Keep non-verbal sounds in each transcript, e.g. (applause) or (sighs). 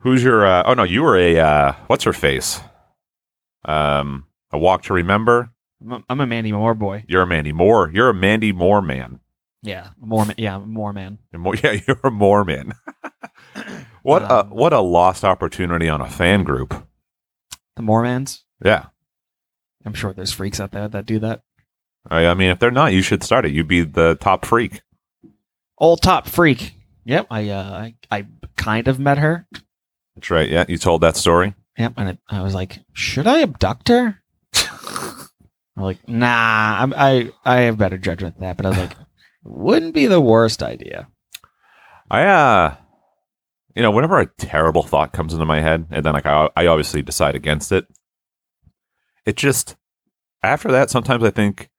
who's your? Uh, oh no, you were a uh, what's her face? Um, a walk to remember. I'm a, I'm a Mandy Moore boy. You're a Mandy Moore. You're a Mandy Moore man. Yeah. More, ma- yeah, more man. You're more, (laughs) yeah, you're a Mormon. (laughs) what Um, a what a lost opportunity on a fan group. The Mormons. Yeah, I'm sure there's freaks out there that do that. I, I mean, if they're not, you should start it. You'd be the top freak. Old top freak. Yep. I, uh, I, I kind of met her. That's right. Yeah, you told that story. Yep. And it, I was like, should I abduct (laughs) her? I'm like, nah, I'm, I, I have better judgment than that. But I was (laughs) like, wouldn't be the worst idea. I, uh, you know, whenever a terrible thought comes into my head, and then like I, I obviously decide against it. It just after that, sometimes I think,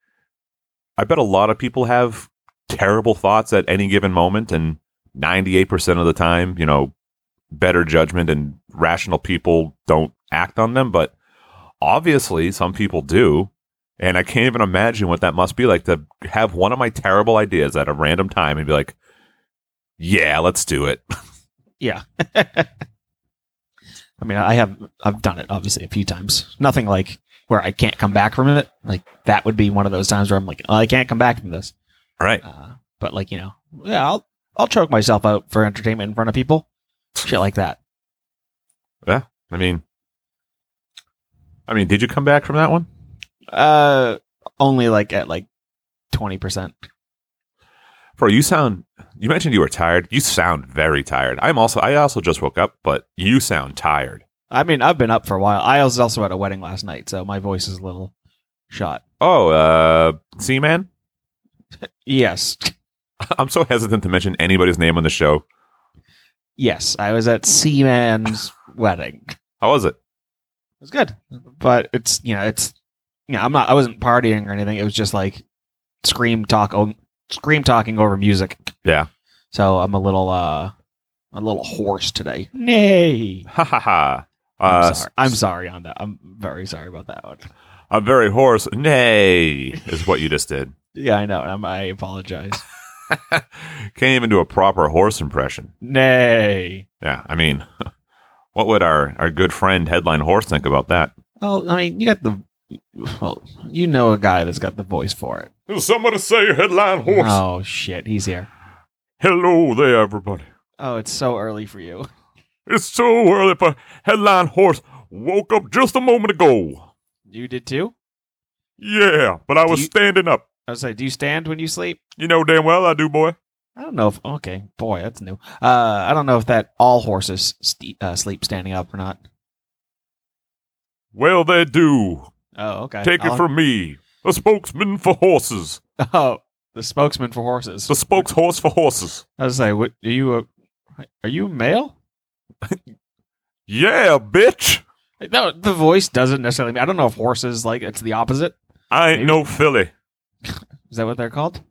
I bet a lot of people have terrible thoughts at any given moment, and ninety eight percent of the time, you know, better judgment and rational people don't act on them, but obviously some people do. And I can't even imagine what that must be like to have one of my terrible ideas at a random time and be like, yeah, let's do it. (laughs) Yeah. (laughs) I mean, I have I've done it obviously a few times. Nothing like where I can't come back from it. Like that would be one of those times where I'm like, oh, I can't come back from this. All right. Uh, but like you know, yeah, I'll I'll choke myself out for entertainment in front of people, shit like that. I mean, I mean, did you come back from that one? Uh, only like at like twenty percent. Bro, you sound. You mentioned you were tired. You sound very tired. I'm also. I also just woke up, but you sound tired. I mean, I've been up for a while. I was also at a wedding last night, so my voice is a little shot. Oh, uh, Seaman. (laughs) Yes, I'm so hesitant to mention anybody's name on the show. yes, I was (sighs) at Seaman's wedding. How was it? (laughs) It was good, but it's you know it's you know I'm not I wasn't partying or anything. It was just like scream talk o- scream talking over music. Yeah. So I'm a little uh a little hoarse today. Nay. Ha ha ha. I'm Uh, sorry. I'm sorry on that. I'm very sorry about that one. I'm very hoarse. Nay, is what you just (laughs) did. Yeah, I know. I'm, I apologize. Can't even do a proper horse impression. Nay. Yeah, I mean, (laughs) what would our our good friend headline horse think about that? Well, I mean, you got the well, you know a guy that's got the voice for it. Somebody say headline Oh shit, he's here. Hello there, everybody. Oh, it's so early for you. It's so early for headline horse. Woke up just a moment ago. You did too. Yeah, but I was You- standing up. I was like, do you stand when you sleep? You know damn well I do, boy. I don't know if okay, boy, that's new. Uh, I don't know if that all horses st- uh, sleep standing up or not. Well, they do. Oh, okay. I'll- from me, a spokesman for horses, (laughs) oh the spokesman for horses. spokeshorse for horses. I was like, what are you? A, are you male? Yeah, bitch. No, the voice doesn't necessarily. Mean, I don't know if horses like it's the opposite. I Maybe- no filly. Is that what they're called?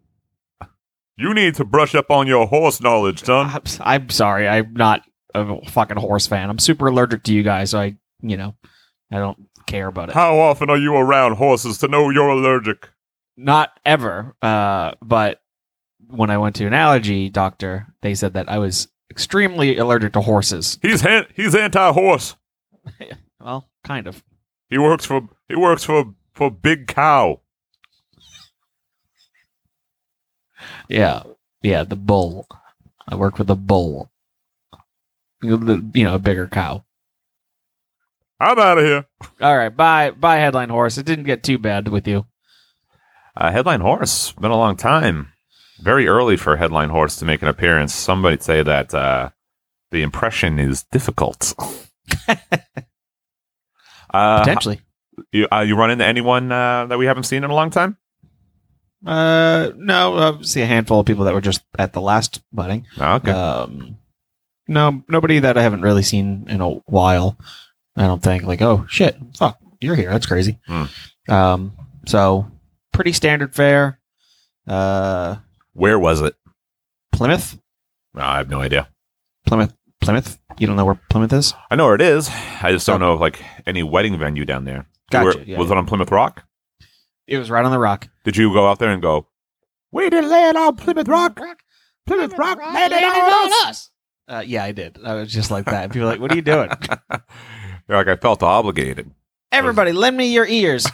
You need to brush up on your horse knowledge, son. I'm, I'm sorry. I'm not a fucking horse fan. I'm super allergic to you guys. So I, you know, I don't care about it. How often are you around horses to know you're allergic? Not ever. Uh, but when I went to an allergy doctor, they said that I was extremely allergic to horses. He's han- he's anti-horse. Well, kind of. He works for he works for for Big Cow. Yeah. Yeah. The bull. I worked with a bull. You know, the- you know, a bigger cow. I'm out of here. All right, bye, bye, headline horse. It didn't get too bad with you. Uh, headline horse been a long time. Very early for headline horse to make an appearance. Somebody say that uh, the impression is difficult. (laughs) uh, Potentially. you, uh, you run into anyone uh, that we haven't seen in a long time? Uh, no, I see a handful of people that were just at the last wedding. Okay. Um, no, nobody that I haven't really seen in a while. I don't think. Like, oh shit, fuck, you're here. That's crazy. Hmm. Um, so pretty standard fare. Uh, Where was it? Plymouth, Uh, I have no idea. Plymouth, Plymouth. You don't know where Plymouth is? I know where it is. I just don't know like any wedding venue down there. Oh. Gotcha, Where- yeah, was yeah. it on Plymouth Rock? It was right on the rock. Did you go out there and go? We didn't land on Plymouth Rock. Plymouth Rock landed on us. Uh, yeah, I did. I was just like that. People were like, what are (laughs) you doing? You're like I felt obligated. Everybody, lend me your ears.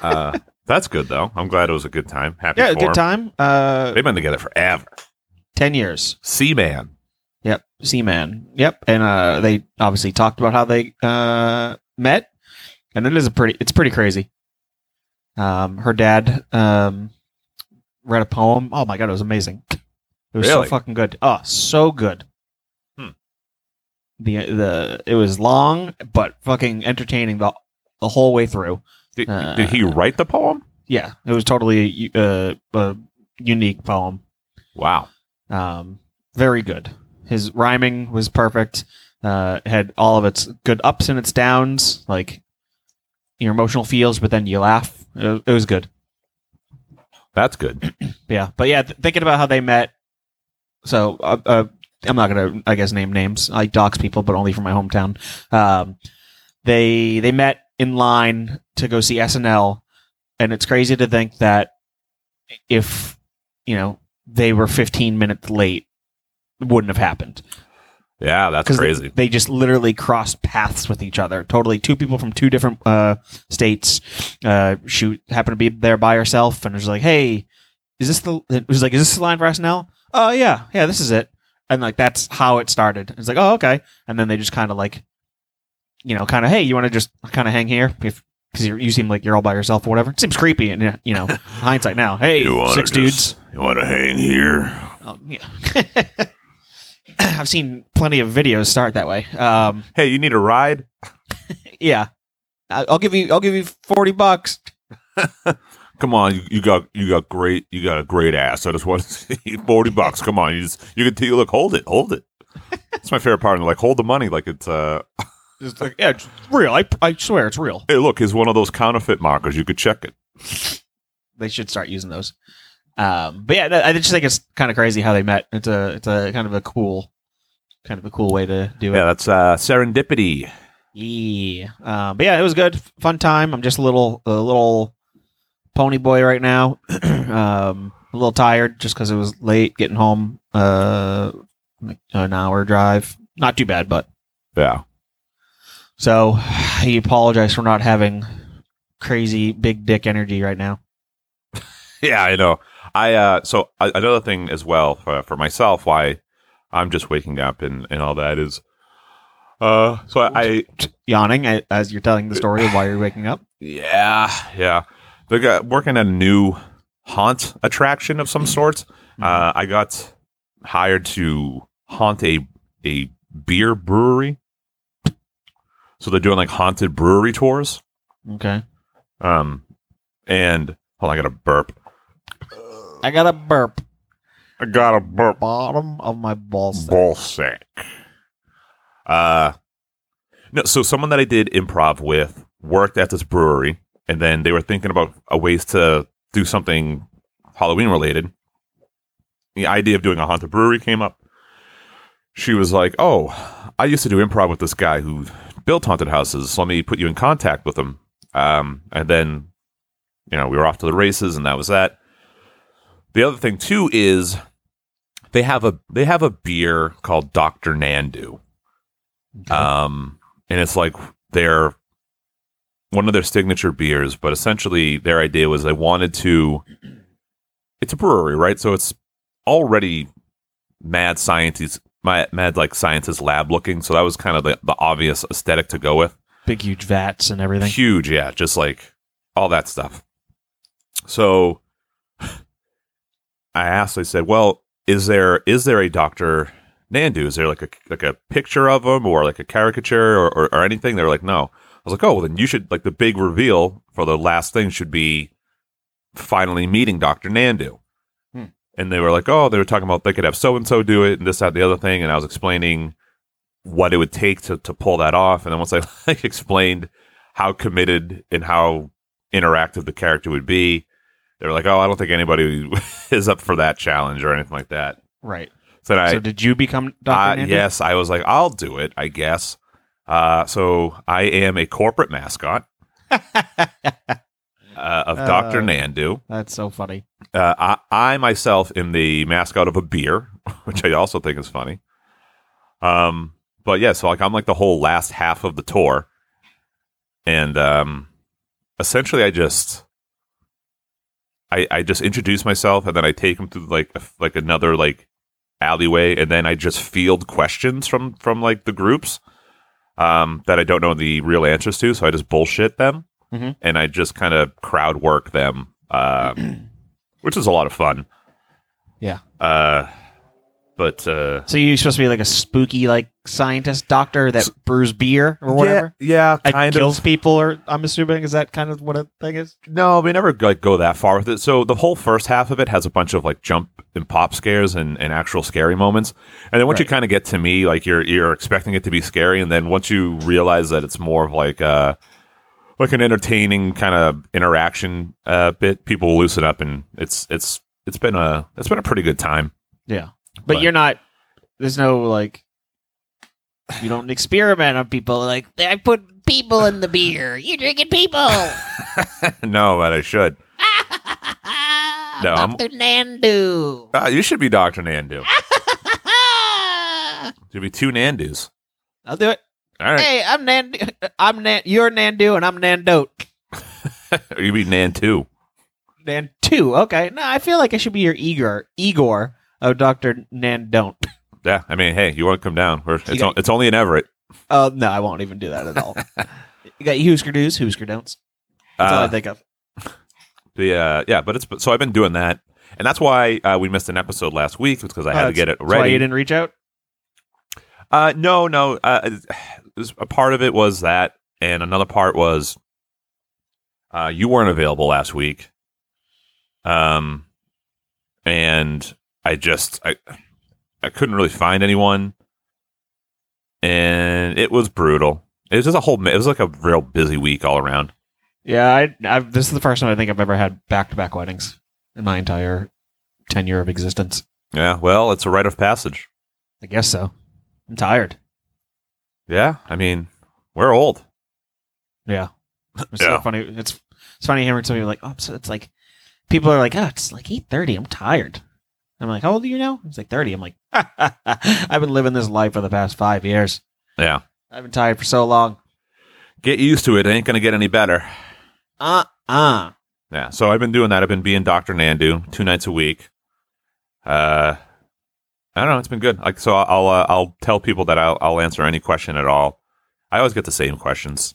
Uh, that's good though. I'm glad it was a good time. Happy. yeah, for good him. time. Uh, They've been together forever. ten years. Seaman. Yep, Seaman. Yep, and uh, they obviously talked about how they uh, met, and it is a pretty. It's pretty crazy. Um, her dad um, read a poem. Oh my god, it was amazing. It was Really? so fucking good. Oh, so good. Hmm. The the it was long but fucking entertaining the the whole way through. Did, Uh, did he write the poem? Yeah, it was totally uh, a unique poem. Wow. Um, very good. His rhyming was perfect. Uh, had all of its good ups and its downs, like your emotional feels, but then you laugh. It, it was good. That's good. Yeah, but yeah, th- thinking about how they met. So uh, uh, I'm not gonna, I guess, name names. I dox people, but only from my hometown. Um, they they met in line to go see SNL, and it's crazy to think that if you know they were 15 minutes late, it wouldn't have happened Yeah, that's because crazy. They, just literally crossed paths with each other. Totally, two people from two different uh, states. Uh, she happened to be there by herself, and was like, "Hey, is this the?" It was like, "Is this the line for SNL?" Oh yeah, yeah, this is it. And like that's how it started. It's like, oh okay, and then they just kind of like, you know, kind of, hey, you want to just kind of hang here if. Because you seem like you're all by yourself or whatever. It seems creepy, and you know, hindsight now. Hey, six dudes. You want to hang here? Oh, yeah. (laughs) I've seen plenty of videos start that way. Um, Hey, you need a ride? yeah, I- I'll give you. I'll give you forty bucks. Come on, you, you got you got great you got a great ass. I just want to see (laughs) forty bucks. Come on, you just you can you look hold it, hold it. That's my favorite part. Like hold the money, like it's uh. It's like, yeah, it's real. I, I swear it's real. Hey, look, is one of those counterfeit markers. You could check it. They should start using those. Um, but yeah, no, I just think it's kind of crazy how they met. It's a it's a kind of a cool, kind of a cool way to do it. Yeah, that's uh, serendipity. Yeah. Um, but yeah, it was good, F- fun time. I'm just a little a little pony boy right now. (clears throat) um, a little tired just because it was late getting home. Uh, like an hour drive, not too bad, but Yeah, so (sighs) I apologize for not having crazy big dick energy right now. yeah, I know. I uh, so uh, another thing as well for, for myself, why I'm just waking up and and all that is, uh, so I, I Yawning a- as you're telling the story of why you're waking up. Yeah, yeah. They're got, working at a new haunt attraction of some sort. Uh, I got hired to haunt a a beer brewery. So they're doing like haunted brewery tours. Okay, Um, and hold, on, I got a burp. I got a burp I got a burp. bottom of my balls. Ball sack. Uh, no. So someone that I did improv with worked at this brewery, and then they were thinking about a ways to do something Halloween related. The idea of doing a haunted brewery came up. She was like, "Oh, I used to do improv with this guy who built haunted houses. So let me put you in contact with him." Um, and then, you know, we were off to the races, and that was that. The other thing too is they have a they have a beer called Doctor Nandu, um, and it's like their one of their signature beers. But essentially, their idea was they wanted to. It's a brewery, right? So it's already mad scientist, mad, mad like scientist lab looking. So that was kind of the, the obvious aesthetic to go with Big huge vats and everything. huge yeah just like all that stuff so (sighs) i asked i said well is there is there a dr nandu is there like a like a picture of him or like a caricature or, or, or anything they're like no i was like oh well, then you should like the big reveal for the last thing should be finally meeting dr nandu Hmm. and they were like oh they were talking about they could have so and so do it and this that and the other thing and i was explaining what it would take to, to pull that off and then once i (laughs) like explained how committed and how interactive the character would be. They were like, "Oh, I don't think anybody (laughs) is up for that challenge or anything like that." Right. So, then I, so did you become uh, Doctor? yes, I was like, "I'll do it, I guess." Uh, so I am a corporate mascot uh, of Doctor Uh. Nandu. (laughs) That's so funny. Uh, I, I myself am the mascot of a beer, (laughs) which I also think is funny. Um, but yeah, so like I'm like the whole last half of the tour, and um, essentially I just, I I just introduce myself, and then I take them through like a, like another like alleyway, and then I just field questions from from like the groups um, that I don't know the real answers to, so I just bullshit them, Mhm. and I just kind of crowd work them. Um, which is a lot of fun. Yeah. Uh, but uh, So you're supposed to be like a spooky like scientist doctor that brews beer or whatever. yeah, yeah, It kind of. kills people, or I'm assuming is that kind of what a thing is? No, we never like go that far with it. So the whole first half of it has a bunch of like jump and pop scares and, and actual scary moments, and then once you Right. kind of get to me, like you're you're expecting it to be scary, and then once you realize that it's more of like uh like an entertaining kind of interaction uh bit, people loosen up, and it's it's it's been a it's been a pretty good time. Yeah. But, But- you're not there's no like you don't experiment on people like I put people in the beer. You drinking people. (laughs) no, but I should. No, I'm- Dr. Nandu. Ah, you should be Doctor Nandu. Should be two Nandus. I'll do it. All (laughs) right. Hey, I'm Nan I'm Nan you're Nandu and I'm Nandote. Or you be Nan too. Nan two. Okay. No, I feel like I should be your Igor Igor of Dr. Nandon't. Yeah, I mean, hey, you want to come down? We're, it's, Yeah. on, it's only in Everett. Oh no, I won't even do that (laughs) at all. you got Husker do's, Husker don'ts. That's all I Uh, think of. the uh, yeah, but it's so I've been doing that, and that's why uh, we missed an episode last week because I had Oh, to get it That's why you ready. didn't reach out? Uh, no, no, uh, it was- a part of it was that, and another part was uh, you weren't available last week. Um, and I just I I couldn't really find anyone, and it was brutal. It was just a whole. mi- It was like a real busy week all around. Yeah, I, I've, this is the first time I think I've ever had back to back weddings in my entire tenure of existence. Yeah, well, it's a rite of passage. I guess so. I'm tired. Yeah, I mean, we're old. Yeah. It's Yeah. so funny. It's it's funny hearing somebody like, oh, so it's like people are like, oh, it's like eight thirty. I'm tired. I'm like, how old are you now? It's like thirty. I'm like, (laughs) I've been living this life for the past five years. Yeah, I've been tired for so long. get used to it. It ain't gonna get any better. Uh uh. Yeah, so I've been doing that. I've been being Doctor Nandu two nights a week. Uh, I don't know. It's been good. Like, so I'll uh, I'll tell people that I'll, I'll answer any question at all. I always get the same questions.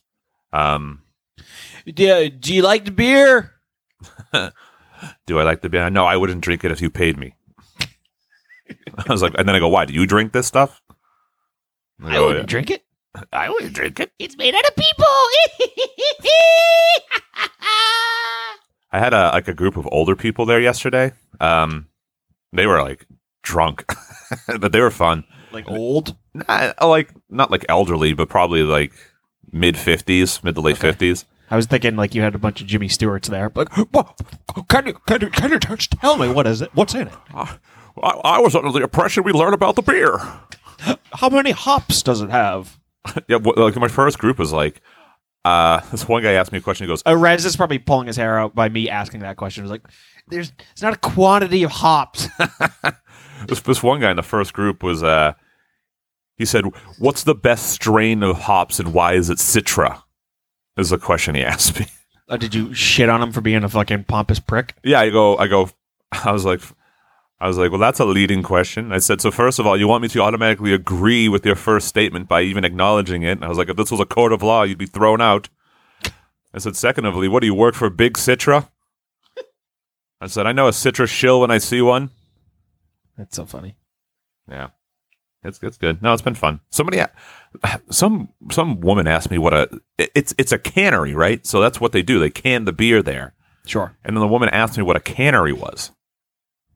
Um, Yeah, do you like the beer? do I like the beer? No, I wouldn't drink it if you paid me. (laughs) I was like, and then I go, why? Do you drink this stuff? And they I go, wouldn't Oh, "Yeah." drink it. I wouldn't drink it. It's made out of people. I had a like a group of older people there yesterday. Um, they were like drunk, (laughs) but they were fun. Like old. Not, like not like elderly, but probably like mid fifties, mid to late Okay. fifties. I was thinking like you had a bunch of Jimmy Stewarts there. Like, what? Can you can you can you just tell me what is it? What's in it? I, I was under the impression we learned about the beer. How many hops does it have? yeah, wh- like my first group was like, uh, (laughs) this one guy asked me a question. He goes, Uh, Rez is probably pulling his hair out by me asking that question. It's like, there's it's not a quantity of hops. (laughs) this, this one guy in the first group was, uh, he said, "What's the best strain of hops and why is it Citra?" Is the question he asked me. Uh, did you shit on him for being a fucking pompous prick? yeah, I go, I go, (laughs) I was like, I was like, well, that's a leading question. I said, so first of all, you want me to automatically agree with your first statement by even acknowledging it? And I was like, if this was a court of law, you'd be thrown out. I said, secondly, what do you work for, Big Citra? I said, I know a Citra shill when I see one. That's so funny. Yeah, it's it's good. No, it's been fun. Somebody, a- (sighs) some some woman asked me what a it's it's a cannery, right? So that's what they do. They can the beer there. Sure. And then the woman asked me what a cannery was.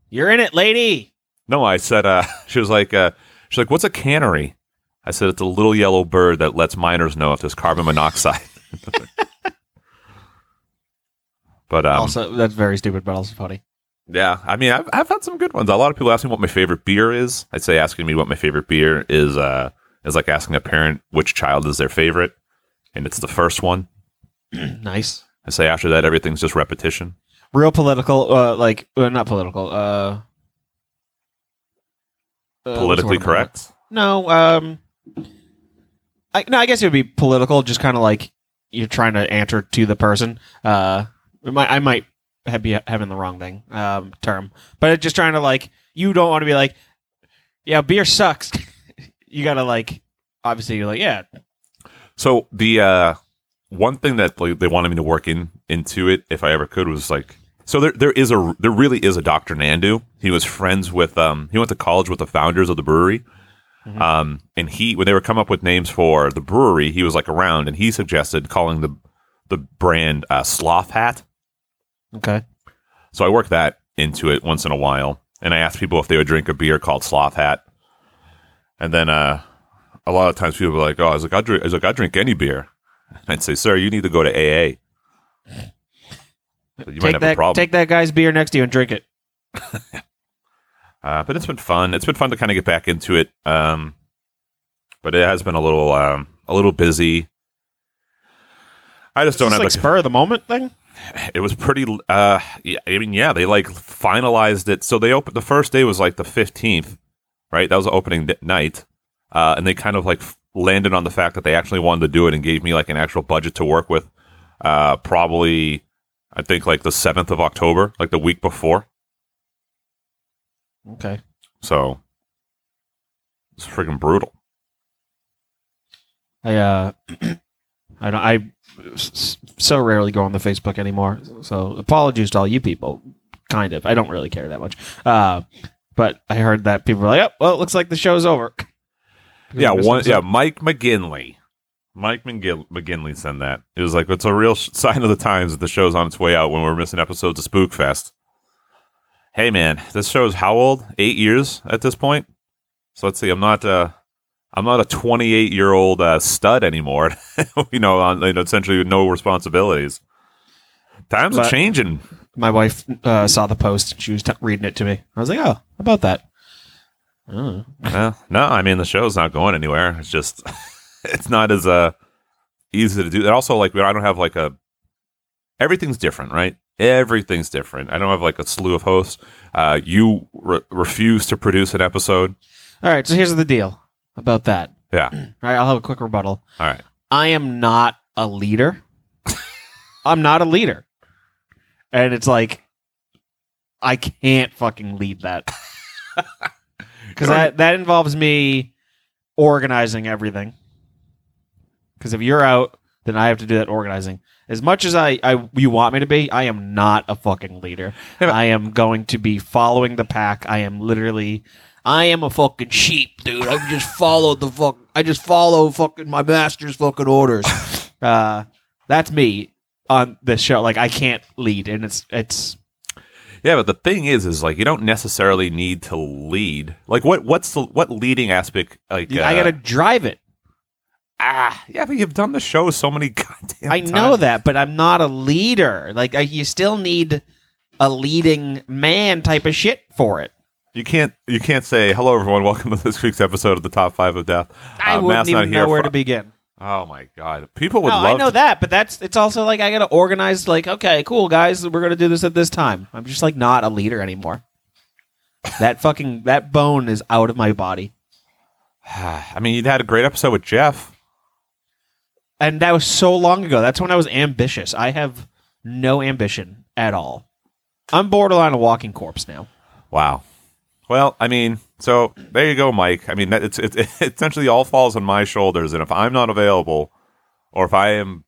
You're in it, lady. No, I said. Uh, (laughs) she was like, uh, she's like, what's a cannery? I said, it's a little yellow bird that lets miners know if there's carbon monoxide. (laughs) but um, also, that's very stupid, but also funny. (clears throat) yeah, I mean, I've, I've had some good ones. A lot of people ask me what my favorite beer is. I'd say asking me what my favorite beer is uh, is like asking a parent which child is their favorite, and it's the first one. nice. I say after that, everything's just repetition. Real political, uh, like, uh, not political, uh, uh, what's the Politically word I'm correct. No, um, I, no, I guess it would be political, just kind of like you're trying to answer to the person. Uh, it might, I might have be having the wrong thing, um, term, but it's just trying to like you don't want to be like, yeah, beer sucks. (laughs) you gotta like, obviously, you're like, yeah, So the uh, one thing that like, they wanted me to work in into it, if I ever could, was like so there there is a there really is a Dr. Nandu. He was friends with um he went to college with the founders of the brewery. Mhm. Um and he when they were come up with names for the brewery, he was like around and he suggested calling the the brand uh, Sloth Hat. okay, So I work that into it once in a while, and I ask people if they would drink a beer called Sloth Hat, and then uh, a lot of times people are like, "Oh, I was like, I drink, I was like, I drink any beer." (laughs) I'd say, "Sir, you need to go to AA." You might take have that, a problem. take that guy's beer next to you and drink it. Uh, but it's been fun. It's been fun to kind of get back into it. Um, but it has been a little, um, a little busy. I just Don't don't just have like the spur of the moment thing. it was pretty uh yeah, i mean yeah they like finalized it so they opened the first day was like the 15th right that was the opening d- night uh and they kind of like f- landed on the fact that they actually wanted to do it and gave me like an actual budget to work with uh probably i think like the 7th of october like the week before Okay, so it's freaking brutal I uh, I don't. I s- so rarely go on the Facebook anymore. So apologies to all you people. Kind of. I don't really care that much. Uh, but I heard that people were like, "Oh, well, it looks like the show's over." yeah one Because- yeah mike mcginley mike McGin- mcginley sent that it was like it's a real sh- sign of the times that the show's on its way out when we're missing episodes of spookfest hey man this show's how old eight years at this point so let's see i'm not uh i'm not a 28 year old uh, stud anymore (laughs) you know on you know, essentially with no responsibilities times But- are changing My wife uh, saw the post. She was t- reading it to me. I was like, "Oh, how about that." Oh. Well, no, I mean the show's not going anywhere. It's just (laughs) it's not as uh easy to do. And also, like I don't have like a everything's different, right? Everything's different. I don't have like a slew of hosts. Uh, you re- refuse to produce an episode. All right. So here's the deal about that. Yeah. (clears throat) All right. I'll have a quick rebuttal. All right. I am not a (laughs) leader. I'm not a leader. And it's like I can't fucking lead that. Cuz that that involves me organizing everything. Cuz if you're out, then I have to do that organizing. As much as I, I you want me to be, I am not a fucking leader. Yeah, but- I am going to be following the pack. I am literally I am a fucking sheep, dude. I just follow the fuck. I just follow fucking my master's fucking orders. Uh, that's me on this show. Like I can't lead, and it's it's Yeah, but the thing is, is like you don't necessarily need to lead. Like what what's the what leading aspect? Like I uh, gotta drive it. ah, yeah, but you've done the show so many (laughs) goddamn. I know times. that, but I'm not a leader. Like I, you still need a leading man type of shit for it. you can't. You can't say hello, everyone. Welcome to this week's episode of the Top Five of Death. I Uh, wouldn't Matt's not even here know where for- to begin. Oh my god, people would No, love. I know to- that, but that's it's also like I gotta organize. Like, okay, cool guys, we're gonna do this at this time. I'm just like not a leader anymore. that fucking that bone is out of my body, (sighs) I mean, you had a great episode with Jeff. and that was so long ago. That's when I was ambitious. I have no ambition at all. I'm borderline a walking corpse now. Wow. Well, I mean, so there you go, Mike. I mean, that, it's, (laughs) it's it essentially all falls on my shoulders, and if I'm not available, or if I am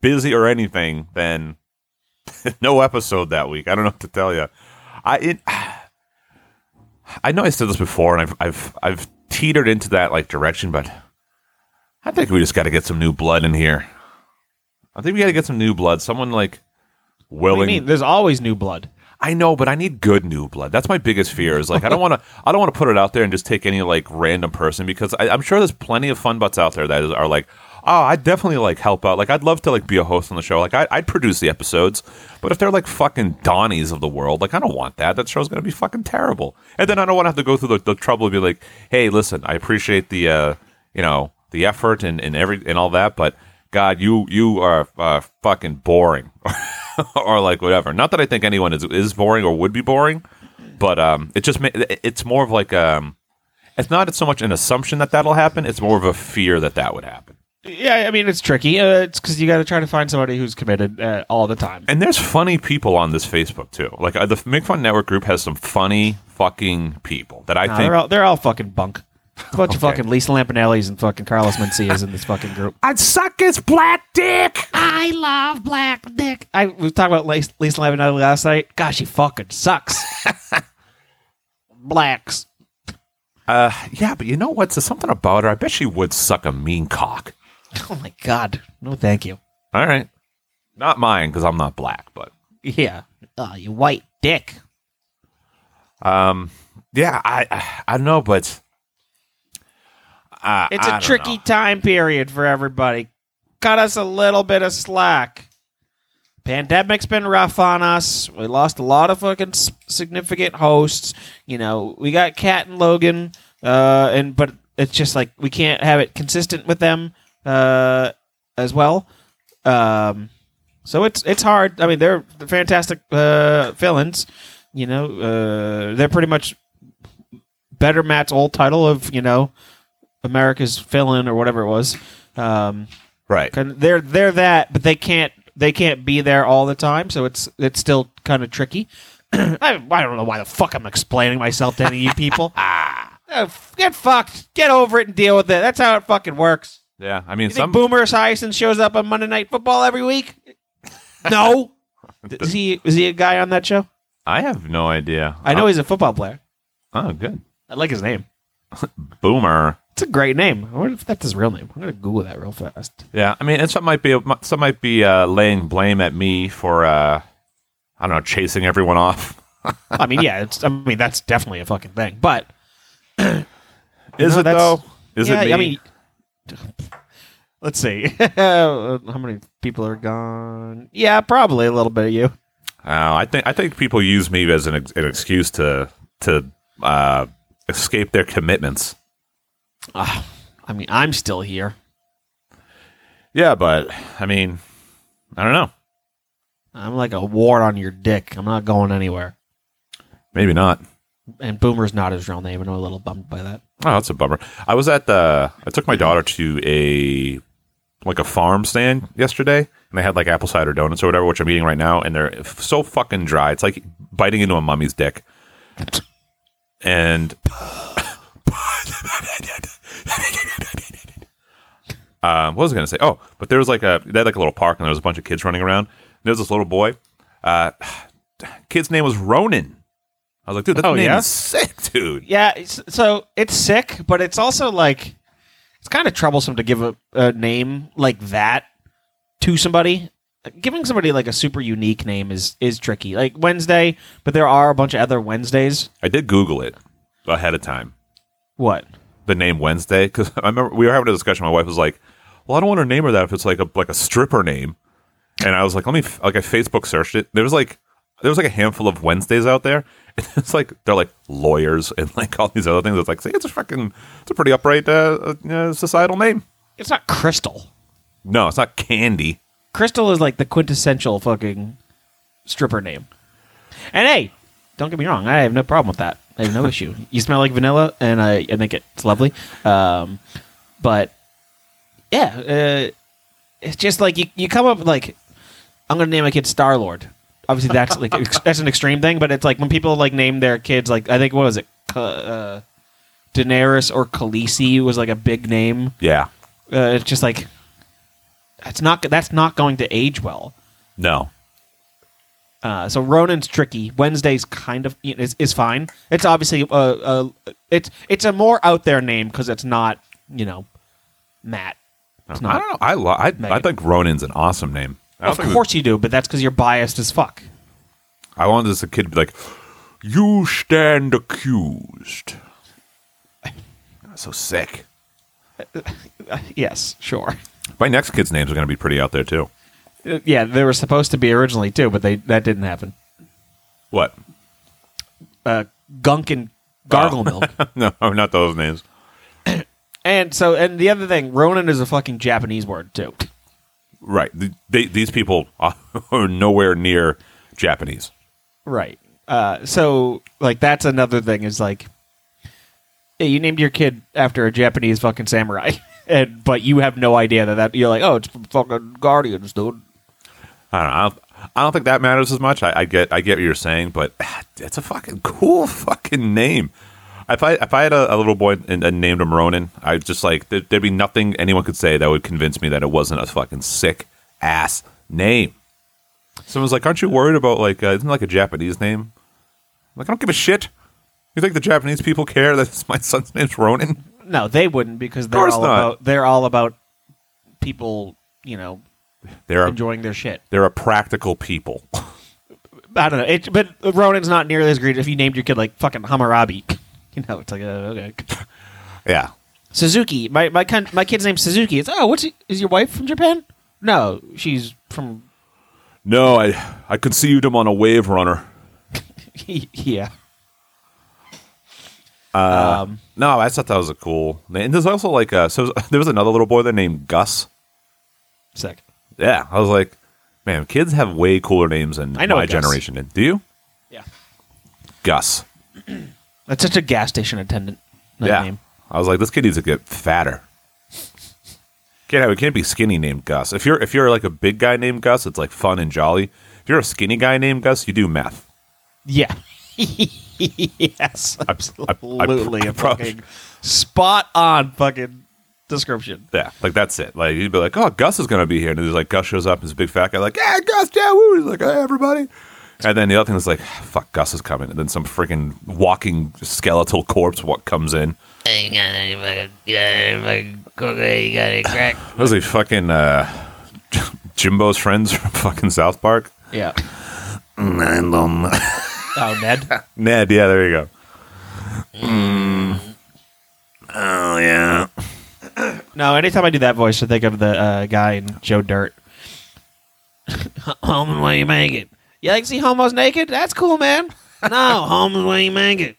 busy or anything, then (laughs) no episode that week. I don't know what to tell you. I it, (sighs) I know I said this before, and I've I've I've teetered into that like direction, but I think we just got to get some new blood in here. I think we got to get some new blood. Someone like What do you willing. mean? There's always new blood. I know, but I need good new blood. That's my biggest fear. Is like I don't want to. I don't want to put it out there and just take any like random person because I, I'm sure there's plenty of fun butts out there that is, are like, oh, I definitely like help out. Like I'd love to like be a host on the show. Like I, I'd produce the episodes, but if they're like fucking Donnies of the world, like I don't want that. That show's gonna be fucking terrible. And then I don't want to have to go through the, the trouble of be like, hey, listen, I appreciate the uh, you know the effort and, and every and all that, but God, you you are uh, fucking boring, (laughs) or like whatever. Not that I think anyone is is boring or would be boring, but um, it just ma- it- it's more of like um, it's not so much an assumption that that'll happen. It's more of a fear that that would happen. Yeah, I mean it's tricky. Uh, it's because you got to try to find somebody who's committed uh, all the time. And there's funny people on this Facebook too. Like uh, the Make Fun Network group has some funny fucking people that I Nah, think they're all they're all fucking bunk. It's a bunch of Okay. fucking Lisa Lampanelli's and fucking Carlos Mencia's in this fucking group. I'd suck his black dick. I love black dick. I we talked about Lisa, Lisa Lampanelli last night. God, she (laughs) fucking sucks. Blacks. Uh, (sighs) yeah, but you know what? There's something about her. I bet she would suck a mean cock. Oh my god. No, thank you. All right, not mine because I'm not black, but. Yeah. Oh, you white dick. Um, yeah, I I, I don't know, but uh, It's a a tricky time period for everybody. Cut us a little bit of slack. Pandemic's been rough on us. We lost a lot of fucking s- significant hosts. You know, we got Kat and Logan, uh, and but it's just like we can't have it consistent with them uh, as well. Um, so it's it's hard. I mean, they're, they're fantastic uh, fill-ins. You know, uh, they're pretty much better Matt's old title of you know America's fill-in or whatever it was. Um, right? kind of- they're they're that, but they can't they can't be there all the time, so it's it's still kind of tricky. (clears throat) I, I don't know why the fuck I'm explaining myself to any of you (laughs) people. Uh, f- get fucked. Get over it and deal with it. That's how it fucking works. Yeah, I mean, You some think Boomer Esiason shows up on Monday Night Football every (laughs) week? No. is he is he a guy on that show? I have no idea. I know he's a football player. Oh, oh, good. I like his name. Boomer. It's a great name. I wonder if that's his real name. I'm gonna Google that real fast. Yeah, I mean, and some might be some might be uh, laying blame at me for uh, I don't know, chasing everyone off. I mean, yeah, it's, I mean that's definitely a fucking thing. But Is No, it that's- though? Is yeah, it me? I mean, (laughs) let's see, (laughs) how many people are gone? Yeah, probably a little bit of you. Oh, I think I think people use me as an, ex- an excuse to to uh, escape their commitments. Ah, I mean, I'm still here. Yeah, but I mean, I don't know. I'm like a wart on your dick. I'm not going anywhere. Maybe not. And Boomer's not his real name, and I'm a little bummed by that. Oh, that's a bummer. I was at the. I took my daughter to a like a farm stand yesterday, and they had like apple cider donuts or whatever, which I'm eating right now, and they're f- so fucking dry. It's like biting into a mummy's dick. And (laughs) um, what was I gonna say? Oh, but there was like a they had like a little park, and there was a bunch of kids running around. And there was this little boy. Uh, (sighs) kid's name was Ronan. I was like, dude, that Oh, name yeah? is sick, dude. Yeah, it's, so it's sick, but it's also like it's kind of troublesome to give a, a name like that to somebody. Giving somebody like a super unique name is is tricky. Like Wednesday, but there are a bunch of other Wednesdays. I did Google it ahead of time. What? (laughs) The name Wednesday because I remember we were having a discussion. My wife was like, well, I don't want to name her that if it's like a like a stripper name. And I was like, let me f- like I Facebook searched it. There was like there was like a handful of Wednesdays out there. (laughs) And it's like they're like lawyers (laughs) and like all these other things. It's like, see, it's a fucking it's a pretty upright uh, uh, societal name. It's not Crystal. No, it's not candy. Crystal is like the quintessential fucking stripper name. And hey, don't get me wrong, I have no problem with that. I have no issue. You smell like vanilla, and I, I think it's lovely. Um, but yeah, uh, it's just like you, you come up with, like I'm gonna name my kid Star Lord. Obviously, that's like ex- that's an extreme thing, but it's like when people like name their kids like I think what was it, Ca- uh, Daenerys or Khaleesi was like a big name Yeah. uh, it's just like that's not that's not going to age well. No. Uh, so Ronan's tricky. Wednesday's kind of you know, is, is fine. It's obviously uh, uh, it's it's a more out there name because it's not you know Matt. It's I not. don't know. I lo- I, I Megan. think Ronin's an awesome name. I don't Of think- course you do, but that's because you're biased as fuck. I wanted this kid to be like, "You stand accused." That's (laughs) so sick. Yes, sure. My next kid's names are going to be pretty out there too. Uh, yeah, they were supposed to be originally too, but they that didn't happen. What? (laughs) Uh, Gunk and Oh. (laughs) Gargle Milk. no, not those names. and so and the other thing, Ronan is a fucking Japanese word too. Right. Th- They, these people are (laughs) nowhere near Japanese. Right. Uh, so like that's another thing is like yeah, you named your kid after a Japanese fucking samurai, (laughs) and but you have no idea that, that you're like oh it's from fucking Guardians, dude. I don't know. I don't, I don't think that matters as much. I, I get I get what you're saying, but (sighs) it's a fucking cool fucking name. If I if I had a, a little boy and, and named him Ronan, I just like there, there'd be nothing anyone could say that would convince me that it wasn't a fucking sick ass name. Someone's like, "Aren't you worried about like uh, isn't it like a Japanese name?" I'm like I don't give a shit. You think the Japanese people care that (laughs) my son's name's Ronan? No, they wouldn't because they're course all not. about they're all about people you know They're a, enjoying their shit. they're a practical people. (laughs) I don't know, it, but Ronin's not nearly as great if you named your kid like fucking Hammurabi. (laughs) You know, it's like uh, okay. yeah, Suzuki. My my con- my kid's name's Suzuki. It's oh, what's is your wife from Japan? No, she's from (laughs) No, I I conceived him on a wave runner. yeah. No, I just thought that was a cool. name. And there's also like uh so (laughs) there was another little boy there named Gus. Sick. Yeah, I was like, man, kids have way cooler names than I know my a Gus. generation did. Do you? Yeah. Gus. That's such a gas station attendant. That yeah. Name. I was like, this kid needs to get fatter. Can't have, it can't be skinny named Gus. If you're if you're like a big guy named Gus, it's like fun and jolly. If you're a skinny guy named Gus, you do meth. Yeah. (laughs) yes. Absolutely. I a prob- fucking spot on fucking description. Yeah, like that's it. Like you'd be like, "Oh, Gus is gonna be here," and there's like Gus shows up, and this big fat guy, like, "Hey, Gus, yeah, woo!" He's like, "Hey, everybody!" And then the other thing is like, "Ah, "Fuck, Gus is coming," and then some freaking walking skeletal corpse what comes in. You got any fucking, you got any fucking cocaine, you got any crack? Those are fucking uh, (laughs) Jimbo's friends from fucking South Park. Yeah. (laughs) Oh, Ned. Ned, yeah, there you go. No, anytime I do that voice, I think of the uh, guy in Joe Dirt. (laughs) home is where you make it. You like to see homos naked? That's cool, man. (laughs) No, home is where you make it.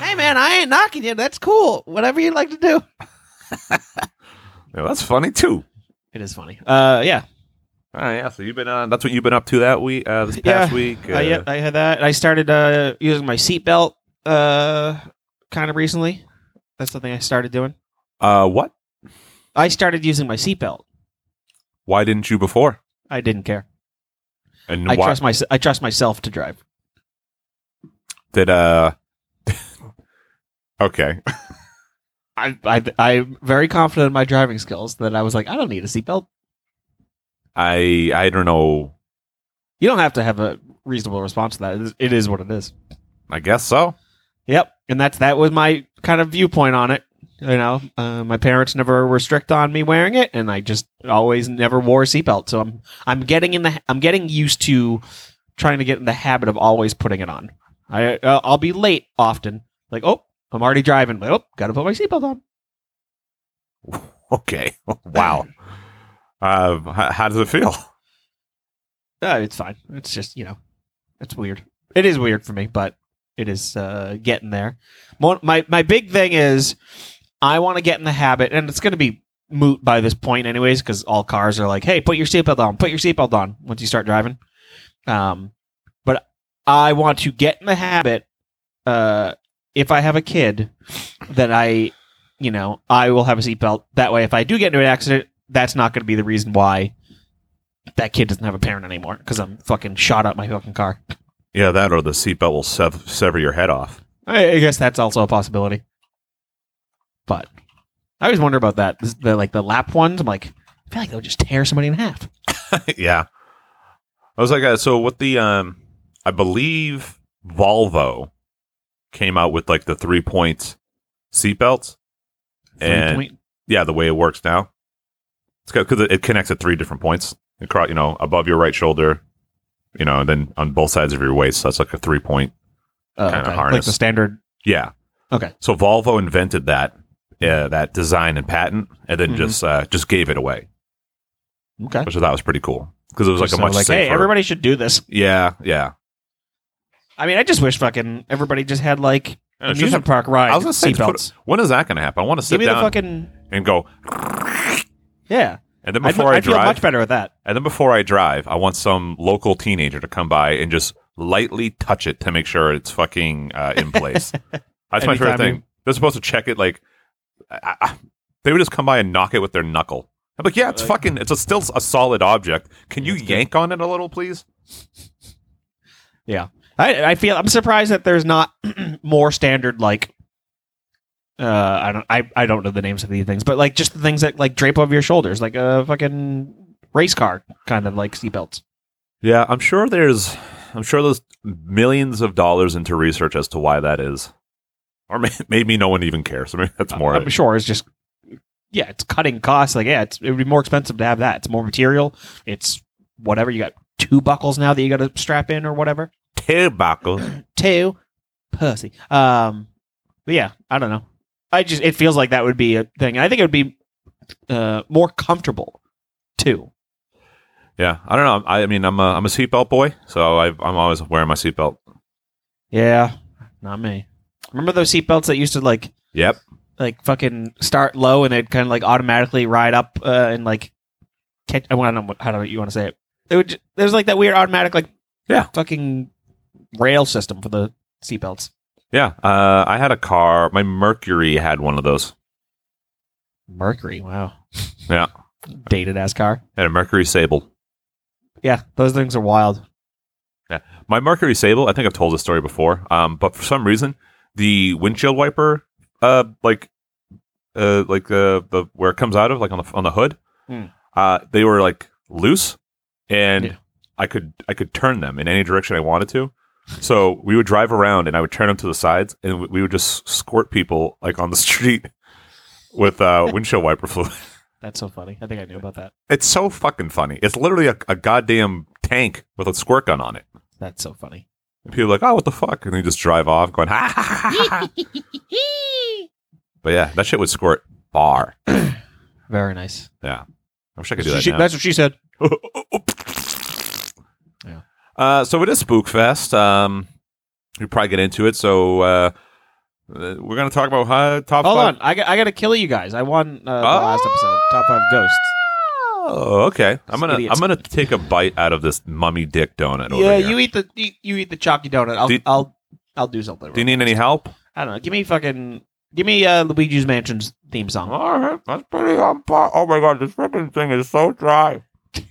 hey, man, I ain't knocking you. That's cool. Whatever you like to do. Yeah, that's funny too. It is funny. Uh, yeah. Oh yeah, so you've been on. That's what you've been up to that week, uh, this past yeah. week. Uh, I, yeah, I had that. I started uh, using my seatbelt uh, kind of recently. That's something I started doing. uh, what? I started using my seatbelt. Why didn't you before? I didn't care. And I why trust my I trust myself to drive. did uh? (laughs) okay. I, I I'm very confident in my driving skills that I was like, I don't need a seatbelt. I I don't know. You don't have to have a reasonable response to that. It is, it is what it is. I guess so. (laughs) Yep, and that's that was my kind of viewpoint on it. You know, uh, my parents never were strict on me wearing it, and I just always never wore a seatbelt. So I'm I'm getting in the I'm getting used to trying to get in the habit of always putting it on. I uh, I'll be late often. Like oh, I'm already driving. Like, oh, gotta put my seatbelt on. Okay. (laughs) Wow. Uh, how, how does it feel? Uh, it's fine. It's just you know, it's weird. It is weird for me, but it is uh, getting there. Mo- My my big thing is I want to get in the habit, and it's going to be moot by this point, anyways, because all cars are like, "Hey, put your seatbelt on. Put your seatbelt on." Once you start driving, um, but I want to get in the habit. Uh, if I have a kid, that I, you know, I will have a seatbelt. That way, if I do get into an accident, that's not going to be the reason why that kid doesn't have a parent anymore because I'm fucking shot up my fucking car. (laughs) Yeah, that or the seatbelt will sev- sever your head off. (laughs) I, I guess that's also a possibility. But I always wonder about that. This- The like the lap ones. I'm like, I feel like they'll just tear somebody in half. yeah. I was like, uh, so what the, um, I believe Volvo came out with like the three point seatbelts. And- Three point- yeah, the way it works now. It's got because it, it connects at three different points across, you know, above your right shoulder, you know, and then on both sides of your waist. So that's like a three point. oh, kinda okay. like harness. the standard. Yeah. Okay. So Volvo invented that uh, that design and patent, and then Mhm. just uh, just gave it away, Okay, which I thought was pretty cool because it was like So, a much safer. hey, everybody should do this. yeah, yeah. I mean, I just wish fucking everybody just had like Yeah, it's just amusement park rides. I was gonna say, just put- seatbelts. when is that going to happen? I want to sit Give me the down fucking and go, yeah. and then I'd, before i I'd feel drive, much better with that. And then before I drive, I want some local teenager to come by and just lightly touch it to make sure it's fucking uh, in (laughs) place. That's my favorite Anytime thing. you- They're supposed to check it like I, I, they would just come by and knock it with their knuckle. I'm like, yeah, it's fucking, it's a, still a solid object. Can you yank on it a little, please? I, I feel I'm surprised that there's not (clears throat) more standard like uh I don't I, I don't know the names of these things, but like just the things that like drape over your shoulders, like a fucking race car kind of like seatbelts. Yeah, I'm sure there's, I'm sure there's millions of dollars into research as to why that is, or (laughs) may, maybe no one even cares. I mean, that's more. I'm sure it's just yeah, it's cutting costs. Like yeah, it's, it would be more expensive to have that. It's more material. It's whatever. You got two buckles now that you got to strap in or whatever. tobacco. Two pussy. Um, but yeah, I don't know. I just it feels like that would be a thing. I think it would be uh more comfortable too. Yeah, I don't know. I, I mean, I'm a I'm a seatbelt boy, so I, I'm always wearing my seatbelt. Yeah, not me. Remember those seatbelts that used to like Yep. like fucking start low and they'd kind of like automatically ride up uh, and like catch. I want to know what- how do you want to say it. It would. ju- There's like that weird automatic like Yeah. fucking rail system for the seatbelts. Yeah. Uh, I had a car. My Mercury had one of those. Mercury. Wow. Yeah. Dated ass car. Had a Mercury Sable. Yeah, those things are wild. My Mercury Sable. I think I've told this story before. Um, but for some reason, the windshield wiper, uh, like, uh, like the the where it comes out of, like on the on the hood, Hmm. uh, they were like loose, and Yeah. I could I could turn them in any direction I wanted to. So we would drive around, and I would turn them to the sides, and we- we would just squirt people like on the (laughs) street with uh, windshield wiper fluid. That's so funny. I think I knew about that. It's so fucking funny. It's literally a, a goddamn tank with a squirt gun on it. That's so funny. And people are like, oh, what the fuck? And they just drive off going, ha ha ha ha, (laughs) ha. But yeah, that shit would squirt bar. Very nice. I wish I could do that She- now. that's what she said. (laughs) Yeah. Uh, so it is Spookfest. Um, we probably get into it. So uh, uh, we're going to talk about uh, top Hold five. on. I got, I got to kill you guys. I won uh, the Ah! last episode. Top five ghosts. Oh, okay. I'm gonna Idiots. I'm gonna take a bite out of this mummy dick donut. Over Yeah, here. you eat the you, you eat the chalky donut. I'll Do- I'll I'll do something. Do you with it. need any help? I don't know. Give me fucking give me uh, Luigi's Mansion's theme song. All right, that's pretty on par. Oh my god, this freaking thing is so dry. (laughs) It's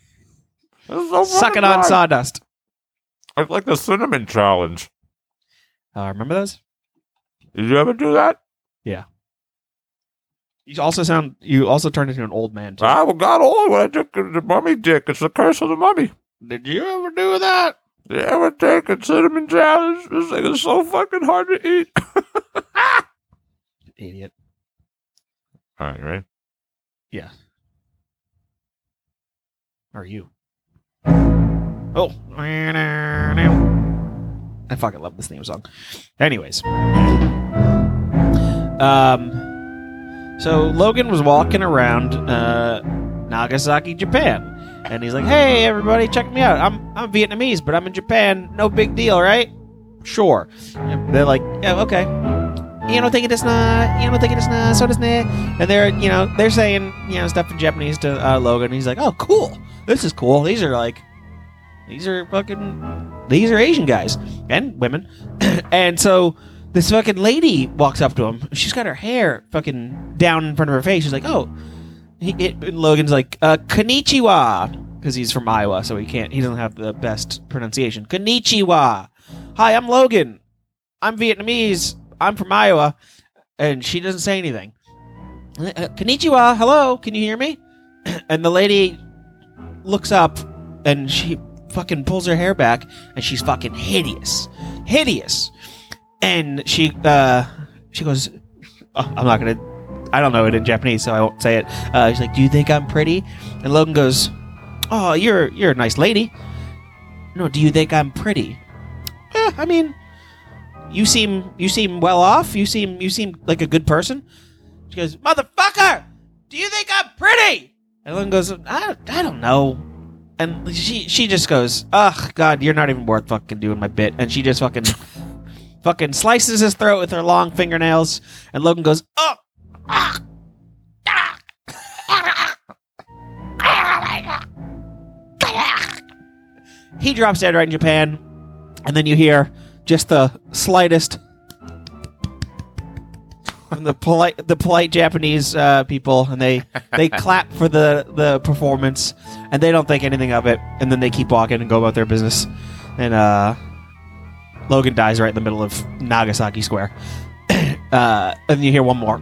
so Suck freaking it on dry. sawdust. It's like the cinnamon challenge. Uh, remember those? Did you ever do that? You also sound you also turned into an old man. Too. I got old when I took the mummy dick. It's the curse of the mummy. Did you ever do that? Did you ever take a cinnamon challenge? This thing is so fucking hard to eat. Idiot. All right, right. Yeah. Are you? Oh. I fucking love this theme song. Anyways. Um So Logan was walking around uh, Nagasaki, Japan, and he's like, "Hey, everybody, check me out. I'm I'm Vietnamese, but I'm in Japan. No big deal, right? Sure." And they're like, "Yeah, okay." You don't think it is not. You don't think it is not. So does not. And they're you know they're saying you know stuff in Japanese to uh, Logan. And he's like, "Oh, cool. This is cool. These are like, these are fucking, these are Asian guys and women." (clears throat) and so this fucking lady walks up to him. She's got her hair fucking down in front of her face. She's like, "Oh," he, it, and Logan's like, uh, "Konnichiwa," because he's from Iowa, so he can't. He doesn't have the best pronunciation. Konnichiwa. Hi, I'm Logan. I'm Vietnamese. I'm from Iowa, and she doesn't say anything. Uh, uh, Konnichiwa. Hello. Can you hear me? (clears throat) and the lady looks up, and she fucking pulls her hair back, and she's fucking hideous, hideous and she uh, she goes, oh, I'm not gonna, I don't know it in Japanese, so I won't say it. Uh, she's like, "Do you think I'm pretty?" And Logan goes, "Oh, you're you're a nice lady." No, do you think I'm pretty? Eh, I mean, you seem you seem well off. You seem you seem like a good person. She goes, "Motherfucker, do you think I'm pretty?" And Logan goes, "I I don't know." And she she just goes, "Ugh, God, you're not even worth fucking doing my bit." And she just fucking fucking slices his throat with her long fingernails, and Logan goes, "Oh, ah, ah, ah, ah, ah." He drops dead right in Japan, and then you hear just the slightest from the polite the polite Japanese uh, people, and they they clap for the the performance, and they don't think anything of it, and then they keep walking and go about their business, and uh. Logan dies right in the middle of Nagasaki Square. (coughs) uh, and you hear one more.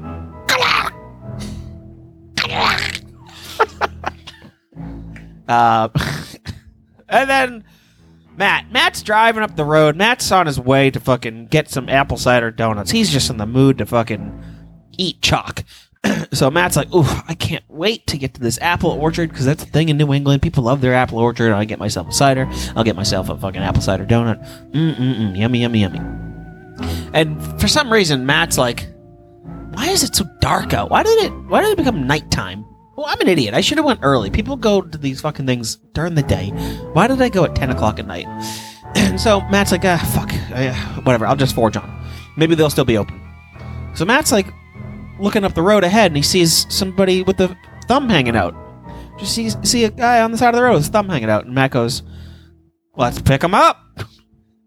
(laughs) uh, (laughs) and then Matt. Matt's driving up the road. Matt's on his way to fucking get some apple cider donuts. He's just in the mood to fucking eat chalk. (clears throat) so Matt's like, ooh, I can't wait to get to this apple orchard because that's a thing in New England. People love their apple orchard. I'll get myself a cider. I'll get myself a fucking apple cider donut. Mm-mm-mm. Yummy, yummy, yummy. And for some reason, Matt's like, why is it so dark out? Why did it? Why did it become nighttime? Well, I'm an idiot. I should have went early. People go to these fucking things during the day. Why did I go at 10 o'clock at night? (clears throat) And so Matt's like, ah, fuck, uh, whatever. I'll just forge on. Maybe they'll still be open. So Matt's like looking up the road ahead, and he sees somebody with a thumb hanging out. Just see see a guy on the side of the road with his thumb hanging out, and Matt goes, "Let's pick him up."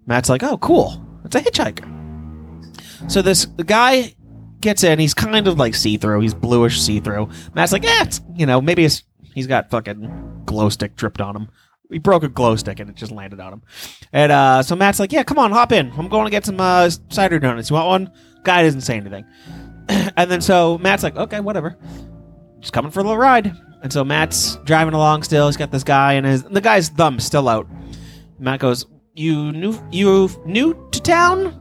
Matt's like, "Oh, cool. It's a hitchhiker." So this guy gets in. He's kind of like see through. He's bluish see through. Matt's like, yeah, it's, you know, maybe it's, he's got fucking glow stick dripped on him. He broke a glow stick and it just landed on him. And uh, so Matt's like, yeah, come on, hop in. I'm going to get some uh, cider donuts. You want one? Guy doesn't say anything. (clears throat) and then so Matt's like, okay, whatever. Just coming for the ride. And so Matt's driving along still. He's got this guy and his the guy's thumb's still out. Matt goes, "You new you new to town?"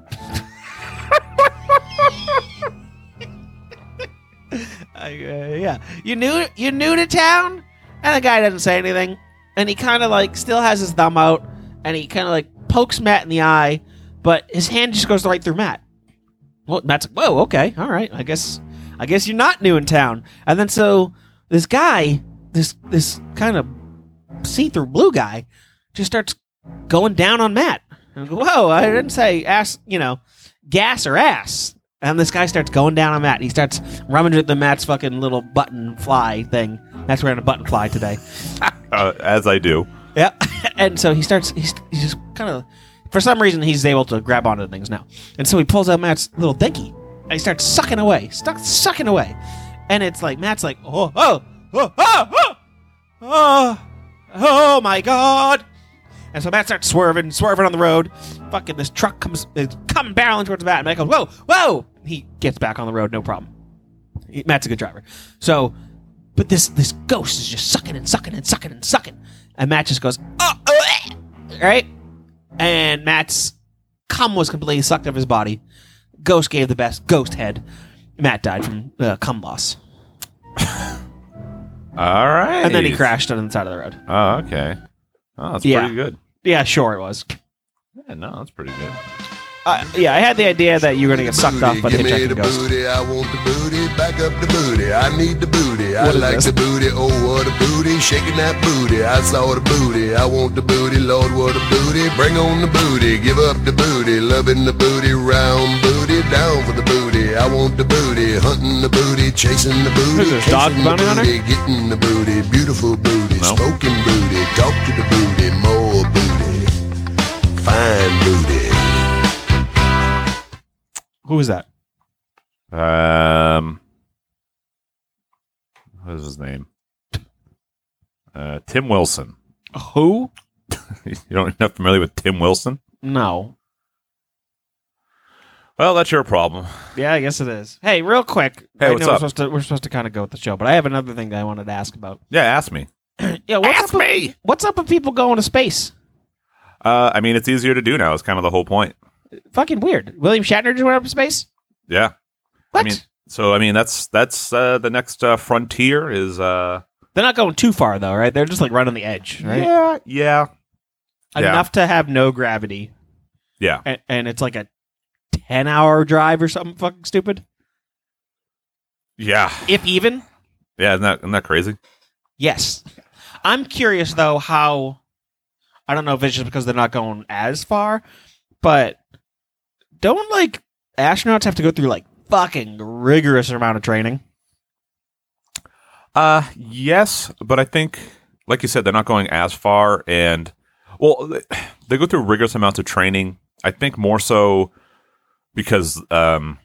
I, uh, yeah, you new you new to town, and the guy doesn't say anything, and he kind of like still has his thumb out, and he kind of like pokes Matt in the eye, but his hand just goes right through Matt. Well, Matt's like, whoa, okay, all right, I guess I guess you're not new in town. And then so this guy, this this kind of see through blue guy, just starts going down on Matt. And I go, whoa, I didn't say ass, you know, gas or ass. And this guy starts going down on Matt. and He starts rummaging the Matt's fucking little button fly thing. Matt's wearing a button fly today. Uh, as I do. Yeah, (laughs) and so he starts. He's, he's just kind of, for some reason, he's able to grab onto things now, and so he pulls out Matt's little dinky, and he starts sucking away, stuck sucking away, and it's like Matt's like, oh, oh, oh, oh, oh, oh, oh my god, and so Matt starts swerving, swerving on the road. Fucking this truck comes, is coming barreling towards Matt, and Matt goes, whoa, whoa, he gets back on the road, no problem. He- Matt's a good driver, so. But this this ghost is just sucking and sucking and sucking and sucking. And Matt just goes, oh, oh, eh," right? And Matt's cum was completely sucked out of his body. Ghost gave the best ghost head. Matt died from uh, cum loss. All right. And then he crashed on the side of the road. Oh, okay. Oh, that's Yeah. pretty good. Yeah, sure it was. Yeah, no, that's pretty good. uh, yeah, I had the idea that you were gonna get sucked off by the Give me hitchhiking the ghost. booty, I want the booty, back up the booty. I need the booty, I What is like this? the booty, oh what a booty, shaking that booty. I saw the booty, I want the booty, Lord what a booty. Bring on the booty, give up the booty, loving the booty, round booty, down for the booty. I want the booty, hunting the booty, chasing the booty, this, Dog chasing the Bounty Hunter? booty, getting the booty, beautiful booty, No. spoken booty, talk to the booty, more booty, fine booty. Who was that? Um, what is his name? Uh, Tim Wilson. (laughs) Who? you don't you're not familiar with Tim Wilson? No. Well, that's your problem. Yeah, I guess it is. Hey, real quick. Hey, I what's know up? We're supposed to we're supposed to kind of go with the show, but I have another thing that I wanted to ask about. Yeah, ask me. Yeah, what's up with, What's up with people going to space? Uh, I mean, it's easier to do now. It's kind of the whole point. Fucking weird. William Shatner just went up to space. Yeah. What? I mean, so I mean, that's that's uh, the next uh, frontier is. Uh, They're not going too far though, right? They're just like right on the edge, right? Yeah. Yeah. yeah. Enough to have no gravity, Yeah. and, and it's like a ten-hour drive or something fucking stupid, Yeah. if even. Yeah. Isn't that isn't that crazy? Yes. I'm curious though how I don't know if it's just because they're not going as far, but don't like astronauts have to go through like fucking rigorous amount of training? Uh yes, but I think like you said they're not going as far and well th- they go through rigorous amounts of training. I think more so because um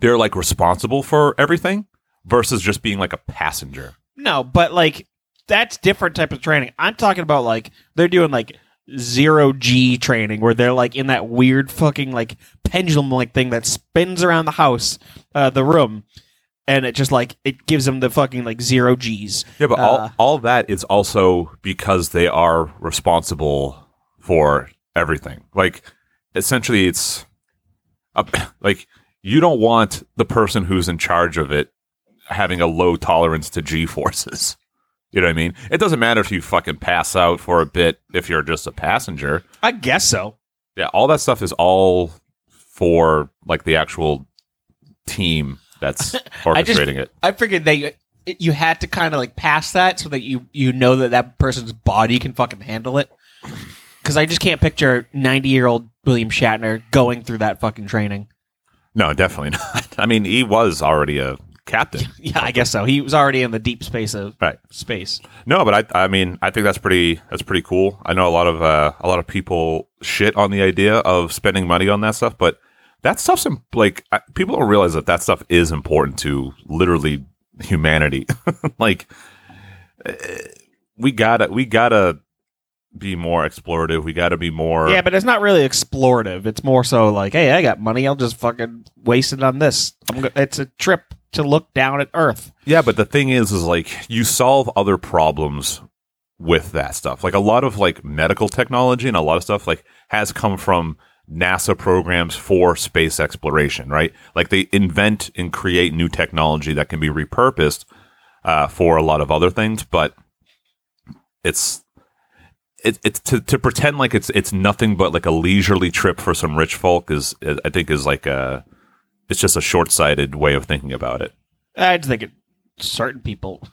they're like responsible for everything versus just being like a passenger. No, but like that's different type of training. I'm talking about like they're doing like zero G training where they're like in that weird fucking like pendulum like thing that spins around the house, uh, the room, and it just like it gives them the fucking like zero G's. Yeah, but Uh. all all that is also because they are responsible for everything. Like essentially it's a, (clears throat) like you don't want the person who's in charge of it having a low tolerance to G forces. (laughs) You know what I mean? It doesn't matter if you fucking pass out for a bit if you're just a passenger. I guess so. Yeah, all that stuff is all for like the actual team that's (laughs) I just- orchestrating it. I figured they you had to kind of like pass that so that you you know that that person's body can fucking handle it. Because I just can't picture ninety year old William Shatner going through that fucking training. No, definitely (laughs) not. I mean, he was already a captain. Yeah, I guess so. He was already in the deep space of Right. space. No, but I I mean I think that's pretty that's pretty cool. I know a lot of uh, a lot of people shit on the idea of spending money on that stuff, but that stuff's im- like I, people don't realize that that stuff is important to literally humanity. (laughs) like eh, we gotta we gotta be more explorative. We gotta be more. Yeah, but it's not really explorative. It's more so like, hey, I got money. I'll just fucking waste it on this. I'm go- it's a trip to look down at Earth. Yeah, but the thing is, is like you solve other problems with that stuff. Like a lot of like medical technology and a lot of stuff like has come from NASA programs for space exploration, right? Like they invent and create new technology that can be repurposed uh, for a lot of other things, but it's it, it's to, to pretend like it's it's nothing but like a leisurely trip for some rich folk is, is I think is like a it's just a short sighted way of thinking about it. I just think it, certain people,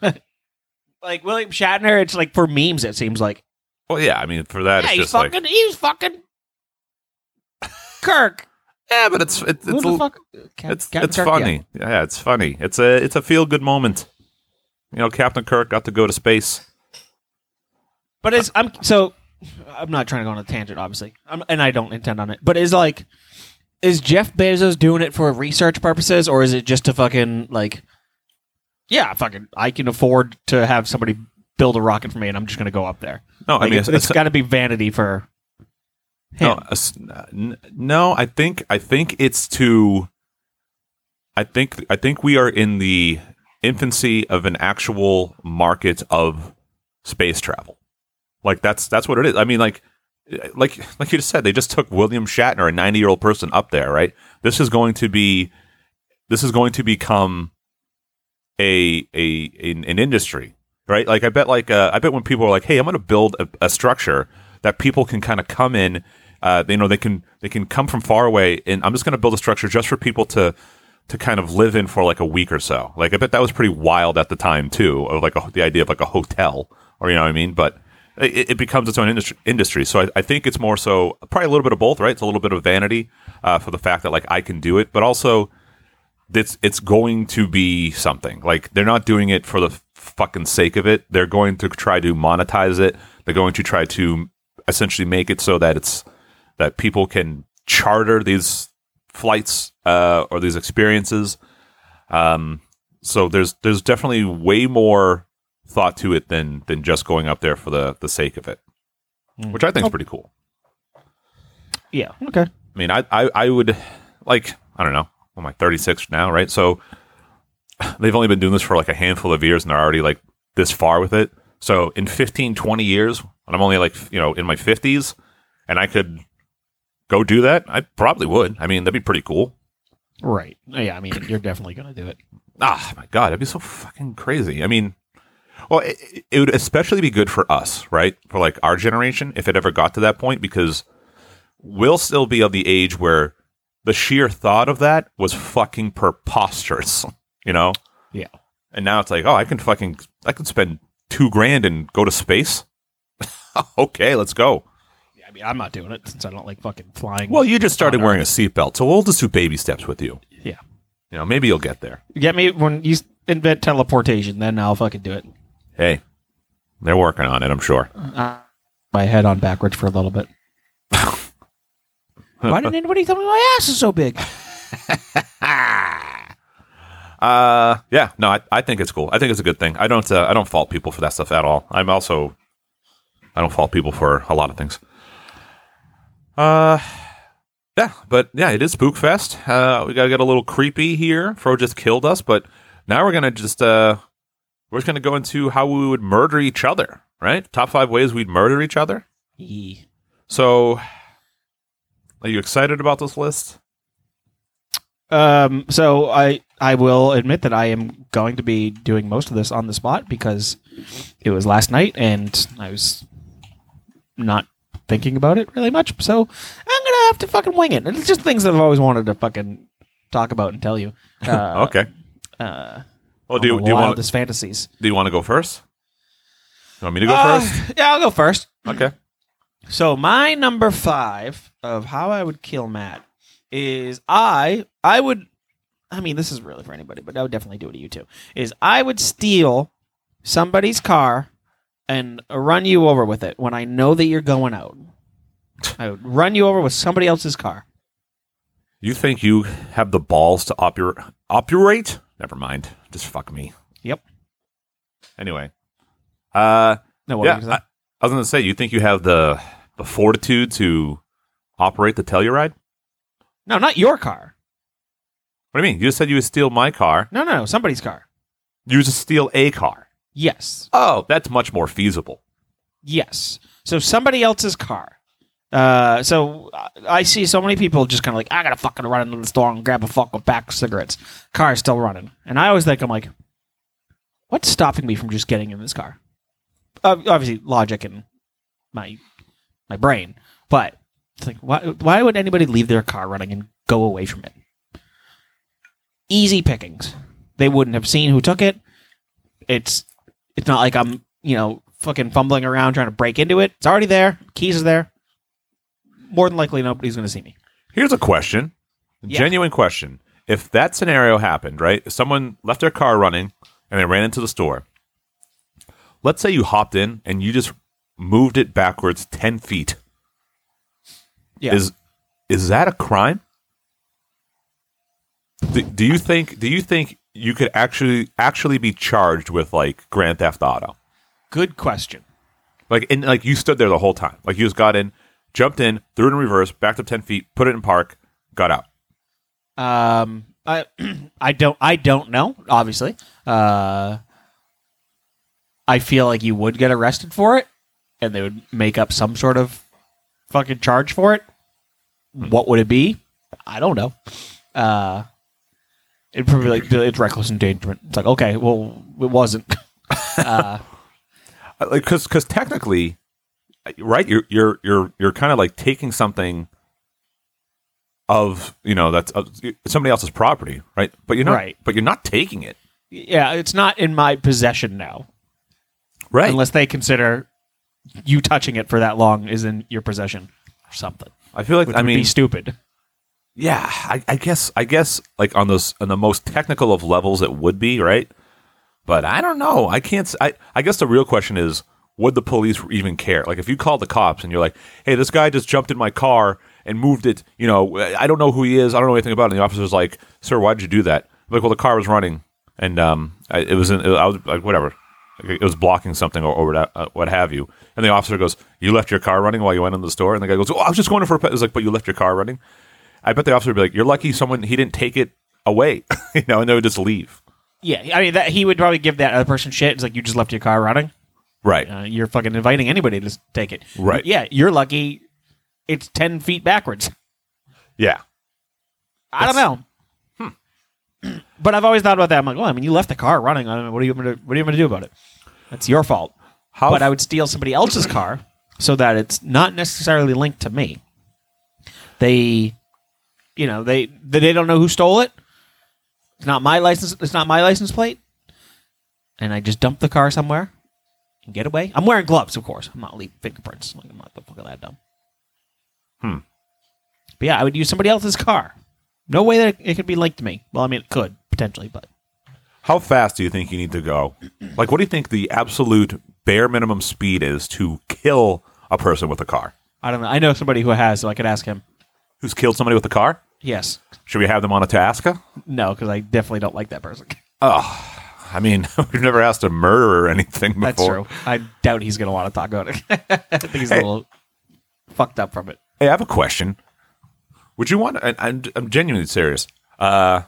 (laughs) like William Shatner, it's like for memes. It seems like. Well, yeah, I mean, for that, it's yeah, he's just fucking. like, he's fucking. Kirk. yeah, but it's it's Who it's, the l- fuck? Cap- it's, Captain it's Kirk, yeah. funny. Yeah. it's funny. It's a it's a feel good moment. You know, Captain Kirk got to go to space. But it's I'm so I'm not trying to go on a tangent, obviously, I'm, and I don't intend on it. But is like, is Jeff Bezos doing it for research purposes, or is it just to fucking like, yeah, fucking, I can afford to have somebody build a rocket for me, and I'm just gonna go up there. No, Like, I mean, it's, it's got to be vanity for. Him. no, it's- n- no, I think I think it's to. I think I think we are in the infancy of an actual market of space travel. Like that's that's what it is. I mean, like uh, like like you just said, they just took William Shatner, a ninety year old person, up there. Right. This is going to be this is going to become a a an, an industry, right? Like I bet like uh, I bet when people are like, "Hey, I'm going to build a, a structure that people can kind of come in Uh, they, you know, they can they can come from far away, and I'm just going to build a structure just for people to to kind of live in for like a week or so. Like I bet that was pretty wild at the time too, of like a, the idea of like a hotel, or you know what I mean. But it, it becomes its own industry. industry. So I, I think it's more so probably a little bit of both, right? It's a little bit of vanity uh, for the fact that like I can do it, but also it's it's going to be something. Like they're not doing it for the f- fucking sake of it. They're going to try to monetize it. They're going to try to essentially make it so that it's that people can charter these flights uh, or these experiences. Um, so there's there's definitely way more thought to it than than just going up there for the the sake of it, which I think is pretty cool. Yeah. Okay. I mean, I, I, I would like, I don't know, what am I, 36 now, right? So they've only been doing this for like a handful of years and they're already like this far with it. So in 15, 20 years, when I'm only like, you know, in my 50s and I could go do that, I probably would. I mean, that'd be pretty cool. Right. Yeah. I mean, you're definitely gonna do it. Ah, my God, that'd be so fucking crazy. I mean, well, it, it would especially be good for us, right? For like our generation, if it ever got to that point, because we'll still be of the age where the sheer thought of that was fucking preposterous, (laughs) you know? Yeah. And now it's like, oh, I can fucking, I can spend two grand and go to space. (laughs) okay, let's go. I mean, I'm not doing it since I don't like fucking flying. Well, you just started wearing a seatbelt, so we'll just do baby steps with you. yeah. You know, maybe you'll get there. Get me when you invent teleportation, then I'll fucking do it. Hey, they're working on it, I'm sure. My head on backwards for a little (laughs) bit. Why didn't anybody tell me my ass is so big? Uh, yeah, no, I, I think it's cool. I think it's a good thing. I don't, uh, I don't fault people for that stuff at all. I'm also, I don't fault people for a lot of things. Uh, yeah, but yeah, it is Spook Fest. Uh, we gotta get a little creepy here. Fro just killed us, but now we're gonna just, uh, we're just gonna go into how we would murder each other, right? Top five ways we'd murder each other. Yee. So, are you excited about this list? Um, so I I will admit that I am going to be doing most of this on the spot because it was last night and I was not thinking about it really much. So I'm gonna have to fucking wing it. It's just things that I've always wanted to fucking talk about and (laughs) tell you. Uh, okay. Uh, Well, do you, my do you want wildest fantasies? do you want to go first? You want me to go Uh, first? Yeah, I'll go first. Okay. So my number five of how I would kill Matt is I I would I mean this is really for anybody, but I would definitely do it to you too. Is I would steal somebody's car and run you over with it when I know that you're going out. I would run you over with somebody else's car. You think you have the balls to oper- operate? Never mind. Just fuck me. Yep. Anyway. Uh, No, what yeah, was I, I was going to say, you think you have the the fortitude to operate the Telluride? no, not your car. What do you mean? You just said you would steal my car. No, no, no, somebody's car. You just steal a car. Yes. Oh, that's much more feasible. Yes. So somebody else's car. Uh, so I- I see so many people just kind of like, I gotta fucking run into the store and grab a fucking pack of cigarettes. Car's still running, and I always think I'm like, what's stopping me from just getting in this car? Ob- Obviously, logic and my my brain, but it's like, why why would anybody leave their car running and go away from it? Easy pickings. They wouldn't have seen who took it. It's it's not like I'm, you know, fucking fumbling around trying to break into it. It's already there. Keys are there. More than likely, nobody's going to see me. Here's a question. Yeah. Genuine question. If that scenario happened, right? If someone left their car running and they ran into the store, let's say you hopped in and you just moved it backwards 10 feet. Yeah. Is is that a crime? Do, do you think do you think you could actually actually be charged with like grand theft auto? Good question. Like and like you stood there the whole time. Like you just got in, jumped in, threw it in reverse, backed up 10 feet, put it in park, got out. Um, I, (clears throat) I don't, I don't know. Obviously, uh, I feel like you would get arrested for it, and they would make up some sort of fucking charge for it. What would it be? I don't know. Uh, it'd probably be like it's reckless endangerment. It's like okay, well, it wasn't. (laughs) Uh, like because because technically right you're you're you're you're kind of like taking something of you know that's of somebody else's property right but you're not Right. but you're not taking it Yeah, it's not in my possession now, right unless they consider you touching it for that long is in your possession or something. i feel like Which i would mean be stupid. yeah I, I guess i guess like on those on the most technical of levels it would be right but i don't know i can't s- i i guess the real question is would the police even care like if you call the cops and you're like hey this guy just jumped in my car and moved it you know i don't know who he is i don't know anything about it and the officer's like sir why did you do that I'm like well the car was running and um I, it was in, i was like whatever it was blocking something or, or what- uh, what have you. And the officer goes, "You left your car running while you went in the store." And the guy goes, "Oh, I was just going in for a pet." It's like, "But you left your car running." I bet the officer would be like, "You're lucky someone he didn't take it away," (laughs) you know, and they would just leave. Yeah, I mean that he would probably give that other person shit. It's like you just left your car running. Right. Uh, you're fucking inviting anybody to s- take it. Right. Yeah, you're lucky. It's ten feet backwards. Yeah. I don't know. Hmm. (clears throat) But I've always thought about that. I'm like, well, I mean, you left the car running. I mean, what are you going to what are you going to do about it? That's your fault. How? But I would steal somebody else's car so that it's not necessarily linked to me. They, you know, they they they don't know who stole it. It's not my license. It's not my license plate. And I just dump the car somewhere and get away. I'm wearing gloves, of course. I'm not leaving fingerprints. Like, I'm not the fuck that dumb. Hmm. But yeah, I would use somebody else's car. No way that it could be linked to me. Well, I mean, it could potentially, but how fast do you think you need to go? Like, what do you think the absolute bare minimum speed is to kill a person with a car? I don't know. I know somebody who has, so I could ask him. Who's killed somebody with a car? Yes. Should we have them on a Tasca? No, because I definitely don't like that person. (laughs) I mean, (laughs) we've never asked a murderer anything before. That's true. I doubt he's going to want to talk about it. (laughs) I think he's a little fucked up from it. Hey, I have a question. Would you want? And I'm, I'm genuinely serious. Uh,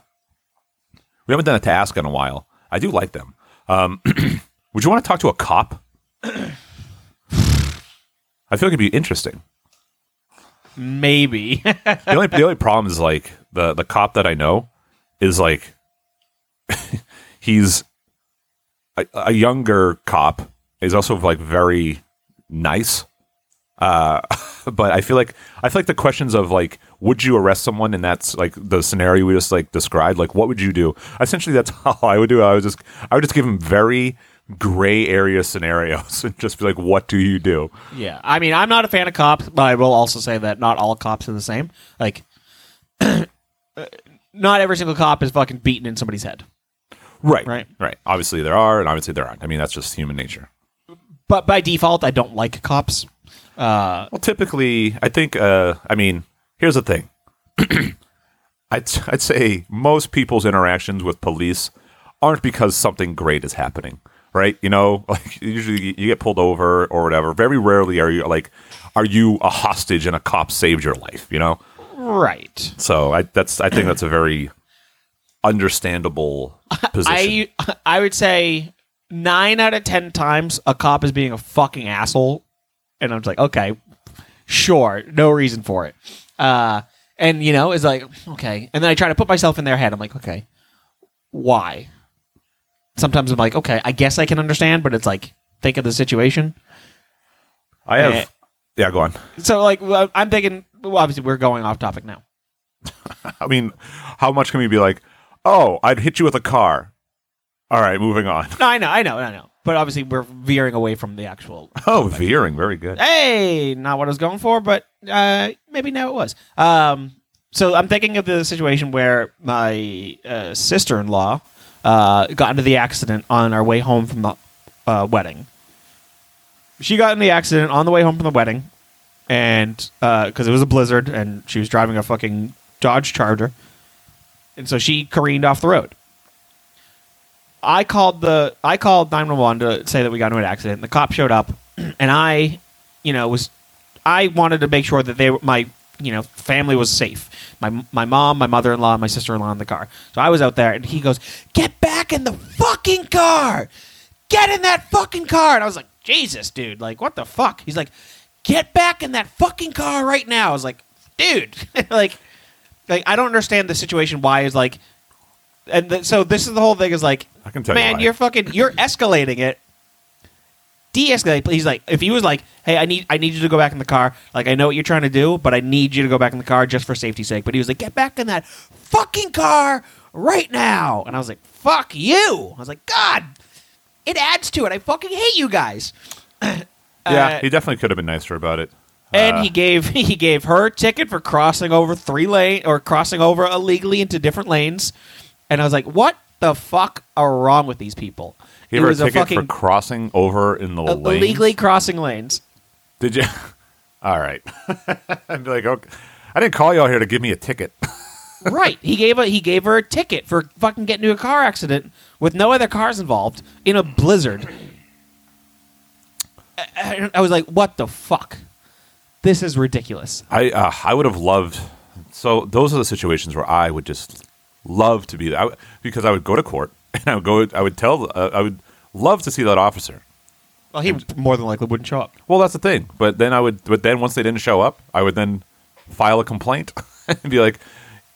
we haven't done a task in a while. I do like them. Um, (clears throat) would you want to talk to a cop? (clears throat) I feel like it'd be interesting. Maybe. (laughs) The only the only problem is like the the cop that I know is like (laughs) he's a, a younger cop. He's also like very nice. Uh, (laughs) but I feel like I feel like the questions of like, would you arrest someone? And that's like the scenario we just like described. Like, what would you do? Essentially, that's (laughs) how I would do. it. I would just I would just give him very gray area scenarios (laughs) and just be like, what do you do? yeah. I mean, I'm not a fan of cops, but I will also say that not all cops are the same. Like, (clears throat) uh, not every single cop is fucking beaten in somebody's head. Right, Right. right. Obviously, there are, and obviously there aren't. I mean, that's just human nature. But by default, I don't like cops. Well, typically, I think. Uh, I mean, here's the thing. (clears throat) I'd I'd say most people's interactions with police aren't because something great is happening, right? You know, (laughs) like usually you get pulled over or whatever. Very rarely are you like, are you a hostage and a cop saved your life? You know, Right. so I that's I think that's a very understandable position. I (laughs) I would say nine out of ten times a cop is being a fucking asshole, and I'm just like, okay, sure, no reason for it. Uh, and you know, it's like, okay, and then I try to put myself in their head. I'm like, okay, why? Sometimes I'm like, okay, I guess I can understand, but it's like, think of the situation. I, eh. have. Yeah, go on. So like, well, I'm thinking. Well, obviously, we're going off topic now. I mean, how much can we be like? Oh, I'd hit you with a car. All right, moving on. No, I know, I know, I know. But obviously, we're veering away from the actual Oh, veering, very good. hey, not what I was going for, but uh, maybe now it was. Um, so I'm thinking of the situation where my uh, sister-in-law uh, got into the accident on our way home from the uh, wedding. She got in the accident on the way home from the wedding, and because it was a blizzard, and she was driving a fucking Dodge Charger, and so she careened off the road. I called the I called nine one one to say that we got into an accident. The cop showed up, (clears throat) and I, you know, was I wanted to make sure that they were- my you know family was safe. My my mom, my mother in law, my sister in law in the car. So I was out there, and he goes, "Get back in the fucking car! Get in that fucking car!" And I was like, "Jesus, dude! Like, what the fuck?" He's like, "Get back in that fucking car right now!" I was like, "Dude, (laughs) like." Like I don't understand the situation. Why is like and th- so this is the whole thing is like I can tell you man why. you're fucking you're escalating it de-escalate. Please, like, if he was like, "Hey, I need, I need you to go back in the car. Like, I know what you're trying to do, but I need you to go back in the car just for safety's sake." But he was like, "Get back in that fucking car right now!" And I was like, "Fuck you!" I was like, "God, it adds to it. I fucking hate you guys." yeah, he definitely could have been nicer about it. And Uh, he gave (laughs) he gave her a ticket for crossing over three lane or crossing over illegally into different lanes. And I was like, "What the fuck are wrong with these people?" He It gave her a was ticket for crossing over in the ill- lane. Uh, illegally crossing lanes. Did you? (laughs) All right. (laughs) I'd be like, okay. I didn't call y'all here to give me a ticket. right. He gave a he gave her a ticket for fucking getting into a car accident with no other cars involved in a blizzard. I- I, I was like, "What the fuck? This is ridiculous." I uh, I would have loved. So those are the situations where I would just love to be there I would- because I would go to court (laughs) and I would go. I would tell. Uh, I would love to see that officer. Well, he more than likely wouldn't show up. Well, that's the thing. But then I would. But then once they didn't show up, I would then file a complaint (laughs) and be like,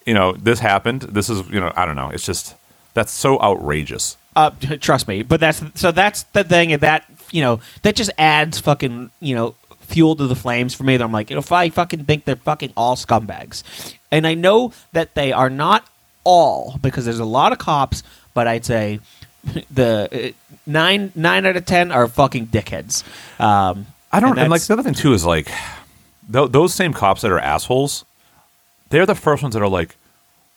you know, this happened. This is you know, I don't know. It's just that's so outrageous. Uh, t- trust me. But that's so that's the thing and that you know that just adds fucking you know fuel to the flames for me. That I'm like, if I fucking think they're fucking all scumbags, and I know that they are not all because there's a lot of cops, but I'd say (laughs) the uh, nine nine out of ten are fucking dickheads. Um, I don't. and And, like that's- the other thing too is like th- those same cops that are assholes. They're the first ones that are like,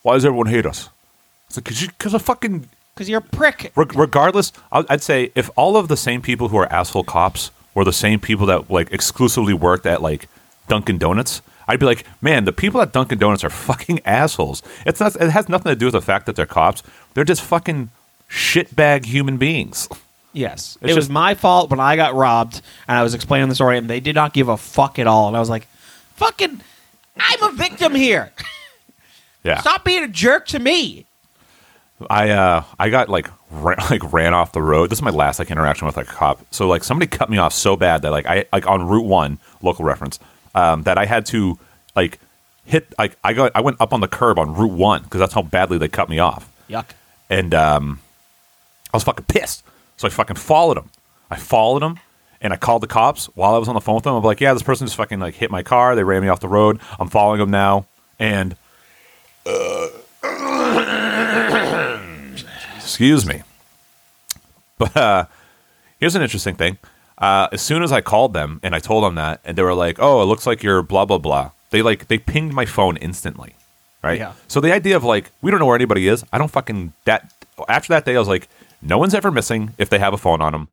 why does everyone hate us? It's like because of fucking Because you're a prick. Reg- regardless, I- I'd say if all of the same people who are asshole cops were the same people that like exclusively worked at like Dunkin' Donuts, I'd be like, man, the people at Dunkin' Donuts are (laughs) fucking assholes. It's not. It has nothing to do with the fact that they're cops. They're just fucking shitbag human beings. Yes. It's it was just- my fault when I got robbed and I was explaining the story and they did not give a fuck at all. And I was like, fucking, I'm a victim here. (laughs) Yeah. Stop being a jerk to me. I uh I got like ran, (laughs) like ran off the road. This is my last like interaction with like a cop. So like somebody cut me off so bad that like I like on Route One local reference um, that I had to like hit like I got I went up on the curb on Route One because that's how badly they cut me off Yuck. and um, I was fucking pissed. So I fucking followed him. I followed him, and I called the cops while I was on the phone with them. I'm like, yeah, this person just fucking like hit my car. They ran me off the road. I'm following them now, and excuse me. (laughs) But uh, here's an interesting thing. Uh, as soon as I called them and I told them that, and they were like, "Oh, it looks like you're blah blah blah." They like they pinged my phone instantly, right? Yeah. So the idea of like we don't know where anybody is. I don't fucking that. After that day, I was like, no one's ever missing if they have a phone on them.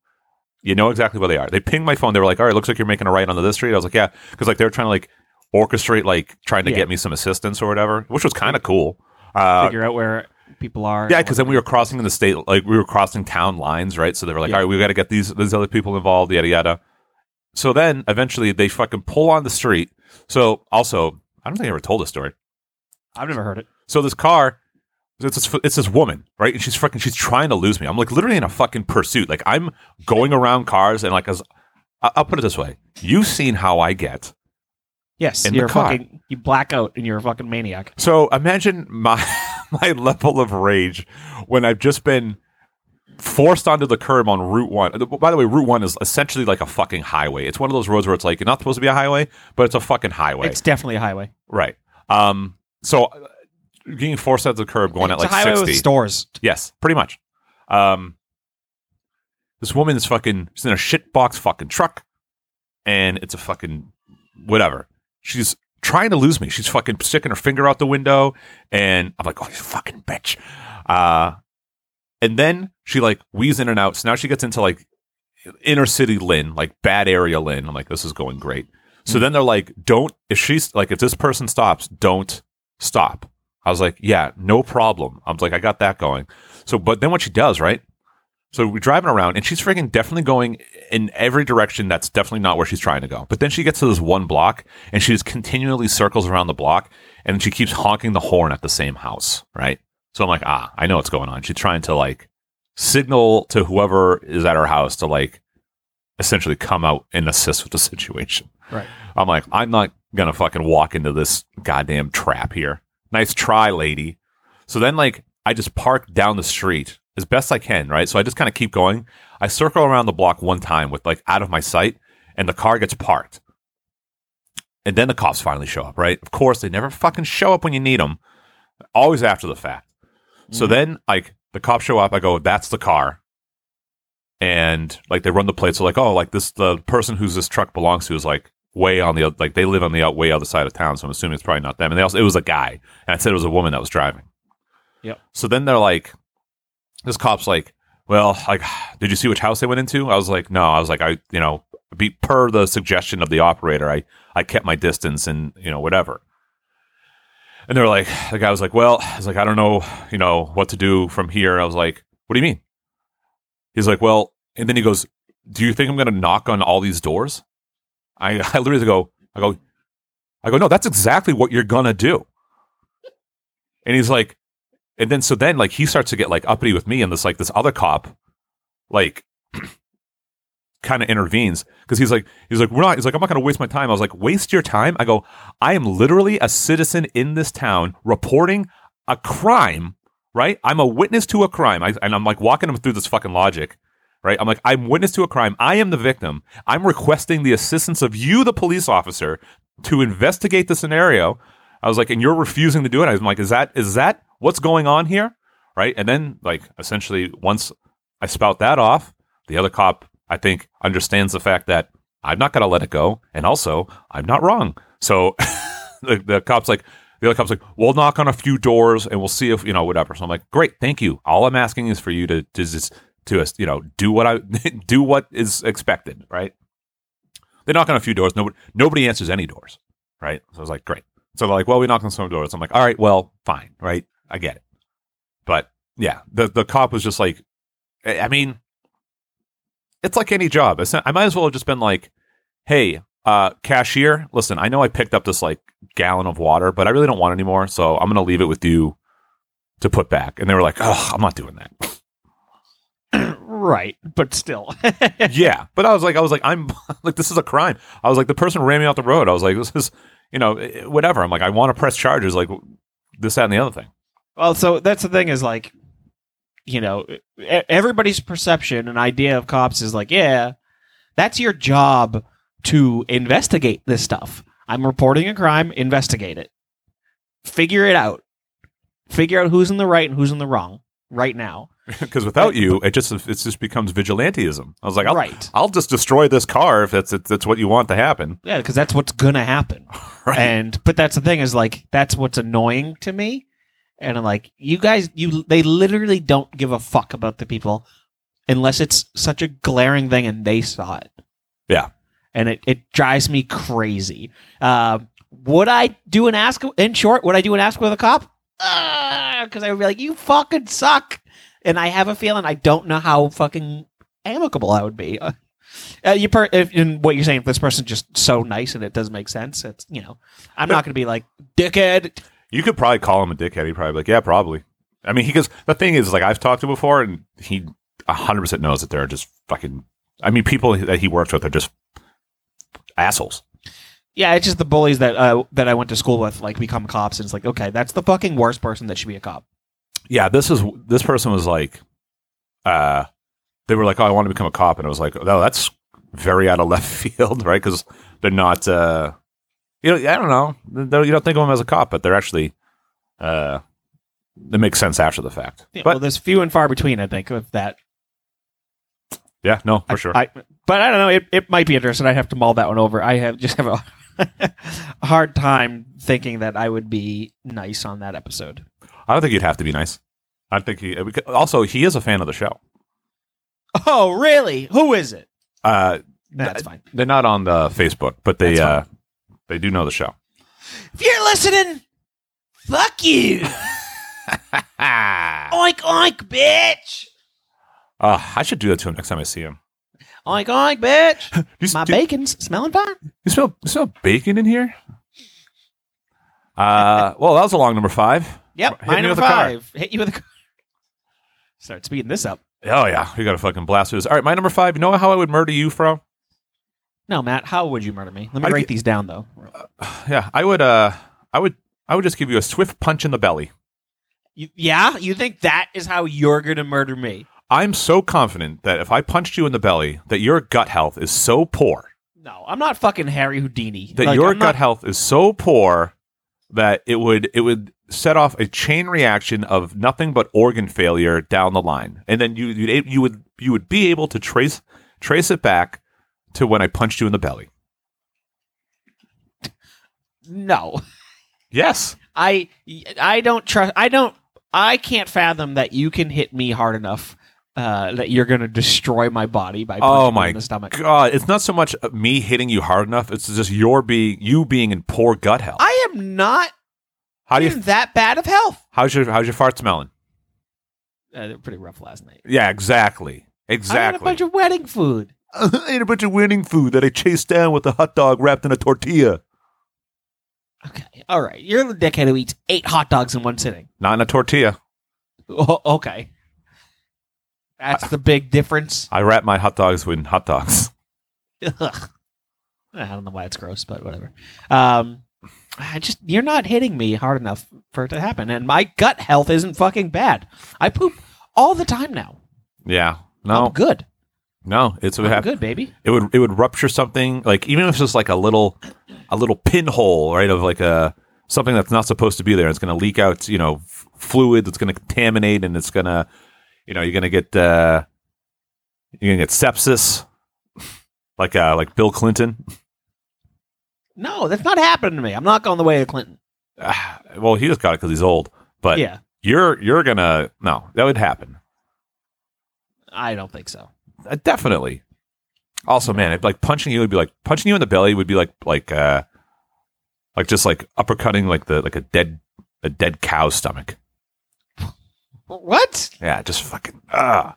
You know exactly where they are. They pinged my phone. They were like, "All right, looks like you're making a right onto this street." I was like, "Yeah," because like they were trying to like orchestrate like trying to Yeah. get me some assistance or whatever, which was kind of cool. Uh, Figure out where people are. yeah, because then we were crossing in the state, like we were crossing town lines, right? So they were like, Yeah. all right, we got to get these these other people involved, yada yada. So then eventually they fucking pull on the street. So also, I don't think I ever told this story. I've never heard it. So this car, it's this, it's this woman, right? And she's fucking, she's trying to lose me. I'm like literally in a fucking pursuit. Like I'm going around cars and like as I- I'll put it this way, you've seen how I get. Yes. In the you're car. fucking, you black out and you're a fucking maniac. So imagine my (laughs) my level of rage when I've just been forced onto the curb on Route One. By the way, Route One is essentially like a fucking highway. It's one of those roads where it's like you're not supposed to be a highway, but it's a fucking highway, It's definitely a highway. right? Um, so uh, getting forced onto the curb, going at it's like a highway sixty. with stores. (clears throat) Yes, pretty much. Um, this woman is fucking. She's in a shitbox fucking truck, and it's a fucking whatever. She's trying to lose me. She's fucking sticking her finger out the window, and I'm like, "Oh, you fucking bitch!" Uh, and then she like wheezes in and out. So now she gets into like inner city Lynn, like bad area Lynn. I'm like, this is going great. So then they're like, don't, if she's like, if this person stops, don't stop. I was like, yeah, no problem. I was like, I got that going. So, but then what she does, right? So we're driving around and she's freaking definitely going in every direction that's definitely not where she's trying to go. But then she gets to this one block and she just continually circles around the block and she keeps honking the horn at the same house, right? So I'm like, ah, I know what's going on. She's trying to like signal to whoever is at her house to like essentially come out and assist with the situation. Right. I'm like, I'm not gonna fucking walk into this goddamn trap here. Nice try, lady. So then like I just park down the street as best I can, right? So I just kind of keep going. I circle around the block one time with like out of my sight, and the car gets parked. And then the cops finally show up, right? Of course, they never fucking show up when you need them, always after the fact. So then, like, the cops show up. I go, that's the car. And like, they run the plates. So, like, oh, like this, the person whose this truck belongs to is like way on the, like, they live on the out- way other side of town. So I'm assuming it's probably not them. And they also, it was a guy. And I said it was a woman that was driving. Yep. So then they're like, this cop's like, well, like, did you see which house they went into? I was like, no. I was like, I, you know, be per the suggestion of the operator, I, I kept my distance and, you know, whatever. And they were like, the guy was like, well, he's like, I don't know, you know, what to do from here. I was like, what do you mean? He's like, well, and then he goes, do you think I'm going to knock on all these doors? I, (laughs) I literally go, I go, I go, no, that's exactly what you're going to do. And he's like, and then, so then like he starts to get like uppity with me and this, like this other cop, like (clears throat) kind of intervenes because he's like, he's like, we're not, he's like, I'm not going to waste my time. I was like, waste your time. I go, I am literally a citizen in this town reporting a crime, right? I'm a witness to a crime. I, and I'm like walking him through this fucking logic, right? I'm like, I'm witness to a crime. I am the victim. I'm requesting the assistance of you, the police officer, to investigate the scenario. I was like, and you're refusing to do it. I was like, is that, is that what's going on here? Right. And then, like, essentially, once I spout that off, the other cop, I think, understands the fact that I'm not going to let it go. And also, I'm not wrong. So (laughs) the, the cop's like, the other cop's like, we'll knock on a few doors and we'll see if, you know, whatever. So I'm like, great, thank you. All I'm asking is for you to, to just, to us, you know, do what I, (laughs) do what is expected, right? They knock on a few doors. Nobody, nobody answers any doors, right? So I was like, great. So they're like, well, we knocked on some doors. I'm like, all right, well, fine, right? I get it. But yeah, the, the cop was just like, I I mean, it's like any job. It's not, I might as well have just been like, hey, uh, cashier, listen, I know I picked up this like gallon of water, but I really don't want any more. So I'm going to leave it with you to put back. And they were like, oh, I'm not doing that. right, but still. (laughs) yeah. But I was like, I was like, I'm (laughs) like, this is a crime. I was like, the person ran me off the road. I was like, this is, you know, eh, whatever. I'm like, I want to press charges, like this, that, and the other thing. Well, so that's the thing is like, you know, e- everybody's perception and idea of cops is like, yeah, that's your job to investigate this stuff. I'm reporting a crime, investigate it, figure it out, figure out who's in the right and who's in the wrong right now. Because without you, it just it just becomes vigilanteism. I was like, I'll, Right. I'll just destroy this car if that's if that's what you want to happen. Yeah, because that's what's gonna happen. Right. And but that's the thing is like that's what's annoying to me. And I'm like, you guys, you they literally don't give a fuck about the people unless it's such a glaring thing and they saw it. Yeah. And it, it drives me crazy. Uh, would I do an ask in short? Would I do an ask with a cop? Because I would be like, you fucking suck. And I have a feeling I don't know how fucking amicable I would be. (laughs) Uh, uh, you per- if, and what you're saying, if this person's just so nice and it does make sense, it's you know, I'm not going to be like dickhead. You could probably call him a dickhead. He'd probably be like, yeah, probably. I mean, because the thing is, like, I've talked to him before, and he 100% knows that they're just fucking. I mean, people that he works with are just assholes. Yeah, it's just the bullies that uh, that I went to school with like become cops, and it's like, okay, that's the fucking worst person that should be a cop. Yeah, this is this person was like, uh, they were like, oh, I want to become a cop, and I was like, no, that's very out of left (laughs) field, right? Because they're not, uh, you know, I don't know, They're- you don't think of them as a cop, but they're actually, uh, it makes sense after the fact. Yeah, well, but there's few and far between, I think, of that. yeah, no, for I- sure. I, but I don't know. It, it might be interesting. I'd have to mull that one over. I have just have a a (laughs) hard time thinking that I would be nice on that episode. I don't think you'd have to be nice. I think he. uh, because- Also, he is a fan of the show. Oh, really? Who is it? Uh, That's th- fine. They're not on the Facebook, but they That's fine. uh, they do know the show. (laughs) If you're listening, fuck you. oink oink, bitch. Uh, I should do that to him next time I see him. Oink oink, (laughs) bitch. You, s- My do- bacon's smelling fine. you smell you smell bacon in here. Uh, (laughs) well, that was a long number five. Yep, Hit my me number with a car. five. Hit you with a car. (laughs) Start speeding this up. Oh yeah, we got a fucking blast through this. All right, my number five. You know how I would murder you, Fro? (sighs) No, Matt, how would you murder me? Let me I'd write get- these down though. Yeah, I would. Uh, I would. I would just give you a swift punch in the belly. You, yeah, you think that is how you're gonna murder me? I'm so confident that if I punched you in the belly, that your gut health is so poor No, I'm not fucking Harry Houdini. that Like, your I'm gut not- health is so poor that it would it would set off a chain reaction of nothing but organ failure down the line, and then you you'd, you would you would be able to trace trace it back to when I punched you in the belly. no. Yes, I I don't trust. I don't. I can't fathom that you can hit me hard enough uh, that you're gonna destroy my body by punching Oh me my in the stomach. God, it's not so much me hitting you hard enough; it's just your being you being in poor gut health. I am not How do in you? that bad of health. How's your how's your fart smelling? Uh, they're pretty rough last night. Yeah, exactly, I had a exactly. bunch of wedding food. (laughs) I ate a bunch of winning food that I chased down with a hot dog wrapped in a tortilla. Okay, all right. You're the dickhead who eats eight hot dogs in one sitting. Not in a tortilla. O- okay, that's the big difference. I wrap my hot dogs in hot dogs. (laughs) Ugh. I don't know why it's gross, but whatever. Um, I just you're not hitting me hard enough for it to happen, and my gut health isn't fucking bad. I poop all the time now. Yeah. I'm No. Oh, good. No. It's I'm what happened. good, baby. It would it would rupture something like even if it's just like a little a little pinhole right of like a something that's not supposed to be there. It's going to leak out you know f- fluid that's going to contaminate and it's going to you know you're going to get uh, you're going to get sepsis (laughs) like uh, like Bill Clinton. (sighs) No, that's not happening to me. I'm not going the way of Clinton. Ah, well, he just got it because he's old, but yeah, you're you're gonna no that would happen I don't think so. Uh, definitely. Also, man, it, like punching you would be like punching you in the belly would be like like uh like just like uppercutting like the like a dead a dead cow's stomach. What? Yeah, just fucking ah.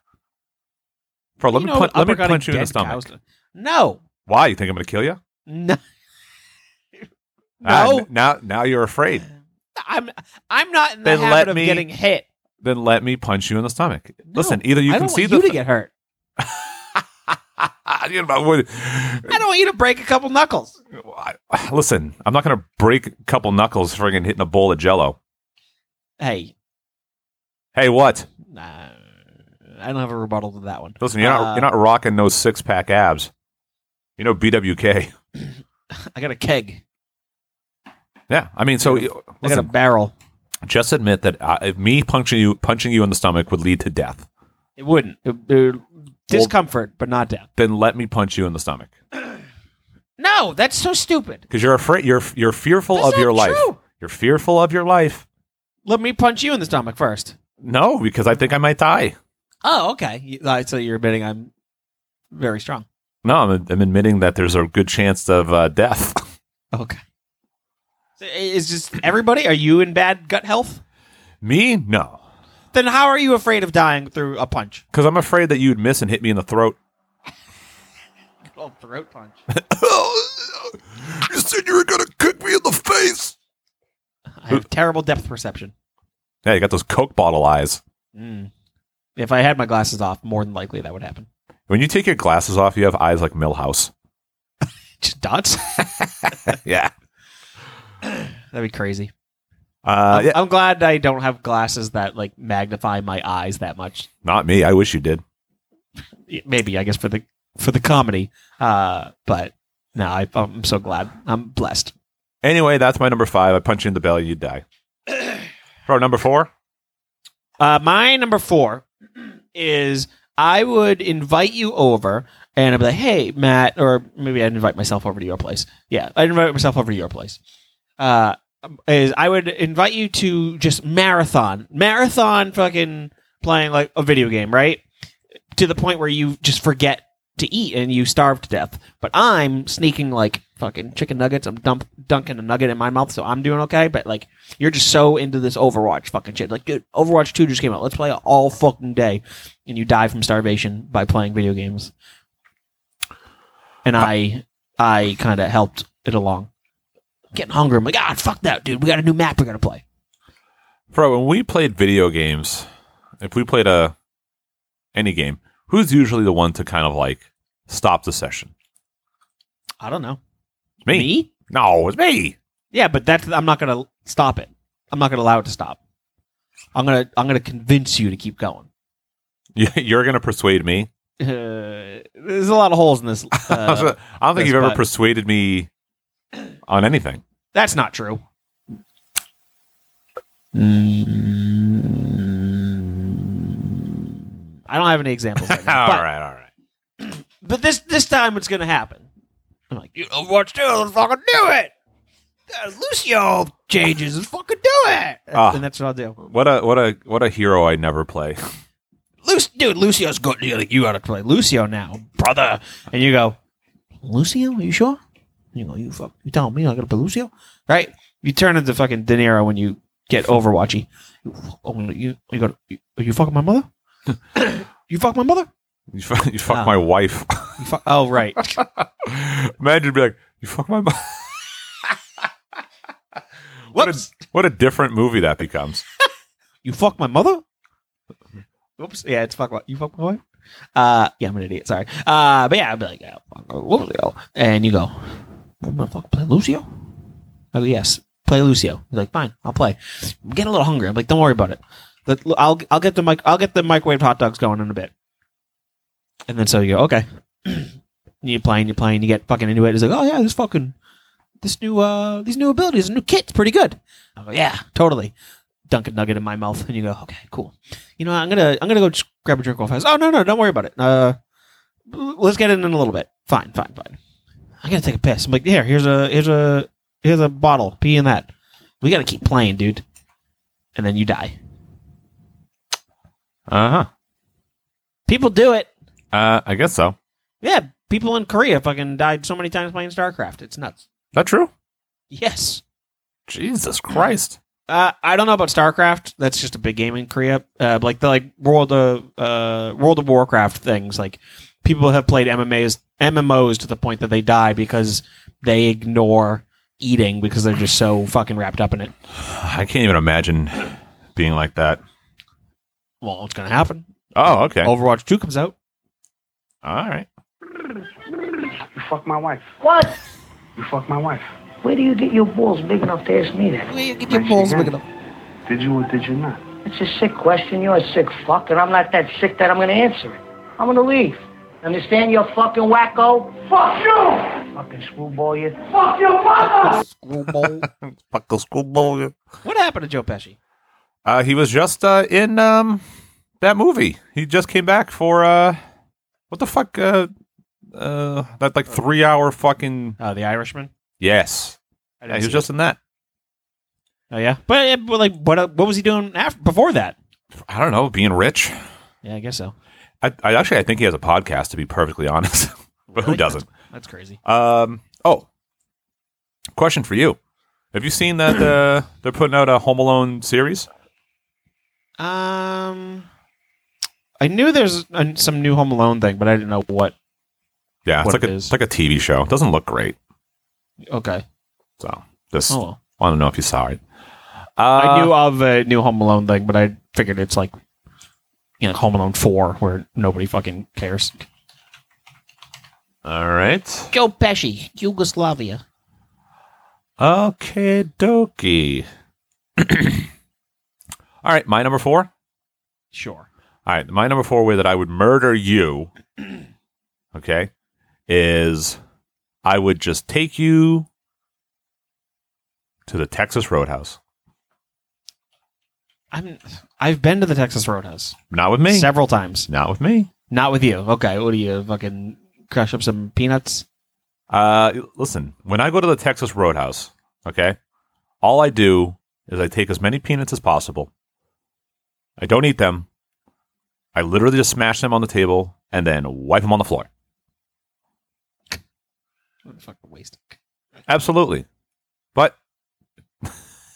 Bro, let You me know, pun- let me uppercutting punch you in the dead stomach. cows- No, (laughs) Why you think I'm gonna kill you? no, Ah, no. n- now now you're afraid. I'm I'm not in the Then let habit of me- getting hit. Then let me punch you in the stomach. No, Listen, either you I can don't see want the you th- to get hurt. (laughs) You know, what- I don't want you to break a couple knuckles. I- Listen, I'm not gonna break a couple knuckles for getting hitting a bowl of jello. Hey, Hey, what? Nah, I don't have a rebuttal to that one. Listen, you're not Uh, you're not rocking those six pack abs. You know BWK. I got a keg. (laughs) Yeah, I mean, so you- I got a listen, barrel. just admit that uh, if me punching you punching you in the stomach would lead to death. It wouldn't. It- it- discomfort, but not death. Then let me punch you in the stomach No, that's so stupid. because you're afraid. You're you're fearful That's of your not life. true. You're fearful of your life. Let me punch you in the stomach first. No, because I think I might die. Oh, okay. You- all right, So you're admitting I'm very strong. No, I'm, I'm admitting that there's a good chance of uh, death. (laughs) Okay. So i- is just everybody? Are you in bad gut health? me, no, Then how are you afraid of dying through a punch? because I'm afraid that you'd miss and hit me in the throat. (laughs) Oh, throat punch. You said you were gonna kick me in the face. I have terrible depth perception. Yeah, you got those Coke bottle eyes. Mm. If I had my glasses off, more than likely that would happen. When you take your glasses off, you have eyes like (laughs) Millhouse. Just dots. yeah. (laughs) That'd be crazy. (laughs) Uh, I'm, yeah, I'm glad I don't have glasses that like magnify my eyes that much. not me. I wish you did. Y- Maybe I guess for the for the comedy, uh, but no, I, I'm so glad. I'm blessed. Anyway, that's my number five. I punch you in the belly, you (clears throat) die. Bro, number four. Uh, my number four is I would invite you over and I'd be like, hey, Matt, or maybe I'd invite myself over to your place. Yeah, I'd invite myself over to your place. Uh, is I would invite you to just marathon, marathon fucking playing like a video game, right? To the point where you just forget to eat and you starve to death. But I'm sneaking like fucking chicken nuggets. I'm dump, dunking a nugget in my mouth, so I'm doing okay. But like, you're just so into this Overwatch fucking shit. Like, dude, Overwatch 2 just came out. Let's play all fucking day. And you die from starvation by playing video games. And I, I kind of helped it along. Getting hungry. I'm like, ah, fuck that, dude. We got a new map we got to play. Bro, when we played video games, if we played a any game, who's usually the one to kind of like stop the session? I don't know. It's me. No, it's me. Yeah, but that's, I'm not going to stop it. I'm not going to allow it to stop. I'm gonna I'm gonna convince you to keep going. You- You're going to persuade me. Uh, (laughs) there's a lot of holes in (laughs) this. I Uh, don't think that's you've ever bad. persuaded me on anything. that's not true. I don't have any examples. Right now, (laughs) all but, right, all right. but this this time it's gonna happen. I'm like, you know what? Still, let's fucking do it. Uh, Lucio changes. Let's fucking do it. Ah. and that's what I'll do. What a what a what a hero I never play. (laughs) Luc- dude, Lucio's good. You're like, you gotta play Lucio now, brother. And you go, Lucio, are you sure? And you go, you fuck, you telling me I gotta play Lucio, right? You turn into fucking De Niro when you get Overwatchy. You, fu- oh, you, you go, you, are you fucking my mother? you fuck my mother? You fuck, you fuck No. my wife. You fuck, oh right. (laughs) Imagine be like, you fuck my. mo- what a Whoops. (laughs) what a different movie that becomes. You fuck my mother? Oops. Yeah, it's fuck my, you fuck my wife. Uh, yeah, I'm an idiot. Sorry. Uh, but yeah, I'd be like, yeah, fuck Lucio, and you go, I'm gonna fuck play Lucio. I go, yes, play Lucio. He's like, fine, I'll play. I'm getting a little hungry. I'm like, don't worry about it. Let, I'll I'll get the mic. I'll get the microwave hot dogs going in a bit. And then so you go, okay. (clears throat) you play and you play and you get fucking into it. It's like, oh yeah, this fucking this new uh these new abilities, new kit's pretty good. I go, yeah, totally. Dunk a nugget in my mouth, and you go, okay, cool. You know, I'm gonna I'm gonna go just grab a drink real fast. Oh no, no, don't worry about it. Uh, l- let's get it in a little bit. Fine, fine, fine. I'm gonna take a piss. I'm like, here, here's a here's a here's a bottle. Pee in that. We gotta keep playing, dude. And then you die. Uh-huh. People do it. Uh I guess so. Is Yeah, people in Korea fucking died so many times playing StarCraft. It's nuts. that true? Yes. Jesus Christ. Uh, I don't know about StarCraft. That's just a big game in Korea. Uh, like the like World of uh, World of Warcraft things. Like people have played MMAs MMOs to the point that they die because they ignore eating because they're just so fucking wrapped up in it. I can't even imagine being like that. Well, it's gonna happen. Oh, okay. Overwatch Two comes out. All right. You fuck my wife. What? You fuck my wife. Where do you get your balls big enough to ask me that? Did you or did you not? It's a sick question. You're a sick fuck, and I'm not that sick that I'm gonna answer it. I'm gonna leave. Understand, you fucking wacko? Fuck you! Fucking screwball, you. Fuck your mother! Fuck the school bowl. What happened to Joe Pesci? Uh he was just uh in um that movie. He just came back for uh what the fuck uh uh that like 3 hour fucking Uh, the Irishman. Yes. I Yeah, didn't he was see just in that. it. Oh yeah, but, uh, but like, what uh, what was he doing after before that? I don't know, being rich. Yeah, I guess so. I, I actually I think he has a podcast to be perfectly honest. (laughs) but who Really? doesn't? That's, that's crazy. Um oh. Question for you. Have you seen that uh, (clears throat) they're putting out a Home Alone series? Um, I knew there's uh, some new Home Alone thing, but I didn't know what. Yeah, it's What like it a, is. it's like a TV show. It doesn't look great. Okay. So just Oh well. want to know if you saw it. Uh, I knew of a new Home Alone thing, but I figured it's like, you know, Home Alone Four, where nobody fucking cares. All right. Joe Pesci, Yugoslavia. Okay, dokie. (clears throat) All right, my number four. Sure. All right, my number four way that I would murder you, (clears throat) okay, is I would just take you to the Texas Roadhouse. I'm. I've been to the Texas Roadhouse Not with me. several times. Not with me. Not with you. Okay. What do you fucking crush up some peanuts? Uh, listen, when I go to the Texas Roadhouse, okay, all I do is I take as many peanuts as possible. I don't eat them. I literally just smash them on the table and then wipe them on the floor. What a fucking waste. Absolutely. But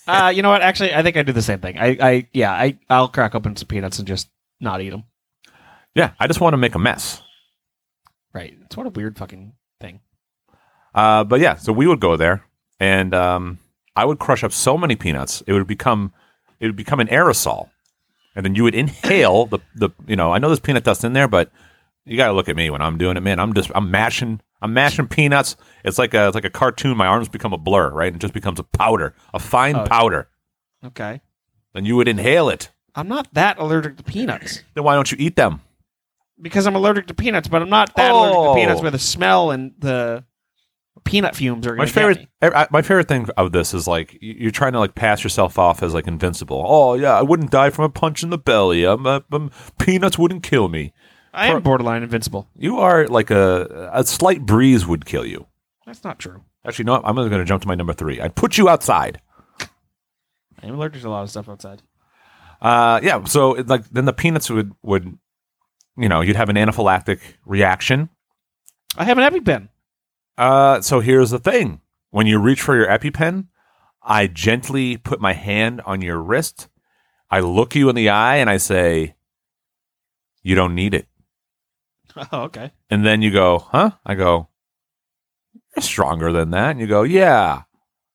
Uh, you know what? Actually, I think I do the same thing. I, I, yeah, I, I'll crack open some peanuts and just not eat them. yeah, I just want to make a mess. Right. It's what a weird fucking thing. Uh, but yeah, so we would go there, and um, I would crush up so many peanuts, it would become it would become an aerosol, and then you would inhale the the you know I know there's peanut dust in there, but you got to look at me when I'm doing it, man. I'm just I'm mashing I'm mashing peanuts. It's like a it's like a cartoon. My arms become a blur, right? It just becomes a powder, a fine Oh. powder. Okay. Then you would inhale it. I'm not that allergic to (clears throat) peanuts Then why don't you eat them? because I'm allergic to peanuts, but I'm not that allergic Oh. to peanuts where the smell and the peanut fumes are. My gonna get favorite, e, me. I- I- my favorite thing of this is like you- you're trying to like pass yourself off as like invincible. Oh yeah, I wouldn't die from a punch in the belly. I'm, uh, um, peanuts wouldn't kill me. I am borderline invincible. You are like a a slight breeze would kill you. That's not true. Actually, no, I'm going to jump to my number three. I'd put you outside. I am allergic to a lot of stuff outside. Uh, yeah. So it, like then the peanuts would would you know you'd have an anaphylactic reaction. I have an (laughs) EpiPen. Uh, so here's the thing: when you reach for your EpiPen, I gently put my hand on your wrist. I look you in the eye and I say, "You don't need it." Oh, okay. And then you go, "Huh?" I go, "You're stronger than that." And you go, "Yeah,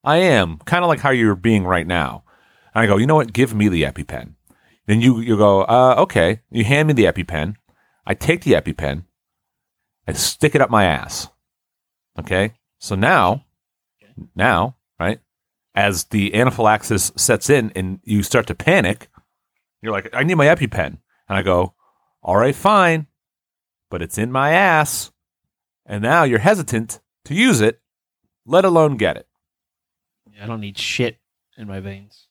I am." Kind of like how you're being right now. And I go, "You know what? Give me the EpiPen." Then you you go, uh, "Okay." You hand me the EpiPen. I take the EpiPen. I stick it up my ass. Okay. So now, now, right, as the anaphylaxis sets in and you start to panic, you're like, I need my EpiPen. And I go, all right, fine, but it's in my ass. And now you're hesitant to use it, let alone get it. I don't need shit in my veins.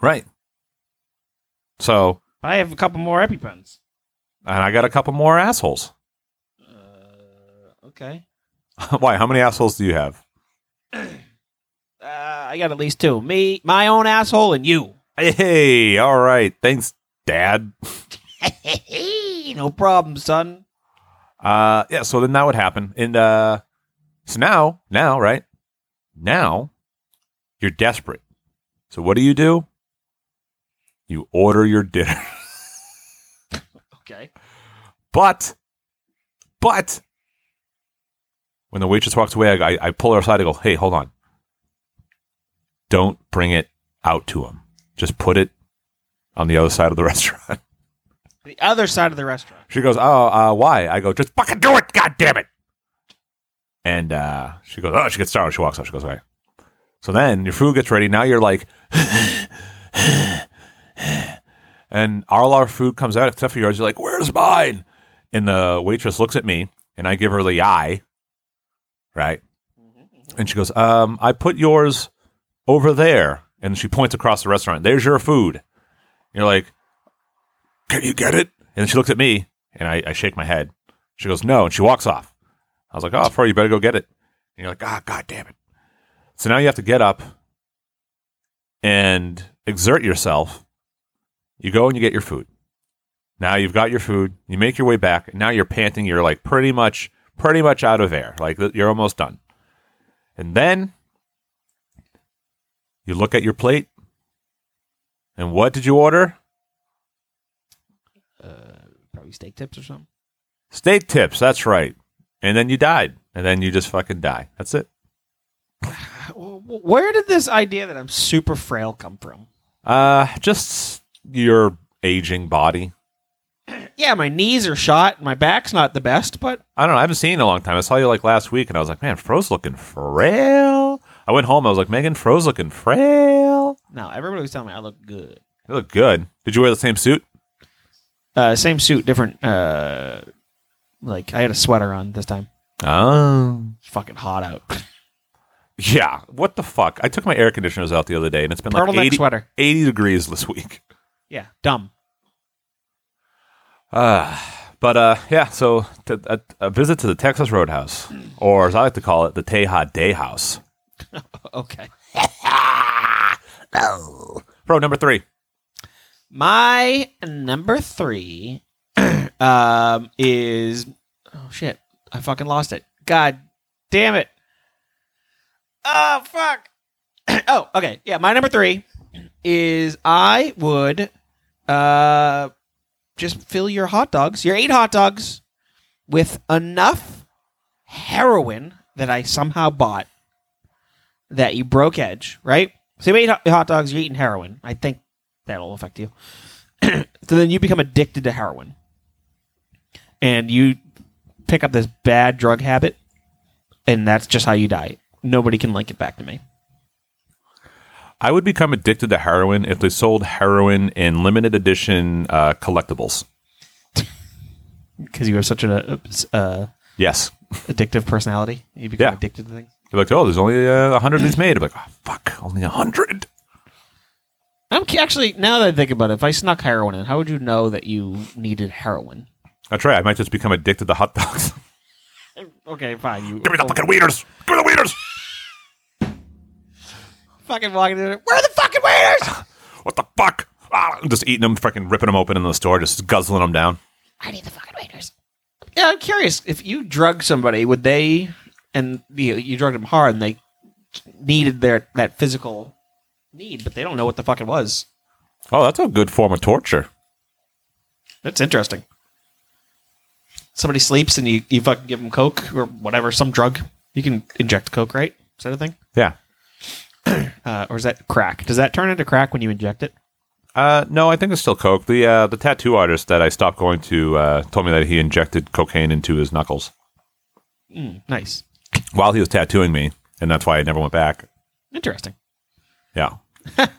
Right. So, I have a couple more EpiPens. and I got a couple more assholes. (laughs) Uh, Okay. Why? How many assholes do you have? Uh, I got at least two. Me, my own asshole, and you. (laughs) Hey, all right. Thanks, Dad. no problem, son. Uh, yeah. So then that would happen, and uh, so now, now, right now, you're desperate. So what do you do? You order your dinner, Okay. but, but, when the waitress walks away, I, I pull her aside. I go, "Hey, hold on. Don't bring it out to him. Just put it on the other side of the (laughs) restaurant." The other side of the restaurant. She goes, "Oh, uh, why?" I go, "Just fucking do it, god damn it!" And uh, she goes, "Oh," she gets startled. She walks off. She goes, "Okay." So then your food gets ready. Now you're like, (sighs) and all our food comes out except for yours. You're like, "Where's mine?" And the waitress looks at me, and I give her the eye, right? And she goes, "Um, I put yours over there," and she points across the restaurant. There's your food. You're like, can you get it? And she looks at me and I, I shake my head. She goes, no. And she walks off. I was like, oh, Fro, you better go get it. And you're like, ah, God damn it. So now you have to get up and exert yourself. You go and you get your food. Now you've got your food. You make your way back. And now you're panting. You're like pretty much, pretty much out of air. Like you're almost done. And then you look at your plate. And what did you order? Probably steak tips or something. Steak tips, that's right. And then you died. And then you just fucking die. That's it. Uh, Where did this idea that I'm super frail come from? Uh just your aging body. Yeah, my knees are shot. My back's not the best, but I don't know, I haven't seen you in a long time. I saw you like last week and I was like, Man, Fro's looking frail. I went home, I was like, Megan, Fro's looking frail. no, everybody was telling me I look good. You look good. Did you wear the same suit? Uh, same suit, different. Uh, like I had a sweater on this time. Oh. It's fucking hot out. Yeah. What the fuck? I took my air conditioners out the other day and it's been like Turtleneck 80, sweater. 80 degrees this week. Yeah, dumb. Uh, but uh, yeah, so t- a, a visit to the Texas Roadhouse, or as I like to call it, the Teja Day House. Okay. Pro number three. My number three (clears throat) um, is oh shit, I fucking lost it. God damn it! Oh fuck! (clears throat) oh okay, yeah. My number three is I would uh, just fill your hot dogs, your eight hot dogs, with enough heroin that I somehow bought that you broke edge, right? So you ate hot- hot dogs, you're eating heroin. I think that'll affect you. so then you become addicted to heroin. And you pick up this bad drug habit, and that's just how you die. Nobody can link it back to me. I would become addicted to heroin if they sold heroin in limited edition uh, collectibles. because you have such an uh, uh, Yes. addictive personality. You become Yeah. addicted to things. They're like, oh, there's only a hundred of these made. I'm like, oh, fuck, only a hundred. I'm cu- actually now that I think about it, if I snuck heroin in, how would you know that you needed heroin? That's right. I might just become addicted to hot dogs. (laughs) Okay, fine. You Give me the fucking wieners. Give me the wieners. fucking walking in. there, Where are the fucking waiters? What the fuck? Ah, I'm just eating them, freaking ripping them open in the store, just guzzling them down. I need the fucking waiters. Yeah, I'm curious. If you drug somebody, would they? And you, you drugged them hard, and they needed their that physical need, but they don't know what the fuck it was. Oh, that's a good form of torture. That's interesting. Somebody sleeps and you, you fucking give them coke or whatever, some drug. You can inject coke, right? Is that a thing? Yeah. Uh, or is that crack? Does that turn into crack when you inject it? Uh, no, I think it's still coke. The uh, the tattoo artist that I stopped going to uh, told me that he injected cocaine into his knuckles Nice. while he was tattooing me, and that's why I never went back. Interesting. Yeah.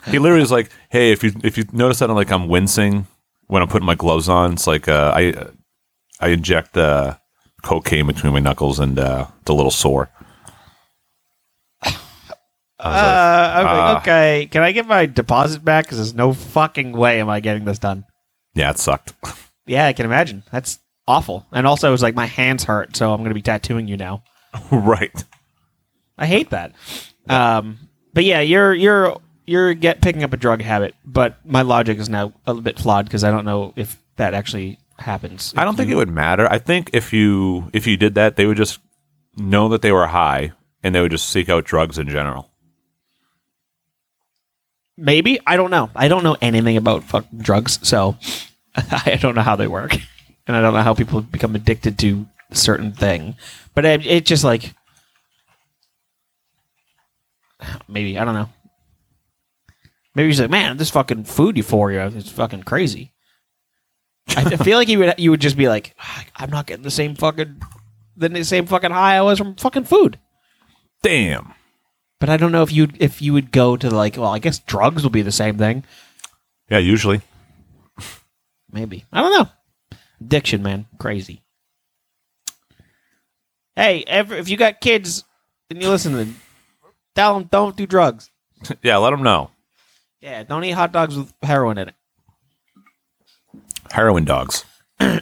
he literally was like, "Hey, if you if you notice that I'm like I'm wincing when I'm putting my gloves on, it's like uh, I I inject uh, cocaine between my knuckles and uh, it's a little sore." I was like, Uh, I'm Ah. like, okay, can I get my deposit back? Because there's no fucking way am I getting this done. yeah, it sucked. (laughs) Yeah, I can imagine. That's awful. And also, it was like, my hands hurt, so I'm going to be tattooing you now. right. I hate that. Um, but yeah, you're you're you're get picking up a drug habit, but my logic is now a little bit flawed because I don't know if that actually happens. I don't think it would matter. I think if you if you did that, they would just know that they were high and they would just seek out drugs in general. Maybe I don't know. I don't know anything about fucking drugs, so (laughs) I don't know how they work, and I don't know how people become addicted to a certain thing. But it, it just like maybe I don't know. Maybe he's like, man, this fucking food euphoria is fucking crazy. I I feel like you would you would just be like, "Ah, I'm not getting the same fucking the same fucking high I was from fucking food. Damn. But I don't know if you if you would go to like, well, I guess drugs will be the same thing. Yeah, usually. Maybe. I don't know. Addiction, man. Crazy. Hey, ever, if you got kids and you listen to tell them don't do drugs. (laughs) Yeah, let them know. Yeah, don't eat hot dogs with heroin in it. Heroin dogs.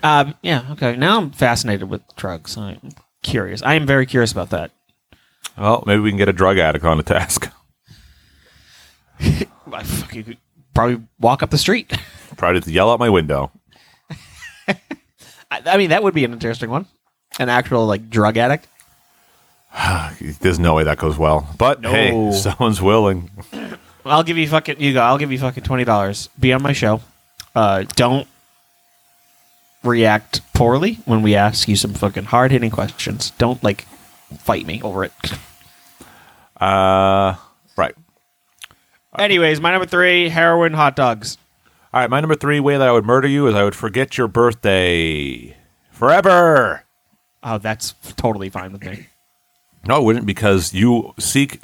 Um, yeah, okay. Now I'm fascinated with drugs. I'm curious. I am very curious about that. Well, maybe we can get a drug addict on the task. (laughs) I fucking could probably walk up the street. (laughs) Try to yell out my window. I, I mean, that would be an interesting one. An actual like drug addict. There's no way that goes well. But hey, (laughs) someone's willing. I'll give you fucking you go. I'll give you fucking twenty dollars. Be on my show. Uh, don't react poorly when we ask you some fucking hard hitting questions. Don't like fight me over (laughs) it. Uh, right. Anyways, my number three: heroin hot dogs. All right. My number three way that I would murder you is I would forget your birthday forever. Oh, that's totally fine with me. No, I wouldn't because you seek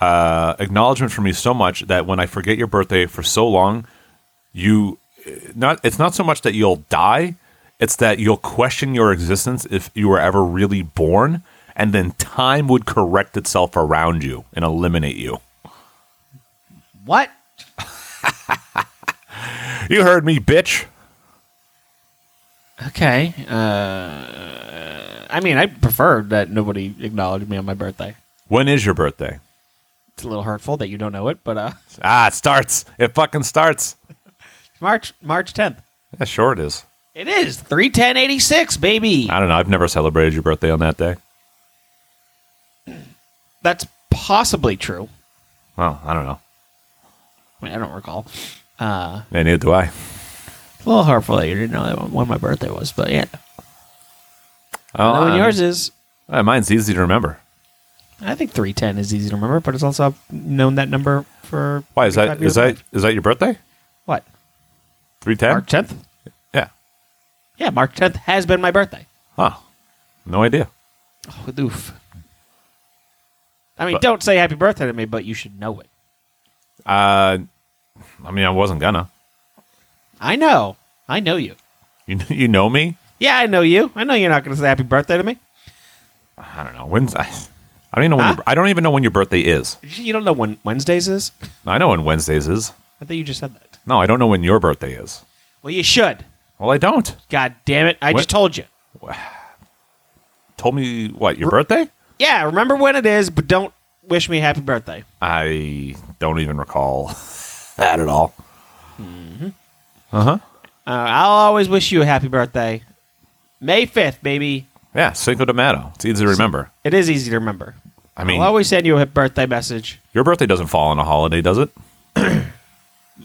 uh, acknowledgement from me so much that when I forget your birthday for so long, you not it's not so much that you'll die, it's that you'll question your existence if you were ever really born, and then time would correct itself around you and eliminate you. What? You heard me, bitch. Okay. Uh, I mean, I prefer that nobody acknowledged me on my birthday. When is your birthday? It's a little hurtful that you don't know it, but uh, (laughs) Ah, it starts. It fucking starts. March March tenth. Yeah, sure it is. It is three ten eighty six, baby. I don't know. I've never celebrated your birthday on that day. That's possibly true. Well, I don't know. I mean, I don't recall. Uh, Yeah, neither do I. a little hurtful that you didn't know that when my birthday was, but yeah. Oh, I know I when yours mean, is. uh, mine's easy to remember. I think three ten is easy to remember, but it's also I've known that number for. Why is 35 that? years Is of my that life. is that your birthday? what Three ten. March tenth? Yeah. Yeah, March tenth has been my birthday. Huh. No idea. Oh, oof. I mean, But- don't say happy birthday to me, but you should know it. Uh, I mean, I wasn't gonna. I know. I know you. You (laughs) you know me. Yeah, I know you. I know you're not going to say happy birthday to me. I don't know when's (laughs) I. I don't even know. When Huh? your, I don't even know when your birthday is. You don't know when Wednesdays is? I know when Wednesdays is. I thought you just said that. No, I don't know when your birthday is. Well, you should. Well, I don't. God damn it. I What? just told you. Told me what your birthday? Yeah, remember when it is, but don't wish me happy birthday. I don't even recall (laughs) that at all. Uh huh. Uh, I'll always wish you a happy birthday. May 5th, baby. Yeah, Cinco de Mayo. It's easy to remember. It is easy to remember. I I mean, will always send you a birthday message. your birthday doesn't fall on a holiday, does it?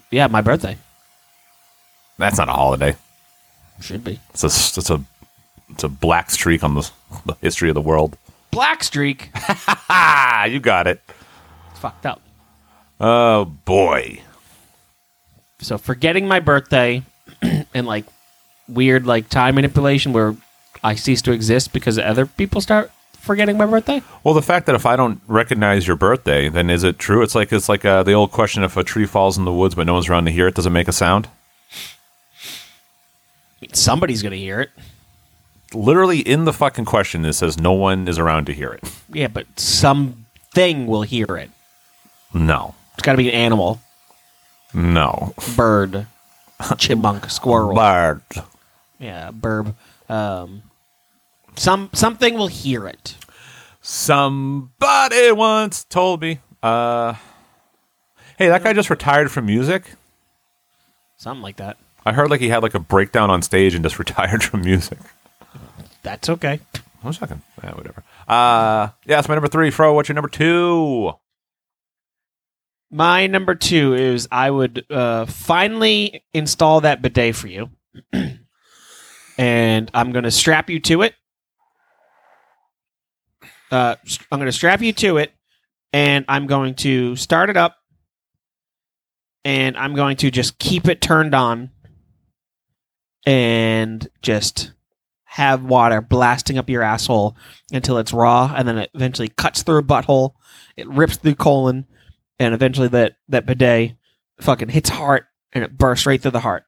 Yeah, my birthday. That's not a holiday. Should be. It's a it's a it's a black streak on the, the history of the world. Black streak. Ah, you got it. It's (laughs) fucked up. Oh boy. So forgetting my birthday (clears throat) and like weird like time manipulation where I cease to exist because other people start forgetting my birthday. Well, the fact that if I don't recognize your birthday, then is it true? It's like it's like uh, the old question: if a tree falls in the woods but no one's around to hear it, does it make a sound? Somebody's gonna hear it. Literally in the fucking question, it says no one is around to hear it. Yeah, but something will hear it. No, It's got to be an animal, no. bird, chipmunk, squirrel. Bird. Yeah, burb. Um, some something will hear it. Somebody once told me. Uh, hey, that guy just retired from music. Something like that. I heard like he had like a breakdown on stage and just (laughs) retired from music. That's okay. One second. Yeah, whatever. Uh, yeah, that's my number three. Fro, what's your number two? My number two is I would uh, finally install that bidet for you, (clears throat) and I'm going to strap you to it. Uh, s- I'm going to strap you to it, and I'm going to start it up, and I'm going to just keep it turned on, and just have water blasting up your asshole until it's raw, and then it eventually cuts through a butthole, it rips through colon and eventually that that bidet fucking hits heart and it bursts right through the heart.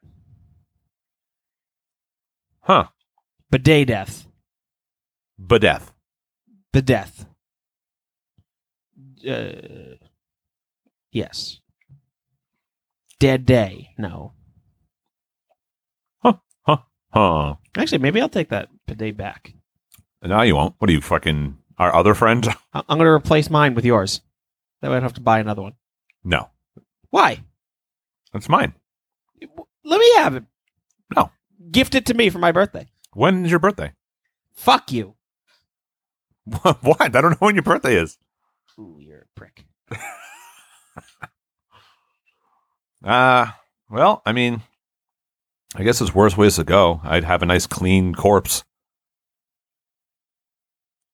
Huh. Bidet death. Bedeth. Bidet. Uh, yes. Dead day. No. Huh. Actually, maybe I'll take that bidet back. No, you won't. What are you fucking our other friend? (laughs) I- I'm going to replace mine with yours. That way I don't have to buy another one. No, Why? that's mine. Let me have it. No. Gift it to me for my birthday. When is your birthday? (laughs) Fuck you. what? I don't know when your birthday is. Ooh, you're a prick. Uh well, I mean, I guess there's worse ways to go. I'd have a nice clean corpse.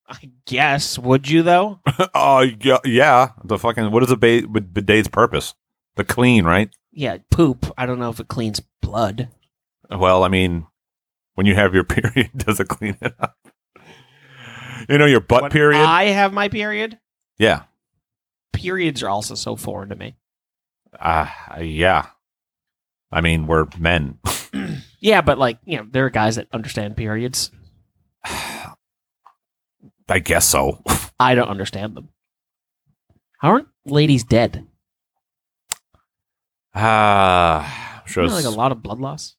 I guess. Would you, though? Oh yeah, yeah. The fucking what is the ba- bid- bidet's purpose? The clean, right? yeah, poop. I don't know if it cleans blood. Well, I mean, when you have your (laughs) period, does it clean it up? You know your butt When period. I have my period. yeah. Periods are also so foreign to me. Uh, yeah. I mean, we're men. (sighs) Yeah, but like, you know, there are guys that understand periods. I guess so. (sighs) I don't understand them. How aren't ladies dead? Ah, sure. Isn't there, like a lot of blood loss.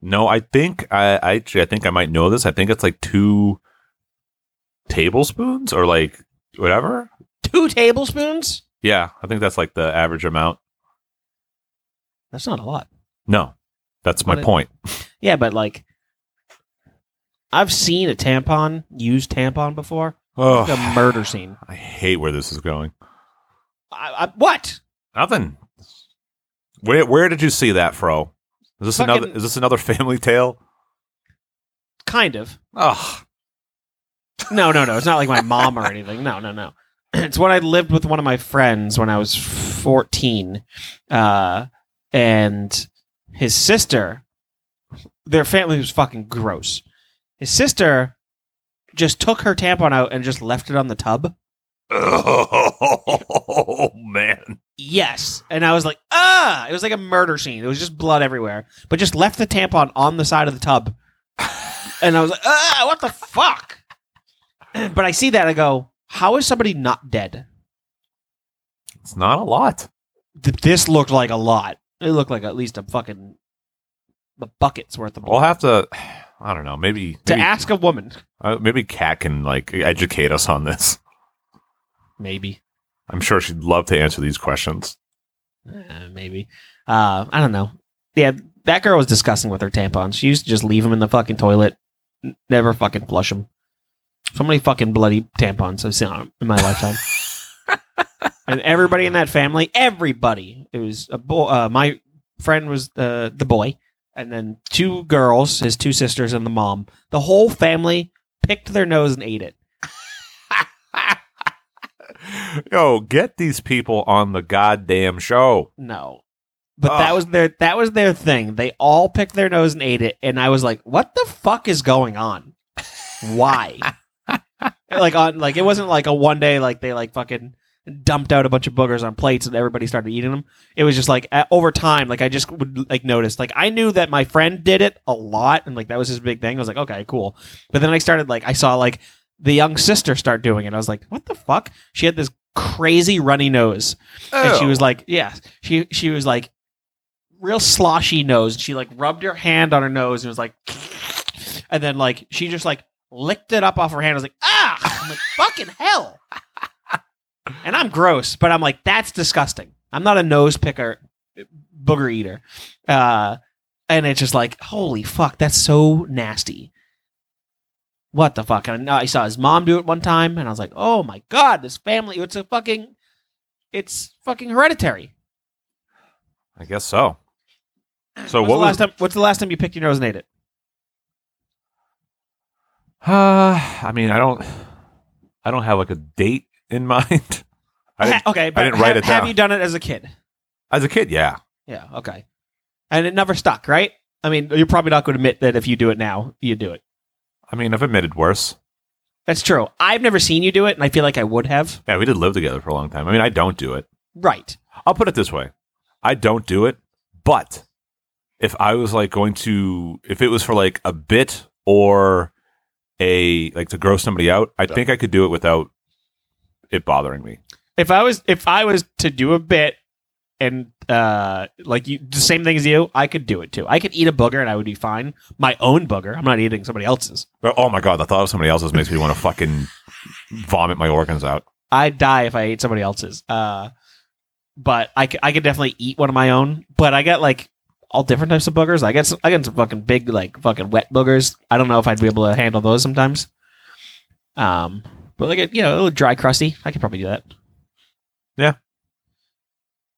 No, I think I, I actually I think I might know this. I think it's like two tablespoons or like whatever. Two tablespoons? Yeah, I think that's like the average amount. That's not a lot. No, that's my But it- point. Yeah, but like I've seen a tampon, used tampon before. Oh, It's a murder scene. I hate where this is going. I, I, what? Nothing. Where where did you see that, Fro? Is this another? Fucking- Is this another (laughs) family tale? Kind of. Ugh. No, no, no. It's not like my mom or anything. No, no, (clears throat) no. It's when I lived with one of my friends when I was 14. Uh, and his sister, their family was fucking gross. His sister just took her tampon out and just left it on the tub. oh man. Yes. And I was like, ah, it was like a murder scene. It was just blood everywhere, but just left the tampon on the side of the tub. and I was like, ah, what the fuck? (clears throat) but I see that. I go, how is somebody not dead? It's not a lot. Th- This looked like a lot. It looked like at least a fucking a bucket's worth of blood. We'll have to. I don't know. Maybe to maybe, ask a woman, uh, maybe Kat can like educate us on this. maybe, I'm sure she'd love to answer these questions. uh, maybe. Uh, I don't know. Yeah, that girl was disgusting with her tampons. She used to just leave them in the fucking toilet, n- never fucking flush them. So many fucking bloody tampons I've seen in my lifetime. and everybody in that family, everybody. It was a boy. Uh, my friend was the the boy, and then two girls, his two sisters, and the mom. The whole family picked their nose and ate it. Yo, get these people on the goddamn show. No. But Ugh. that was their that was their thing. They all picked their nose and ate it, and I was like, "What the fuck is going on? Why?" like on like it wasn't like a one day like they like fucking dumped out a bunch of boogers on plates and everybody started eating them. It was just like a- over time, like I just would like notice. Like I knew that my friend did it a lot, and like that was his big thing. I was like, "Okay, cool." But then I started like I saw like the young sister start doing it. I was like, "What the fuck?" She had this crazy runny nose and she was like, yeah, she she was like real sloshy nose. and She like rubbed her hand on her nose and was like, and then like she just like licked it up off her hand. I was like, ah, I'm like fucking hell. And I'm gross, but I'm like that's disgusting. I'm not a nose picker, booger eater, uh, and it's just like holy fuck, that's so nasty. What the fuck? And I I saw his mom do it one time, and I was like, oh my god, this family, it's a fucking it's fucking hereditary. I guess so. So When's what the was? last time? What's the last time you picked your nose and ate it? uh, I mean, I don't. I don't have like a date in (laughs) mind. I didn't, Ha- (laughs) okay, but didn't write ha- it Have down. you done it as a kid? as a kid, yeah. Yeah. Okay. And it never stuck, right? I mean, you're probably not going to admit that if you do it now, you do it. I mean, I've admitted worse. That's true. I've never seen you do it, and I feel like I would have. Yeah, we did live together for a long time. I mean, I don't do it. Right. I'll put it this way. I don't do it, but if I was like going to if it was for like a bit or a like to gross somebody out, I think I could do it without it bothering me. If I was, if I was to do a bit, and uh, like you, the same thing as you, I could do it too. I could eat a booger, and I would be fine. My own booger. I'm not eating somebody else's. But, oh my god, the thought of somebody else's makes me want to fucking vomit my organs out. I'd die if I ate somebody else's. Uh, but I, c- I could definitely eat one of my own. But I got like all different types of boogers. I got some, I got some fucking big like fucking wet boogers. I don't know if I'd be able to handle those sometimes. Um, but like a, you know a little dry crusty, I could probably do that.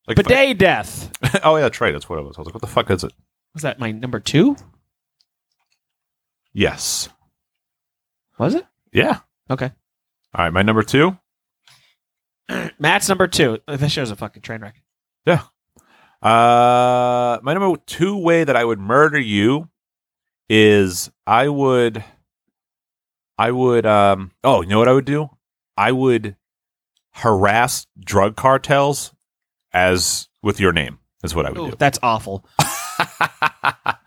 Like if I- Bidet death. (laughs) oh yeah, that's right. That's what it was. I was like, what the fuck is it? Was that my number two? Yes. Was it Yeah. Okay. All right, my number two. Matt's number two? Uh, This show's a fucking train wreck. Uh, my number two way that I would murder you is I would, I would, um, oh, you know what I would do? I would harass drug cartels as with your name is what I would Ooh, do. (laughs) that's awful.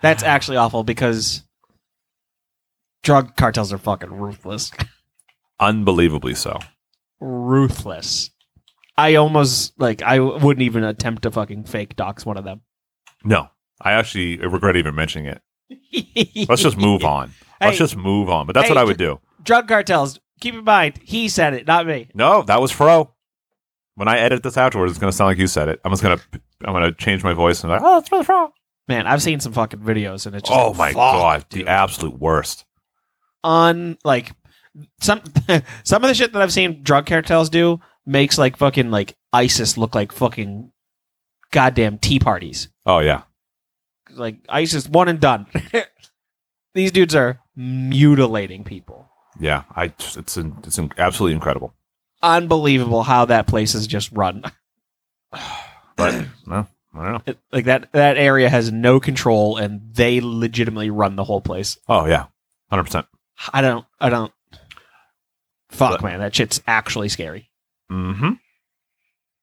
That's actually awful because drug cartels are fucking ruthless. Unbelievably so. ruthless. I almost like I wouldn't even attempt to fucking fake dox one of them. No, I actually regret even mentioning it. (laughs) Let's (laughs) just move on. Let's Hey. just move on. But that's Hey, what I would do. Drug cartels. Keep in mind, he said it, not me. No, that was Fro. When I edit this afterwards, it's gonna sound like you said it. I'm just gonna, I'm gonna change my voice and like, oh, it's Fro. Fro. Man, I've seen some fucking videos, and it's just Oh my fuck, god, dude. the absolute worst. on like some (laughs) some of the shit that I've seen drug cartels do makes like fucking like ISIS look like fucking goddamn tea parties. Oh yeah, Like ISIS, one and done. (laughs) These dudes are mutilating people. yeah. I just- it's in, it's in, absolutely incredible. Unbelievable how that place is just run. (laughs) (clears throat) But no, I don't know. it- like that that area has no control and they legitimately run the whole place Oh yeah, hundred percent. i don't i don't fuck But- man that shit's actually scary Mm-hmm.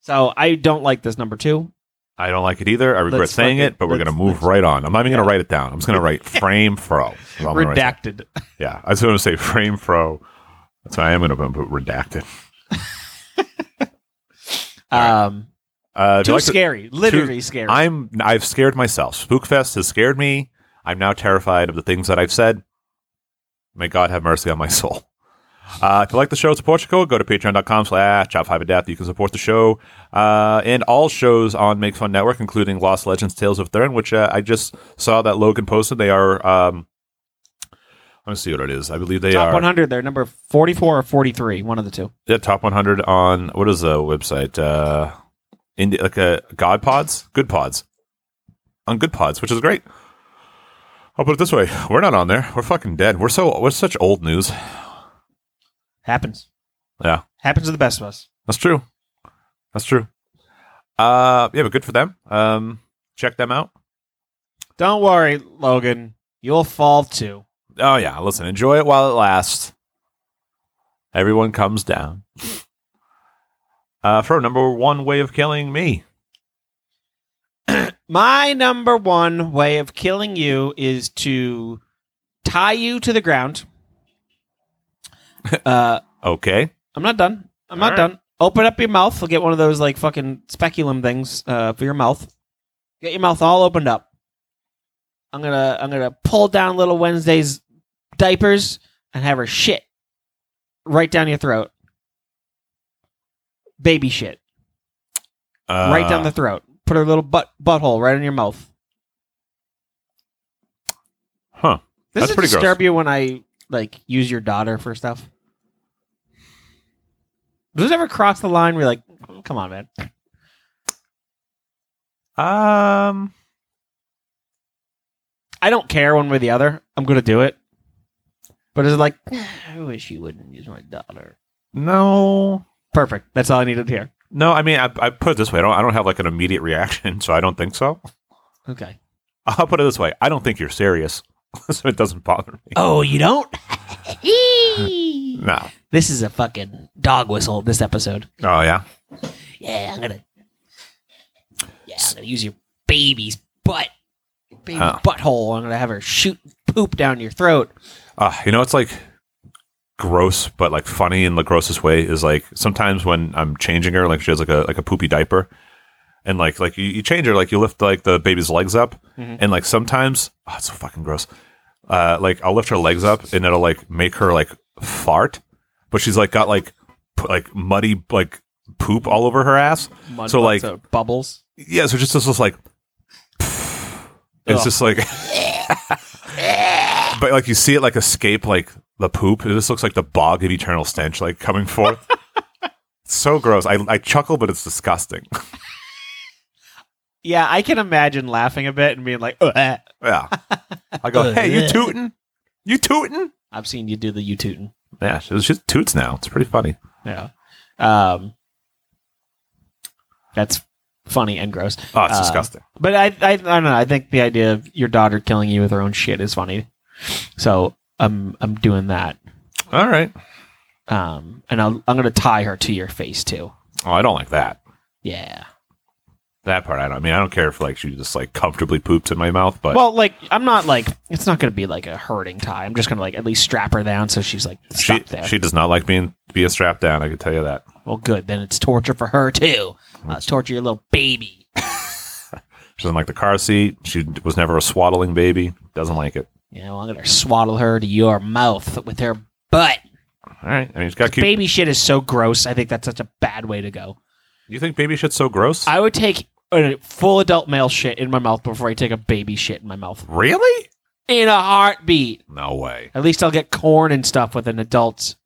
So I don't like this number two. I don't like it either. I regret Let's saying fucking- it, but we're let's- going to move let's- right on. I'm not even going to write it down. I'm just going to (laughs) write frame fro. That's all I'm gonna write down. Redacted. Yeah, I was going to say frame fro. That's why I am going to put redacted. Um, Uh, if you too like to- scary. Literally scary. I'm I've scared myself. Spookfest has scared me. I'm now terrified of the things that I've said. May God have mercy on my (laughs) soul. Uh, if you like the show, support your code. Go to patreon.com slash chop 5 adapt. You can support the show uh, and all shows on Make Fun Network, including Lost Legends Tales of Thurn, which uh, I just saw that Logan posted. They are, um, let me see what it is. I believe they Top are 100. They're number 44 or 43. One of the two. yeah, top 100 on what is the website? Uh, Indi- like uh, God Pods, Good Pods, on Good Pods, which is great. I'll put it this way: we're not on there. We're fucking dead. We're so we're such old news. Happens. Yeah. Happens to the best of us. That's true. That's true. Uh, yeah, but good for them. Um, check them out. Don't worry, Logan. You'll fall too. Oh yeah, listen, enjoy it while it lasts. Everyone comes down. Uh, for number one way of killing me. My number one way of killing you is to tie you to the ground. uh, Okay. I'm not done. I'm not done. Open up your mouth. We'll get one of those like fucking speculum things uh, for your mouth. Get your mouth all opened up. I'm gonna I'm gonna pull down Little Wednesday's diapers and have her shit right down your throat. Baby shit Uh, right down the throat. Put her little butt butthole right in your mouth. Huh. Does That's it pretty gross. disturb you when I like use your daughter for stuff? Does it ever cross the line where you're like, "Mm, come on, man? Um. I don't care one way or the other. I'm gonna do it. But it's like, I wish you wouldn't use my daughter. No, Perfect. That's all I needed to hear. no. I mean, I, I put it this way. I don't. I don't have like an immediate reaction, (laughs) so I don't think so. (laughs) Okay. I'll put it this way. I don't think you're serious, (laughs) so it doesn't bother me. Oh, you don't? Eee. No. This is a fucking dog whistle. This episode. Oh yeah. Yeah, I'm gonna. Yeah, I'm gonna use your baby's butt, your baby's Huh. butthole. I'm gonna have her shoot poop down your throat. Uh, you know, it's like gross, but like funny in the grossest way is like sometimes when I'm changing her, like she has like a like a poopy diaper, and like like you, you change her, like you lift like the baby's legs up, and like sometimes oh, it's so fucking gross. Uh, like I'll lift her legs up, and it'll like make her like fart, but she's like got like p- like muddy like poop all over her ass. so like bubbles. yeah, so just this was like, it's just like, (laughs) but like you see it like escape like the poop. It just looks like the bog of eternal stench like coming forth. (laughs) so gross. I I chuckle, but it's disgusting. (laughs) Yeah, I can imagine laughing a bit and being like, "Ugh, eh." yeah, I go, hey, (laughs) you tootin', you tootin'. I've seen you do the you tootin'. Yeah, she she toots now. It's pretty funny. Yeah. Um, that's funny and gross. Oh, it's Uh, disgusting. But I, I, I don't know. I think the idea of your daughter killing you with her own shit is funny. So I'm, I'm doing that. All right. Um, and I'll, I'm gonna tie her to your face too. Oh, I don't like that. Yeah. That part I don't. I mean, I don't care if like she just like comfortably poops in my mouth, but Well, like I'm not like it's not gonna be like a hurting tie. I'm just gonna like at least strap her down so she's like she stuck there. she does not like being being strapped down. I can tell you that. well, good. Then it's torture for her too. Uh, it's torture your little baby. She doesn't like the car seat. She was never a swaddling baby. Doesn't like it. You know, I'm gonna swaddle her to your mouth with her butt. All right. I mean, she's got to keep. Baby shit is so gross. I think that's such a bad way to go. You think baby shit's so gross? I would take a full adult male shit in my mouth before I take a baby shit in my mouth really? in a heartbeat. No way. At least I'll get corn and stuff with an adult.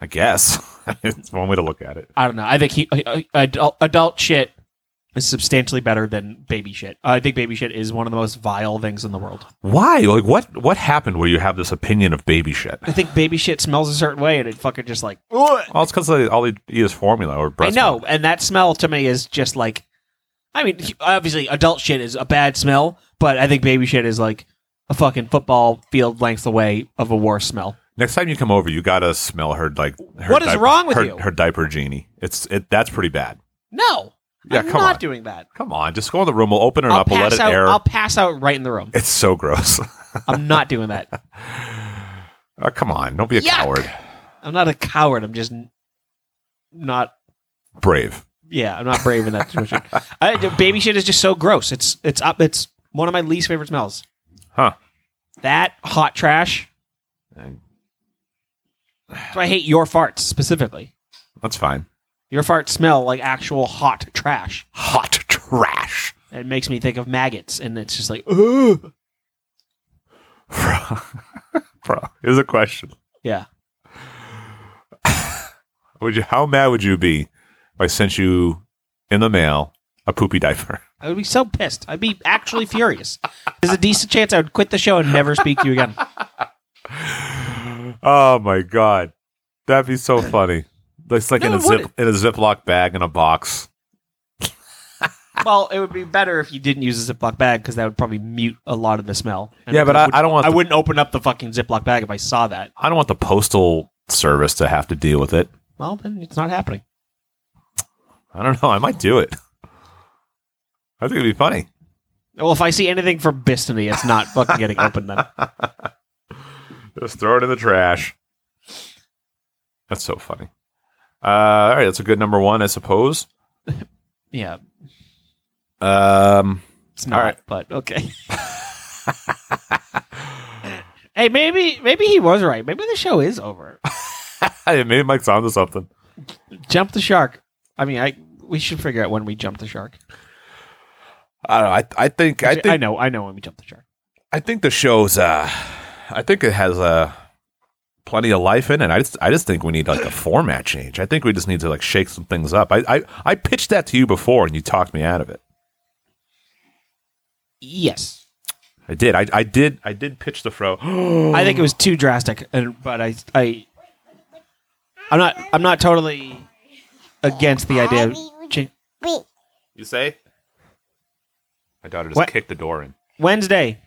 I guess (laughs) it's one way to look at it. I don't know. I think he uh, uh, adult, adult shit is substantially better than baby shit. I think baby shit is one of the most vile things in the world. Why? Like, what? What happened where you have this opinion of baby shit? I think baby shit smells a certain way, and it fucking just like Well, it's because all they eat is formula or I breast. know, milk. and that smell to me is just like, I mean, obviously adult shit is a bad smell, but I think baby shit is like a fucking football field length away of a worse smell. Next time you come over, you gotta smell her like. Her What is wrong with her- you? Her diaper genie. It's it. That's pretty bad. No, Yeah, I'm come not on. doing that. Come on, just go in the room. We'll open it I'll up. We'll let pass it out. air. I'll pass out right in the room. It's so gross. (laughs) I'm not doing that. Oh, come on, don't be a Yuck. coward. I'm not a coward. I'm just n- not. Brave. Yeah, I'm not brave in that (laughs) situation. I, the baby shit is just so gross. It's it's up. It's one of my least favorite smells. Huh. That hot trash. And- That's why I hate your farts specifically. That's fine. Your farts smell like actual hot trash. Hot (laughs) trash. It makes me think of maggots, and it's just like, ugh. Frog. Frog. Here's a question. yeah. Would you? How mad would you be if I sent you in the mail a poopy diaper? (laughs) I would be so pissed. I'd be actually furious. There's a decent chance I would quit the show and never speak to you again. Oh my god, that'd be so funny. It's like No, in a it zip in a Ziploc bag in a box. (laughs) Well, it would be better if you didn't use a Ziploc bag because that would probably mute a lot of the smell. And Yeah, but I- would- I don't want I the- wouldn't open up the fucking Ziploc bag if I saw that. I don't want the postal service to have to deal with it. Well, then it's not happening. I don't know. I might do it. I think it'd be funny. Well, if I see anything from Bistany, it's not fucking getting opened then. Just throw it in the trash. That's so funny. Uh, all right, that's a good number one, I suppose. (laughs) Yeah, (laughs) Um, it's not. All right. But (laughs) okay. hey, maybe maybe he was right. Maybe the show is over. maybe Mike's onto something. Jump the shark. I mean, I we should figure out when we jump the shark. I don't know. I, I think I think I know. I know when we jump the shark. I think the show's uh I think it has uh plenty of life in it. I just I just think we need like a format change. I think we just need to like shake some things up. I I, I pitched that to you before and you talked me out of it. Yes. I did. I, I did I did pitch the fro. (gasps) I think it was too drastic, and but I, I, I'm not, I'm not totally against the idea. of cha- you say? My daughter just What? kicked the door in. Wednesday,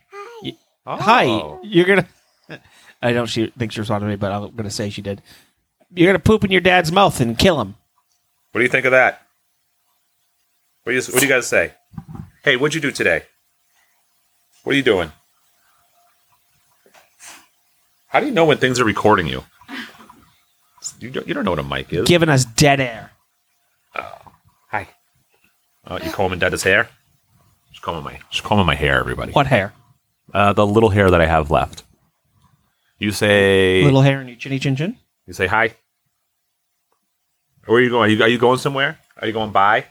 Oh. hi, you're gonna. (laughs) I don't she, think she responded to me, but I'm gonna say she did. You're gonna poop in your dad's mouth and kill him. What do you think of that? What do you what do you guys say? Hey, what'd you do today? What are you doing? How do you know when things are recording you? You don't, you don't know what a mic is. Giving us dead air. Hi. Uh, you combing Dada's hair? Just combing my just combing my hair, everybody. What hair? Uh, the little hair that I have left. You say Little hair in your chinny chin chin. you say hi. Where are you going? Are you, are you going somewhere? Are you going by?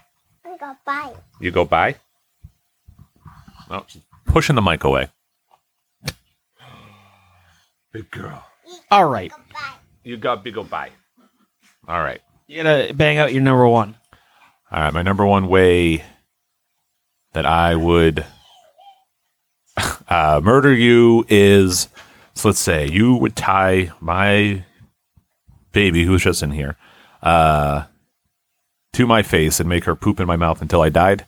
You go by? No, she's pushing the mic away. Big girl. All right, You got big go by. All right. you gotta bang out your number one. All right. My number one way that I would (laughs) uh, murder you is so let's say you would tie my baby, who's just in here, uh, to my face and make her poop in my mouth until I died.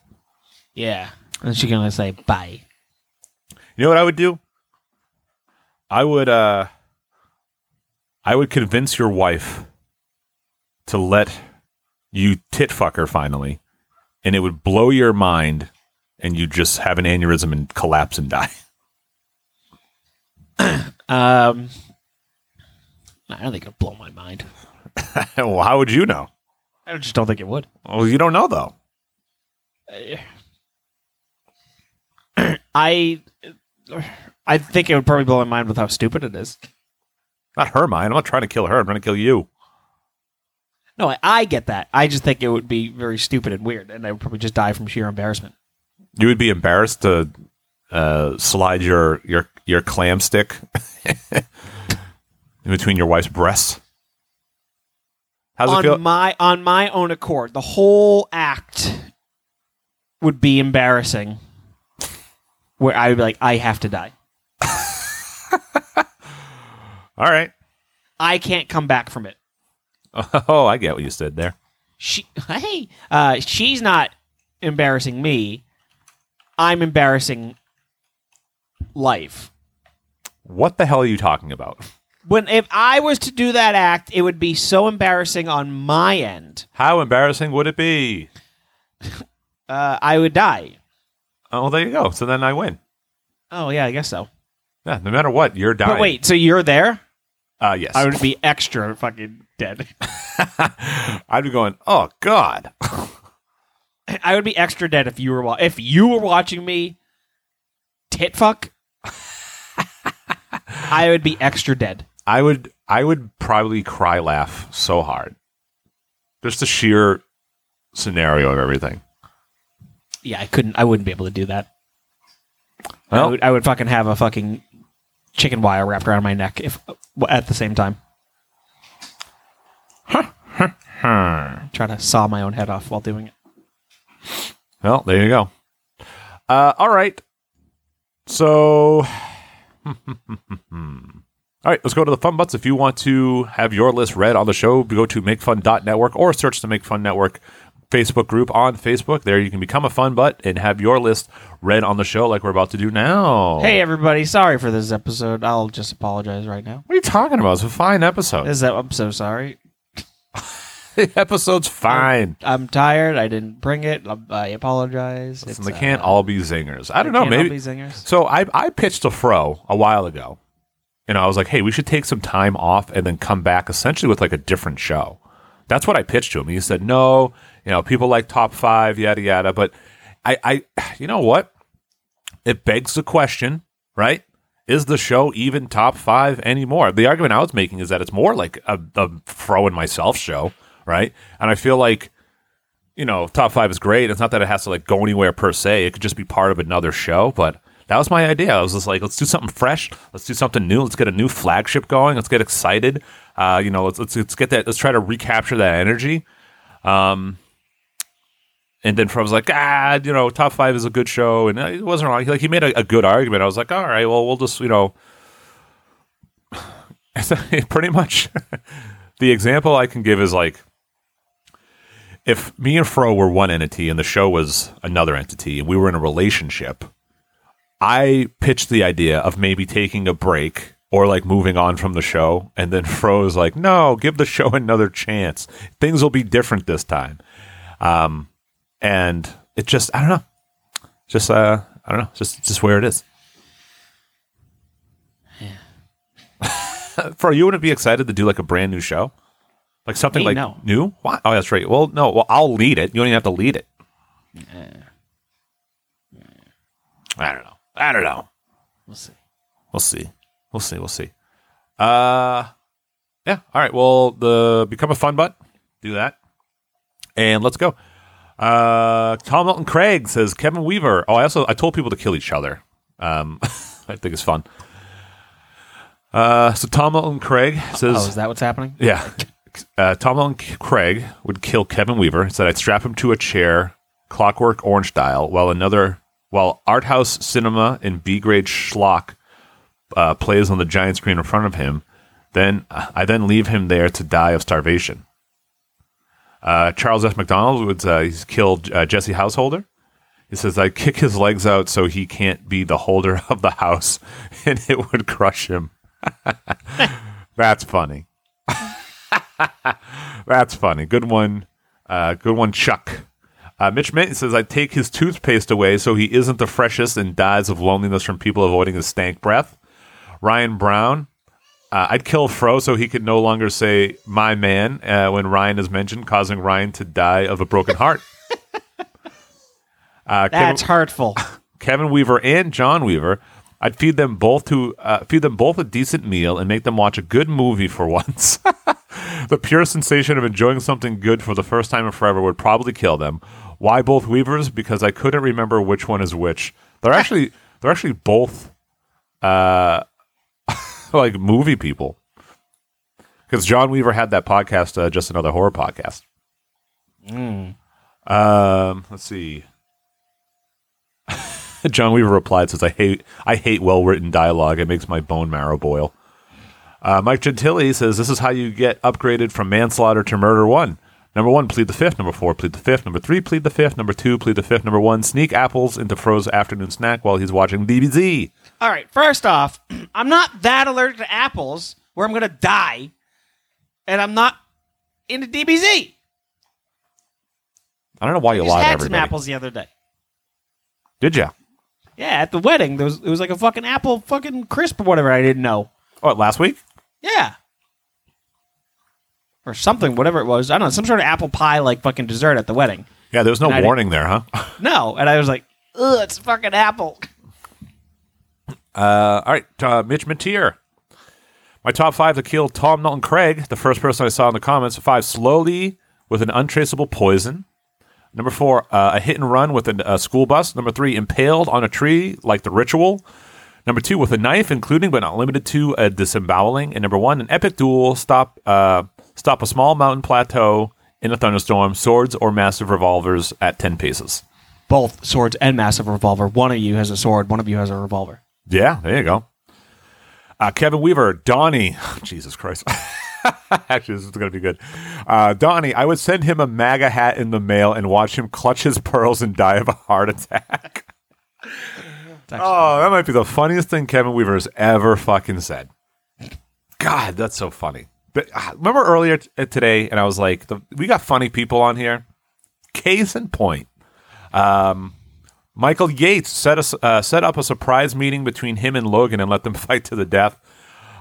Yeah, and she's gonna say bye. You know what I would do? I would uh I would convince your wife to let you tit fuck her finally, and it would blow your mind and you just have an aneurysm and collapse and die. (laughs) Um, I don't think it'd blow my mind. well, how would you know? I just don't think it would. Well, you don't know though. I I think it would probably blow my mind with how stupid it is. Not her mind. I'm not trying to kill her, I'm trying to kill you. No, I, I get that. I just think it would be very stupid and weird, and I would probably just die from sheer embarrassment. You would be embarrassed to uh, slide your, your your clam stick (laughs) in between your wife's breasts. How's it on feel? my on my own accord, the whole act would be embarrassing. Where I would be like, I have to die. All right. I can't come back from it. (laughs) Oh, I get what you said there. She (laughs) hey, uh, she's not embarrassing me. I'm embarrassing life. What the hell are you talking about? when if I was to do that act, it would be so embarrassing on my end. How embarrassing would it be? Uh, I would die. Oh, well, there you go. So then I win. Oh yeah, I guess so. Yeah, no matter what, you're dying. But wait, so you're there? Uh, yes. I would be extra fucking dead. (laughs) I'd be going, oh, God. I would be extra dead if you were wa- if you were watching me tit fuck. I would be extra dead. I would I would probably cry laugh so hard. Just the sheer scenario of everything. Yeah, I couldn't. I wouldn't be able to do that. I, Well, would, I would fucking have a fucking chicken wire wrapped around my neck if at the same time. Try to saw my own head off while doing it. well there you go. Uh, all right. So (laughs) All right, let's go to the fun butts. If you want to have your list read on the show, go to makefun.network or search the Make Fun Network Facebook group on Facebook. There you can become a fun butt and have your list read on the show like we're about to do now. Hey everybody, sorry for this episode. I'll just apologize right now. What are you talking about? It's a fine episode. Is that I'm so sorry. (laughs) The episode's fine. I'm tired. I didn't bring it. I, I apologize. Listen, It's, they uh, can't all be zingers. I don't they know. can't all Maybe be zingers. So I I pitched a fro a while ago, and I was like, hey, we should take some time off and then come back essentially with like a different show. That's what I pitched to him. He said, no, you know, people like top five, yada yada. But I I you know what? It begs the question, right? Is the show even top five anymore? The argument I was making is that it's more like a, a fro and myself show, right? And I feel like you know, top five is great. It's not that it has to like go anywhere per se. It could just be part of another show. But that was my idea. I was just like, let's do something fresh. Let's do something new. Let's get a new flagship going. Let's get excited. Uh, you know, let's, let's let's get that. Let's try to recapture that energy. Um, and then Fro was like, ah, you know, top five is a good show, and uh, it wasn't wrong. Like he made a, a good argument. I was like, all right, well, we'll just you know, (laughs) pretty much. (laughs) the example I can give is like if me and Fro were one entity and the show was another entity and we were in a relationship, I pitched the idea of maybe taking a break or like moving on from the show. And then (laughs) Fro is like, no, give the show another chance. Things will be different this time. Um, and it just, I don't know. Just, uh, I don't know. Just, just where it is. (laughs) Fro, you wouldn't be excited to do like a brand new show? Like something Me, like no. new? Why? Oh, that's right. Well, no. Well, I'll lead it. You don't even have to lead it. I don't know. I don't know. We'll see. We'll see. We'll see. We'll see. Uh, yeah. All right. Well, the become a fun butt. Do that, and let's go. Uh, Tom Milton Craig says Kevin Weaver. Oh, I also I told people to kill each other. Um, (laughs) I think it's fun. Uh, so Tom Milton Craig says, Oh, is that what's happening? yeah. Uh, Tom Allen Craig would kill Kevin Weaver. He said, I'd strap him to a chair, clockwork orange style, while another, while art house cinema and B grade schlock uh, plays on the giant screen in front of him. Then I then leave him there to die of starvation. Uh, Charles F. McDonald would uh, he's killed uh, Jesse Householder. He says, I kick his legs out so he can't be the holder (laughs) of the house and it would crush him. That's funny. That's funny. Good one. Uh, good one, Chuck. Uh, Mitch Minton says, I take his toothpaste away so he isn't the freshest and dies of loneliness from people avoiding his stank breath. Ryan Brown, uh, I'd kill Fro so he could no longer say, my man, uh, when Ryan is mentioned, causing Ryan to die of a broken heart. (laughs) Uh, Kevin- That's (laughs) hurtful. Kevin Weaver and John Weaver. I'd feed them both to uh, feed them both a decent meal and make them watch a good movie for (laughs) once. the pure sensation of enjoying something good for the first time in forever would probably kill them. Why both Weavers? Because I couldn't remember which one is which. They're actually they're actually both uh (laughs) like movie people. Because John Weaver had that podcast, uh, just another horror podcast. Um, let's see. (laughs) John Weaver replied, "says I hate I hate well written dialogue. It makes my bone marrow boil." Uh, Mike Gentili says, "This is how you get upgraded from manslaughter to murder one. Number one, plead the fifth. Number four, plead the fifth. Number three, plead the fifth. Number two, plead the fifth. Number one, sneak apples into Fro's afternoon snack while he's watching DBZ. (clears throat) All right. First off, I'm not that allergic to apples. where I'm going to die, and I'm not in the DBZ. I don't know why you I just lied to had some everybody. apples the other day. Did you? Yeah, at the wedding, there was it was like a fucking apple fucking crisp or whatever. I didn't know. Oh, last week? Yeah. Or something, whatever it was. I don't know, some sort of apple pie like fucking dessert at the wedding. Yeah, there was And I no didn't- warning there, huh? No, and I was like, "Ugh, it's a fucking apple." Uh, all right, uh, Mitch Mateer. My top five to kill Tom Nolan Craig, the first person I saw in the comments. Five, slowly with an untraceable poison. Number four, uh, a hit and run with an- a school bus. Number three, impaled on a tree like the ritual. Number two, with a knife, including but not limited to a disemboweling. And number one, an epic duel. Stop, uh, stop a small mountain plateau in a thunderstorm. Swords or massive revolvers at ten paces. Both swords and massive revolver. One of you has a sword. One of you has a revolver. Yeah, there you go. Uh, Kevin Weaver, Donnie. (laughs) Jesus Christ. Actually, this is going to be good. Uh, Donnie, I would send him a MAGA hat in the mail and watch him clutch his pearls and die of a heart attack. (laughs) oh, that might be the funniest thing Kevin Weaver has ever fucking said. God, that's so funny. But ah, remember earlier t- uh, today, and I was like, the, we got funny people on here. Case in point. Michael Yates set us uh, set up a surprise meeting between him and Logan and let them (laughs) fight to the death.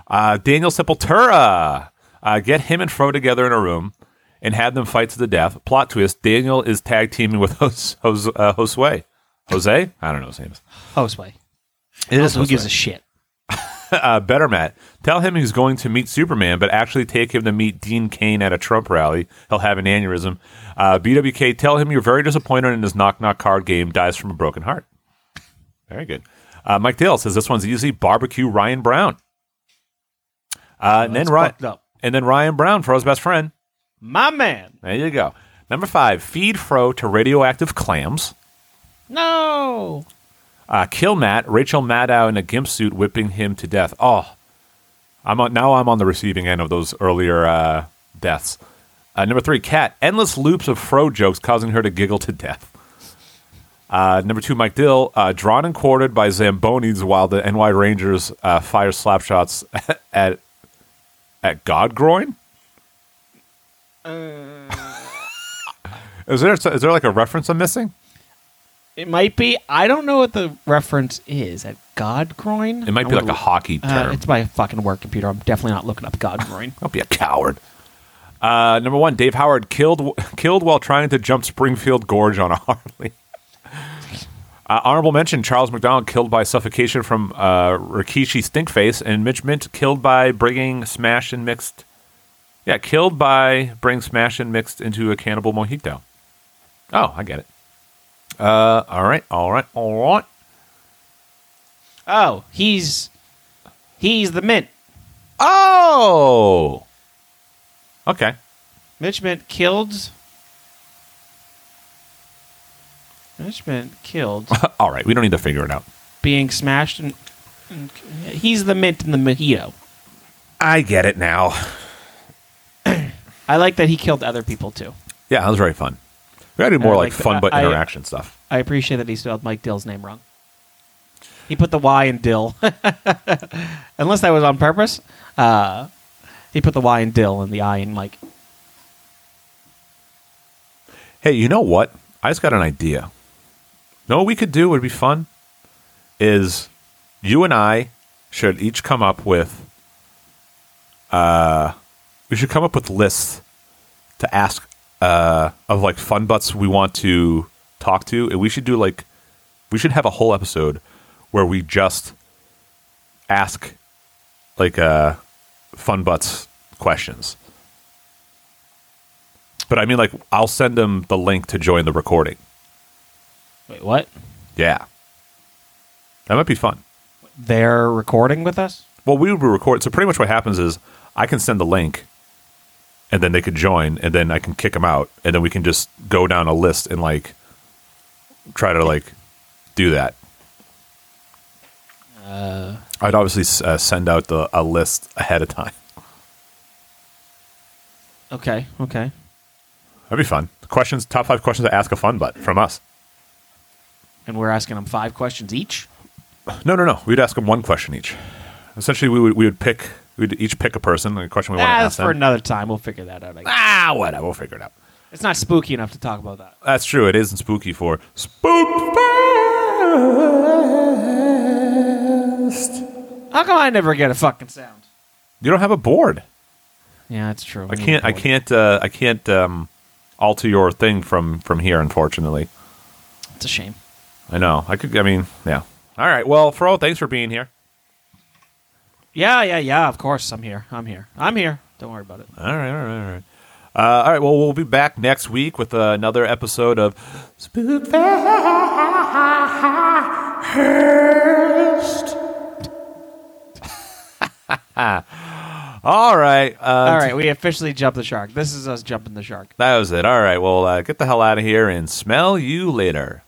Uh, Daniel Sepultura uh, get him and Fro together in a room and had them fight to the death. Plot twist: Daniel is tag teaming with (laughs) Jos- Jos- uh, Josue. Jose, I don't know his name. Hostway. It Who gives a shit? uh, better Matt. Tell him he's going to meet Superman, but actually take him to meet Dean Kane at a Trump rally. He'll have an aneurysm. Uh, BWK, tell him you're very disappointed in his knock knock card game. Dies from a broken heart. Very good. Uh, Mike Dale says this one's easy. Barbecue Ryan Brown. Uh, and then that's Ryan, fucked up. and then Ryan Brown, Fro's best friend. My man. There you go. Number five, feed Fro to radioactive clams. No. Uh, kill Matt, Rachel Maddow in a gimp suit whipping him to death. Oh, I'm on, now I'm on the receiving end of those earlier uh, deaths. Uh, number three, Cat, endless loops of fro jokes causing her to giggle to death. Uh, number two, Mike Dill, uh, drawn and quartered by Zambonis while the NY Rangers uh, fire slap shots (laughs) at at God groin. Uh. (laughs) is there is there like a reference I'm missing? It might be. I don't know what the reference is. At God groin. It might I be like would've- a hockey term. Uh, it's my fucking work computer. I'm definitely not looking up God groin. Don't be a coward. Uh, number one, Dave Howard killed (laughs) killed while trying to jump Springfield Gorge on a (laughs) Harley. Uh, honorable mention: Charles McDonald killed by suffocation from uh, Rikishi Stinkface, and Mitch Mint killed by bringing Smash and mixed. Yeah, killed by bring Smash and mixed into a cannibal mojito. Oh, I get it. Uh, all right, all right, all right. (laughs) Oh, he's he's the mint. Oh, okay. (laughs) Mitch Mint killed. Mitch Mint (laughs) killed all right, we don't need to figure it out. being smashed and, and he's the mint in the mojito. I get it now. I like that he killed other people too. Yeah, that was very fun. We gotta do more I like like that. fun but I- interaction stuff. I appreciate that he spelled Mike Dill's name wrong. He put the Y in Dill, (laughs) unless that was on purpose. Uh, he put the Y in Dill and the I in Mike. Hey, you know what? I just got an idea. You know what we could do would be fun? Is you and I should each come up with uh we should come up with lists to ask uh of like fun butts we want to talk to and we should do like we should have a whole episode where we just ask like uh fun butts questions But I mean, like, I'll send them the link to join the recording. Wait, what? Yeah. That might be fun. They're recording with us. Well, we would record. So, pretty much what happens is I can send the link and then they could join and then I can kick them out. And then we can just go down a list and, like, try to, like, do that. I'd obviously uh, send out the, a list ahead of time. Okay, okay. That'd be fun. Questions, top five questions to ask a fun butt from us. And we're asking them five questions each. No, no, no. We'd ask them one question each. Essentially, we would we would pick We'd each pick a person. The question we want to That's ask Ah, for them. another time. We'll figure that out. I guess. Ah, whatever. We'll figure it out. It's not spooky enough to talk about that. That's true. It isn't spooky for Spook Fest. How come I never get a fucking sound? You don't have a board. Yeah, that's true. I can't. I can't. Uh, I can't um, alter your thing from from here. Unfortunately, It's a shame. I know. I could. I mean, yeah. All right. Well, Fro, thanks for being here. Yeah, yeah, yeah. Of course, I'm here. I'm here. I'm here. Don't worry about it. All right. All right. All right. Uh, all right. Well, we'll be back next week with uh, another episode of Spook Fest. (laughs) all right. Uh, All right, we officially jumped the shark. This is us jumping the shark. That was it. All right. Well, uh, get the hell out of here and smell you later.